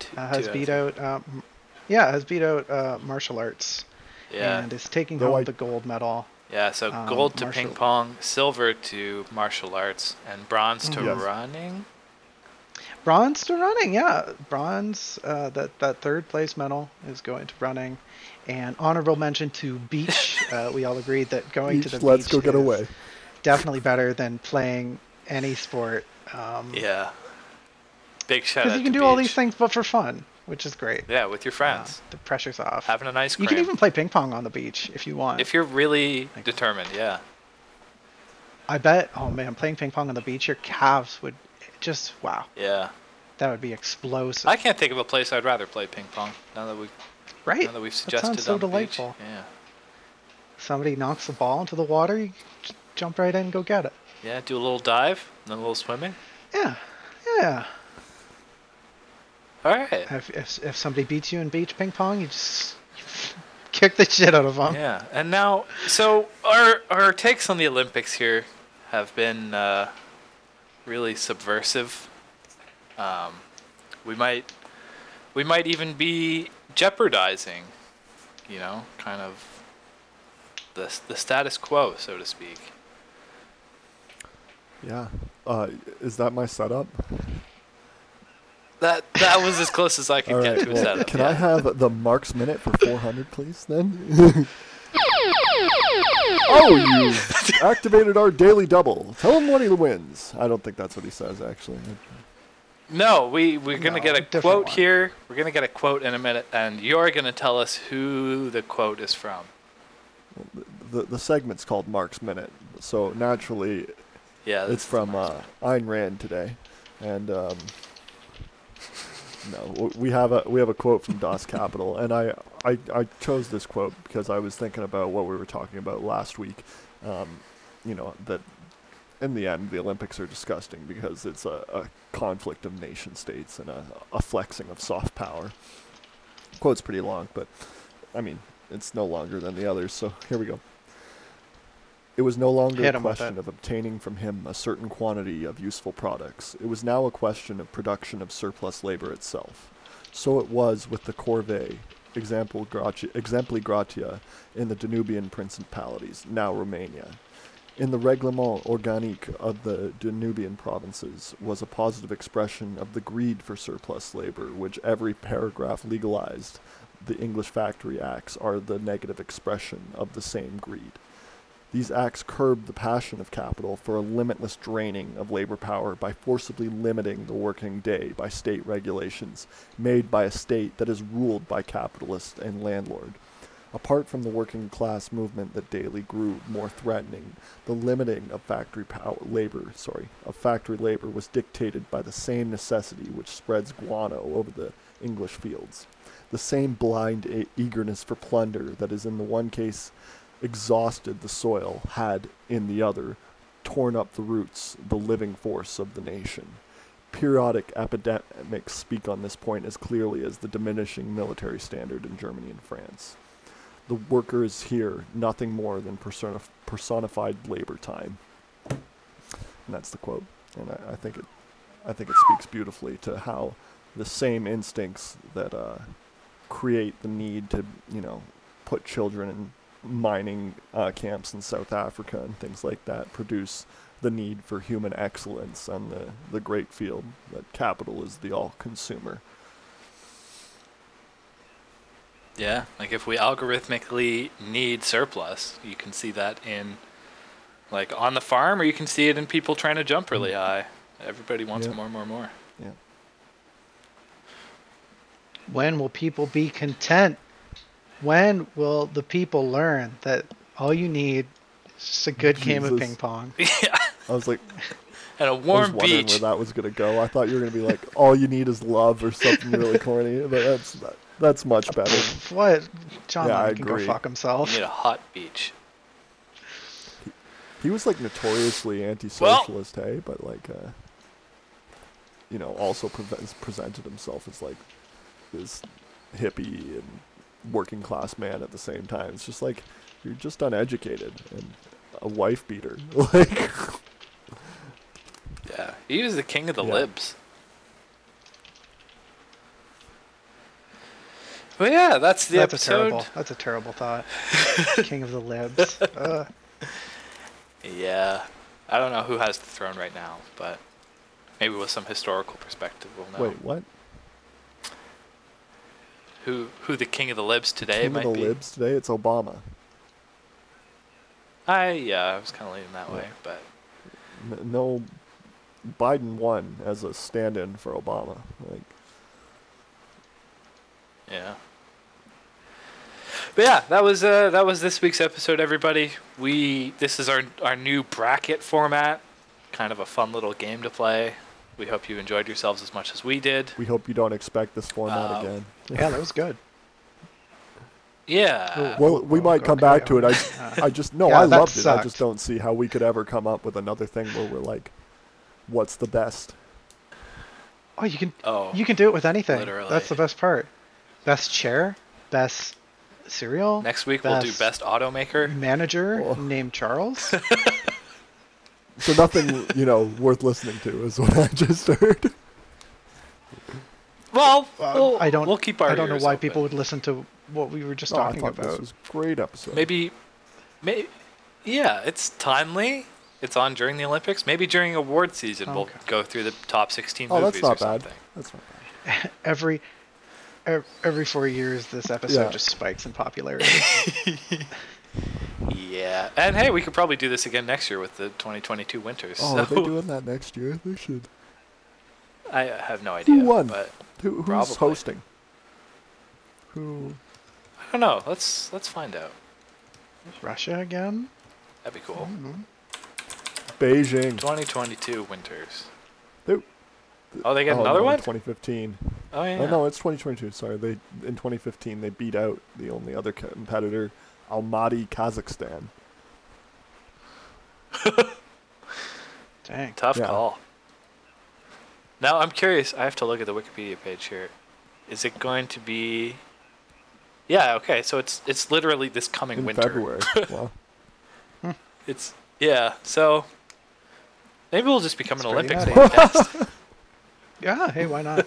[SPEAKER 1] Two-
[SPEAKER 3] uh, has
[SPEAKER 1] two out of
[SPEAKER 3] beat
[SPEAKER 1] three.
[SPEAKER 3] out. Um, yeah, has beat out uh, martial arts
[SPEAKER 1] Yeah.
[SPEAKER 3] and is taking
[SPEAKER 2] Though
[SPEAKER 3] home
[SPEAKER 2] I-
[SPEAKER 3] the gold medal.
[SPEAKER 1] Yeah, so
[SPEAKER 3] um,
[SPEAKER 1] gold to ping
[SPEAKER 3] martial-
[SPEAKER 1] pong, silver to martial arts, and bronze to
[SPEAKER 3] Mhm.
[SPEAKER 2] Yes.
[SPEAKER 1] running.
[SPEAKER 3] Bronze to running, yeah. Bronze, uh, that that third place medal is going to running, and honorable mention to beach. uh, we all agreed that going
[SPEAKER 2] each
[SPEAKER 3] to the
[SPEAKER 2] let's
[SPEAKER 3] beach
[SPEAKER 2] go get
[SPEAKER 3] is
[SPEAKER 2] away.
[SPEAKER 3] definitely better than playing any sport. Um,
[SPEAKER 1] Yeah. Big shout out
[SPEAKER 3] because you can
[SPEAKER 1] to
[SPEAKER 3] do all
[SPEAKER 1] Beach.
[SPEAKER 3] these things, but for fun, which is great.
[SPEAKER 1] Yeah, with your
[SPEAKER 3] Uh,
[SPEAKER 1] friends,
[SPEAKER 3] the pressure's off.
[SPEAKER 1] having a nice.
[SPEAKER 3] you can even play ping pong on the beach if you want.
[SPEAKER 1] if you're really
[SPEAKER 3] Thanks.
[SPEAKER 1] determined. Yeah.
[SPEAKER 3] I bet. Oh man, playing ping pong on the beach, your calves would just wow.
[SPEAKER 1] Yeah.
[SPEAKER 3] That would be explosive,
[SPEAKER 1] I can't think of a place I'd rather play ping pong. Now that we've
[SPEAKER 3] right?
[SPEAKER 1] now that we've
[SPEAKER 3] that
[SPEAKER 1] suggested
[SPEAKER 3] sounds so
[SPEAKER 1] on the
[SPEAKER 3] delightful.
[SPEAKER 1] beach. Yeah.
[SPEAKER 3] Somebody knocks the ball into the water, you j- jump right in and go get it.
[SPEAKER 1] Yeah. Do a little dive, and then a little swimming.
[SPEAKER 3] Yeah, yeah.
[SPEAKER 1] All right.
[SPEAKER 3] If, if, if somebody beats you in beach ping pong, you just kick the shit out of them.
[SPEAKER 1] Yeah, and now, so our our takes on the Olympics here have been uh, really subversive. Um, we might we might even be jeopardizing, you know, kind of the s- the status quo, so to speak.
[SPEAKER 2] Yeah. Uh, is that my setup?
[SPEAKER 1] That that was as close as I could
[SPEAKER 2] All
[SPEAKER 1] get
[SPEAKER 2] right.
[SPEAKER 1] to a
[SPEAKER 2] well,
[SPEAKER 1] setup.
[SPEAKER 2] can
[SPEAKER 1] yeah.
[SPEAKER 2] I have the Mark's minute for 400, please? Then. oh, you activated our daily double. Tell him what he wins. I don't think that's what he says, actually.
[SPEAKER 1] No, we we're gonna
[SPEAKER 3] No,
[SPEAKER 1] get a
[SPEAKER 3] different
[SPEAKER 1] quote
[SPEAKER 3] one.
[SPEAKER 1] here. We're gonna get a quote in a minute, and you're gonna tell us who the quote is from.
[SPEAKER 2] The the segment's called Mark's minute, so naturally,
[SPEAKER 1] Yeah, that's-
[SPEAKER 2] It's from uh, Ayn Rand today, and um, no, w- we have a we have a quote from Das Capital, and I, I I chose this quote because I was thinking about what we were talking about last week. Um, you know that in the end the Olympics are disgusting because it's a, a conflict of nation states and a, a flexing of soft power. Quote's pretty long, but I mean it's no longer than the others. So here we go. It was no longer
[SPEAKER 3] Hit
[SPEAKER 2] a
[SPEAKER 3] 'em with
[SPEAKER 2] question
[SPEAKER 3] it.
[SPEAKER 2] of obtaining from him a certain quantity of useful products. It was now a question of production of surplus labor itself. So it was with the corvée, example gratia, exempli gratia, in the Danubian principalities, now Romania. In the Reglement Organique of the Danubian provinces was a positive expression of the greed for surplus labor, which every paragraph legalized. The English Factory Acts are the negative expression of the same greed. These acts curb the passion of capital for a limitless draining of labor power by forcibly limiting the working day by state regulations made by a state that is ruled by capitalist and landlord. Apart from the working class movement that daily grew more threatening, the limiting of factory power, labor, sorry, of factory labor was dictated by the same necessity which spreads guano over the English fields. The same blind e- eagerness for plunder that is in the one case exhausted the soil had in the other torn up the roots, the living force of the nation. Periodic epidemics speak on this point as clearly as the diminishing military standard in Germany and France. The worker is here nothing more than personif- personified labor time. And that's the quote. And I, I think it, I think it speaks beautifully to how the same instincts that uh, create the need to, you know, put children in mining uh, camps in South Africa and things like that produce the need for human excellence on the, the great field that capital is the all consumer.
[SPEAKER 1] Yeah, like if we algorithmically need surplus, you can see that in like on the farm, or you can see it in people trying to jump really high. Everybody wants
[SPEAKER 2] Mm-hmm. Yeah.
[SPEAKER 1] more, more, more.
[SPEAKER 2] Yeah.
[SPEAKER 3] When will people be content? When will the people learn that all you need is just a good game of
[SPEAKER 2] Jesus.
[SPEAKER 3] ping pong?
[SPEAKER 1] yeah,
[SPEAKER 2] I was like,
[SPEAKER 1] and a
[SPEAKER 2] I was
[SPEAKER 1] warm
[SPEAKER 2] wondering
[SPEAKER 1] beach.
[SPEAKER 2] where that was gonna go. I thought you were gonna be like, all you need is love or something really corny, but that's that, that's much better.
[SPEAKER 3] What? John
[SPEAKER 2] Yeah, I
[SPEAKER 3] Lennon can
[SPEAKER 2] agree.
[SPEAKER 3] go fuck himself.
[SPEAKER 1] You need a hot beach.
[SPEAKER 2] He was like notoriously anti-socialist, hey, but like, uh, you know, also prevents, presented himself as like this hippie and working class man at the same time. It's just like you're just uneducated and a wife beater. Like,
[SPEAKER 1] Yeah, he was the king of the
[SPEAKER 2] Yeah.
[SPEAKER 1] libs. Well, yeah, that's the
[SPEAKER 3] That's a
[SPEAKER 1] episode.
[SPEAKER 3] terrible. That's a terrible thought. King of the libs. Uh, Ugh.
[SPEAKER 1] Yeah, I don't know who has the throne right now, but maybe with some historical perspective, we'll know
[SPEAKER 2] wait, what?
[SPEAKER 1] who who the king of the libs today
[SPEAKER 2] King
[SPEAKER 1] might
[SPEAKER 2] of the
[SPEAKER 1] be.
[SPEAKER 2] libs today. It's Obama.
[SPEAKER 1] I yeah, I was kind of leaning that way, but
[SPEAKER 2] N- No, Biden won as a stand-in for Obama. Like,
[SPEAKER 1] yeah. But yeah, that was uh, that was this week's episode, everybody. We this is our our new bracket format, kind of a fun little game to play. We hope you enjoyed yourselves as much as we did.
[SPEAKER 2] we hope you don't expect this format
[SPEAKER 1] Um,
[SPEAKER 2] again.
[SPEAKER 3] Yeah, that was good.
[SPEAKER 1] Yeah,
[SPEAKER 2] Well, we
[SPEAKER 3] Oh,
[SPEAKER 2] might
[SPEAKER 3] go-
[SPEAKER 2] come
[SPEAKER 3] go
[SPEAKER 2] back to it.
[SPEAKER 3] ahead.
[SPEAKER 2] I, I just no,
[SPEAKER 3] Yeah,
[SPEAKER 2] I
[SPEAKER 3] that
[SPEAKER 2] loved it. I just
[SPEAKER 3] sucked.
[SPEAKER 2] don't see how we could ever come up with another thing where we're like, what's the best?
[SPEAKER 3] Oh, you can
[SPEAKER 1] Oh.
[SPEAKER 3] you can do it with anything.
[SPEAKER 1] Literally.
[SPEAKER 3] That's the best part. Best chair, best cereal.
[SPEAKER 1] next week we'll do
[SPEAKER 3] best Mm-hmm.
[SPEAKER 1] best automaker.
[SPEAKER 3] manager
[SPEAKER 2] Oh.
[SPEAKER 3] named Charles.
[SPEAKER 2] So nothing, you know, worth listening to is what I just heard.
[SPEAKER 1] Well,
[SPEAKER 3] Um,
[SPEAKER 1] we'll
[SPEAKER 3] I don't.
[SPEAKER 1] We'll keep our.
[SPEAKER 3] I don't know
[SPEAKER 1] ears
[SPEAKER 3] why
[SPEAKER 1] open.
[SPEAKER 3] people would listen to what we were just
[SPEAKER 2] No, I
[SPEAKER 3] talking
[SPEAKER 2] thought this
[SPEAKER 3] about.
[SPEAKER 2] was a great episode.
[SPEAKER 1] Maybe, may, yeah, it's timely. It's on during the Olympics. Maybe during award season, we'll
[SPEAKER 3] Okay.
[SPEAKER 1] go through the top 16
[SPEAKER 2] oh,
[SPEAKER 1] movies
[SPEAKER 2] that's not
[SPEAKER 1] or
[SPEAKER 2] bad.
[SPEAKER 1] something.
[SPEAKER 2] That's not bad.
[SPEAKER 3] Every ev- every four years, this episode
[SPEAKER 2] Yeah.
[SPEAKER 3] just spikes in popularity.
[SPEAKER 1] Yeah, and hey, we could probably do this again next year with the 2022 winters.
[SPEAKER 2] Oh, are
[SPEAKER 1] so
[SPEAKER 2] they doing that next year? They should.
[SPEAKER 1] I have no idea.
[SPEAKER 2] won?
[SPEAKER 1] But
[SPEAKER 2] Who, who's
[SPEAKER 1] Probably.
[SPEAKER 2] hosting? Who?
[SPEAKER 1] I don't know. Let's let's find out.
[SPEAKER 3] Russia again?
[SPEAKER 2] Mm-hmm.
[SPEAKER 1] That'd be cool.
[SPEAKER 2] Beijing.
[SPEAKER 1] 2022 winters.
[SPEAKER 2] They-
[SPEAKER 1] Oh, they got
[SPEAKER 2] Oh,
[SPEAKER 1] another
[SPEAKER 2] no, in
[SPEAKER 1] one?
[SPEAKER 2] 2015.
[SPEAKER 1] Oh, yeah.
[SPEAKER 2] Oh, no, it's 2022. Sorry, they in 2015 they beat out the only other competitor, Almaty, Kazakhstan.
[SPEAKER 3] Dang.
[SPEAKER 1] Tough
[SPEAKER 2] Yeah.
[SPEAKER 1] call. Now I'm curious. I have to look at the Wikipedia page here. Is it going to be? Yeah. Okay. So it's it's literally this coming
[SPEAKER 2] in
[SPEAKER 1] winter.
[SPEAKER 2] February. wow.
[SPEAKER 1] It's yeah. So maybe we'll just become
[SPEAKER 3] It's
[SPEAKER 1] an
[SPEAKER 3] pretty
[SPEAKER 1] Olympics
[SPEAKER 3] nutty.
[SPEAKER 1] podcast.
[SPEAKER 3] Yeah. Hey, why not?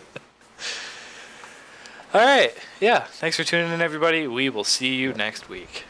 [SPEAKER 1] All right. Yeah. Thanks for tuning in, everybody. We will see you next week.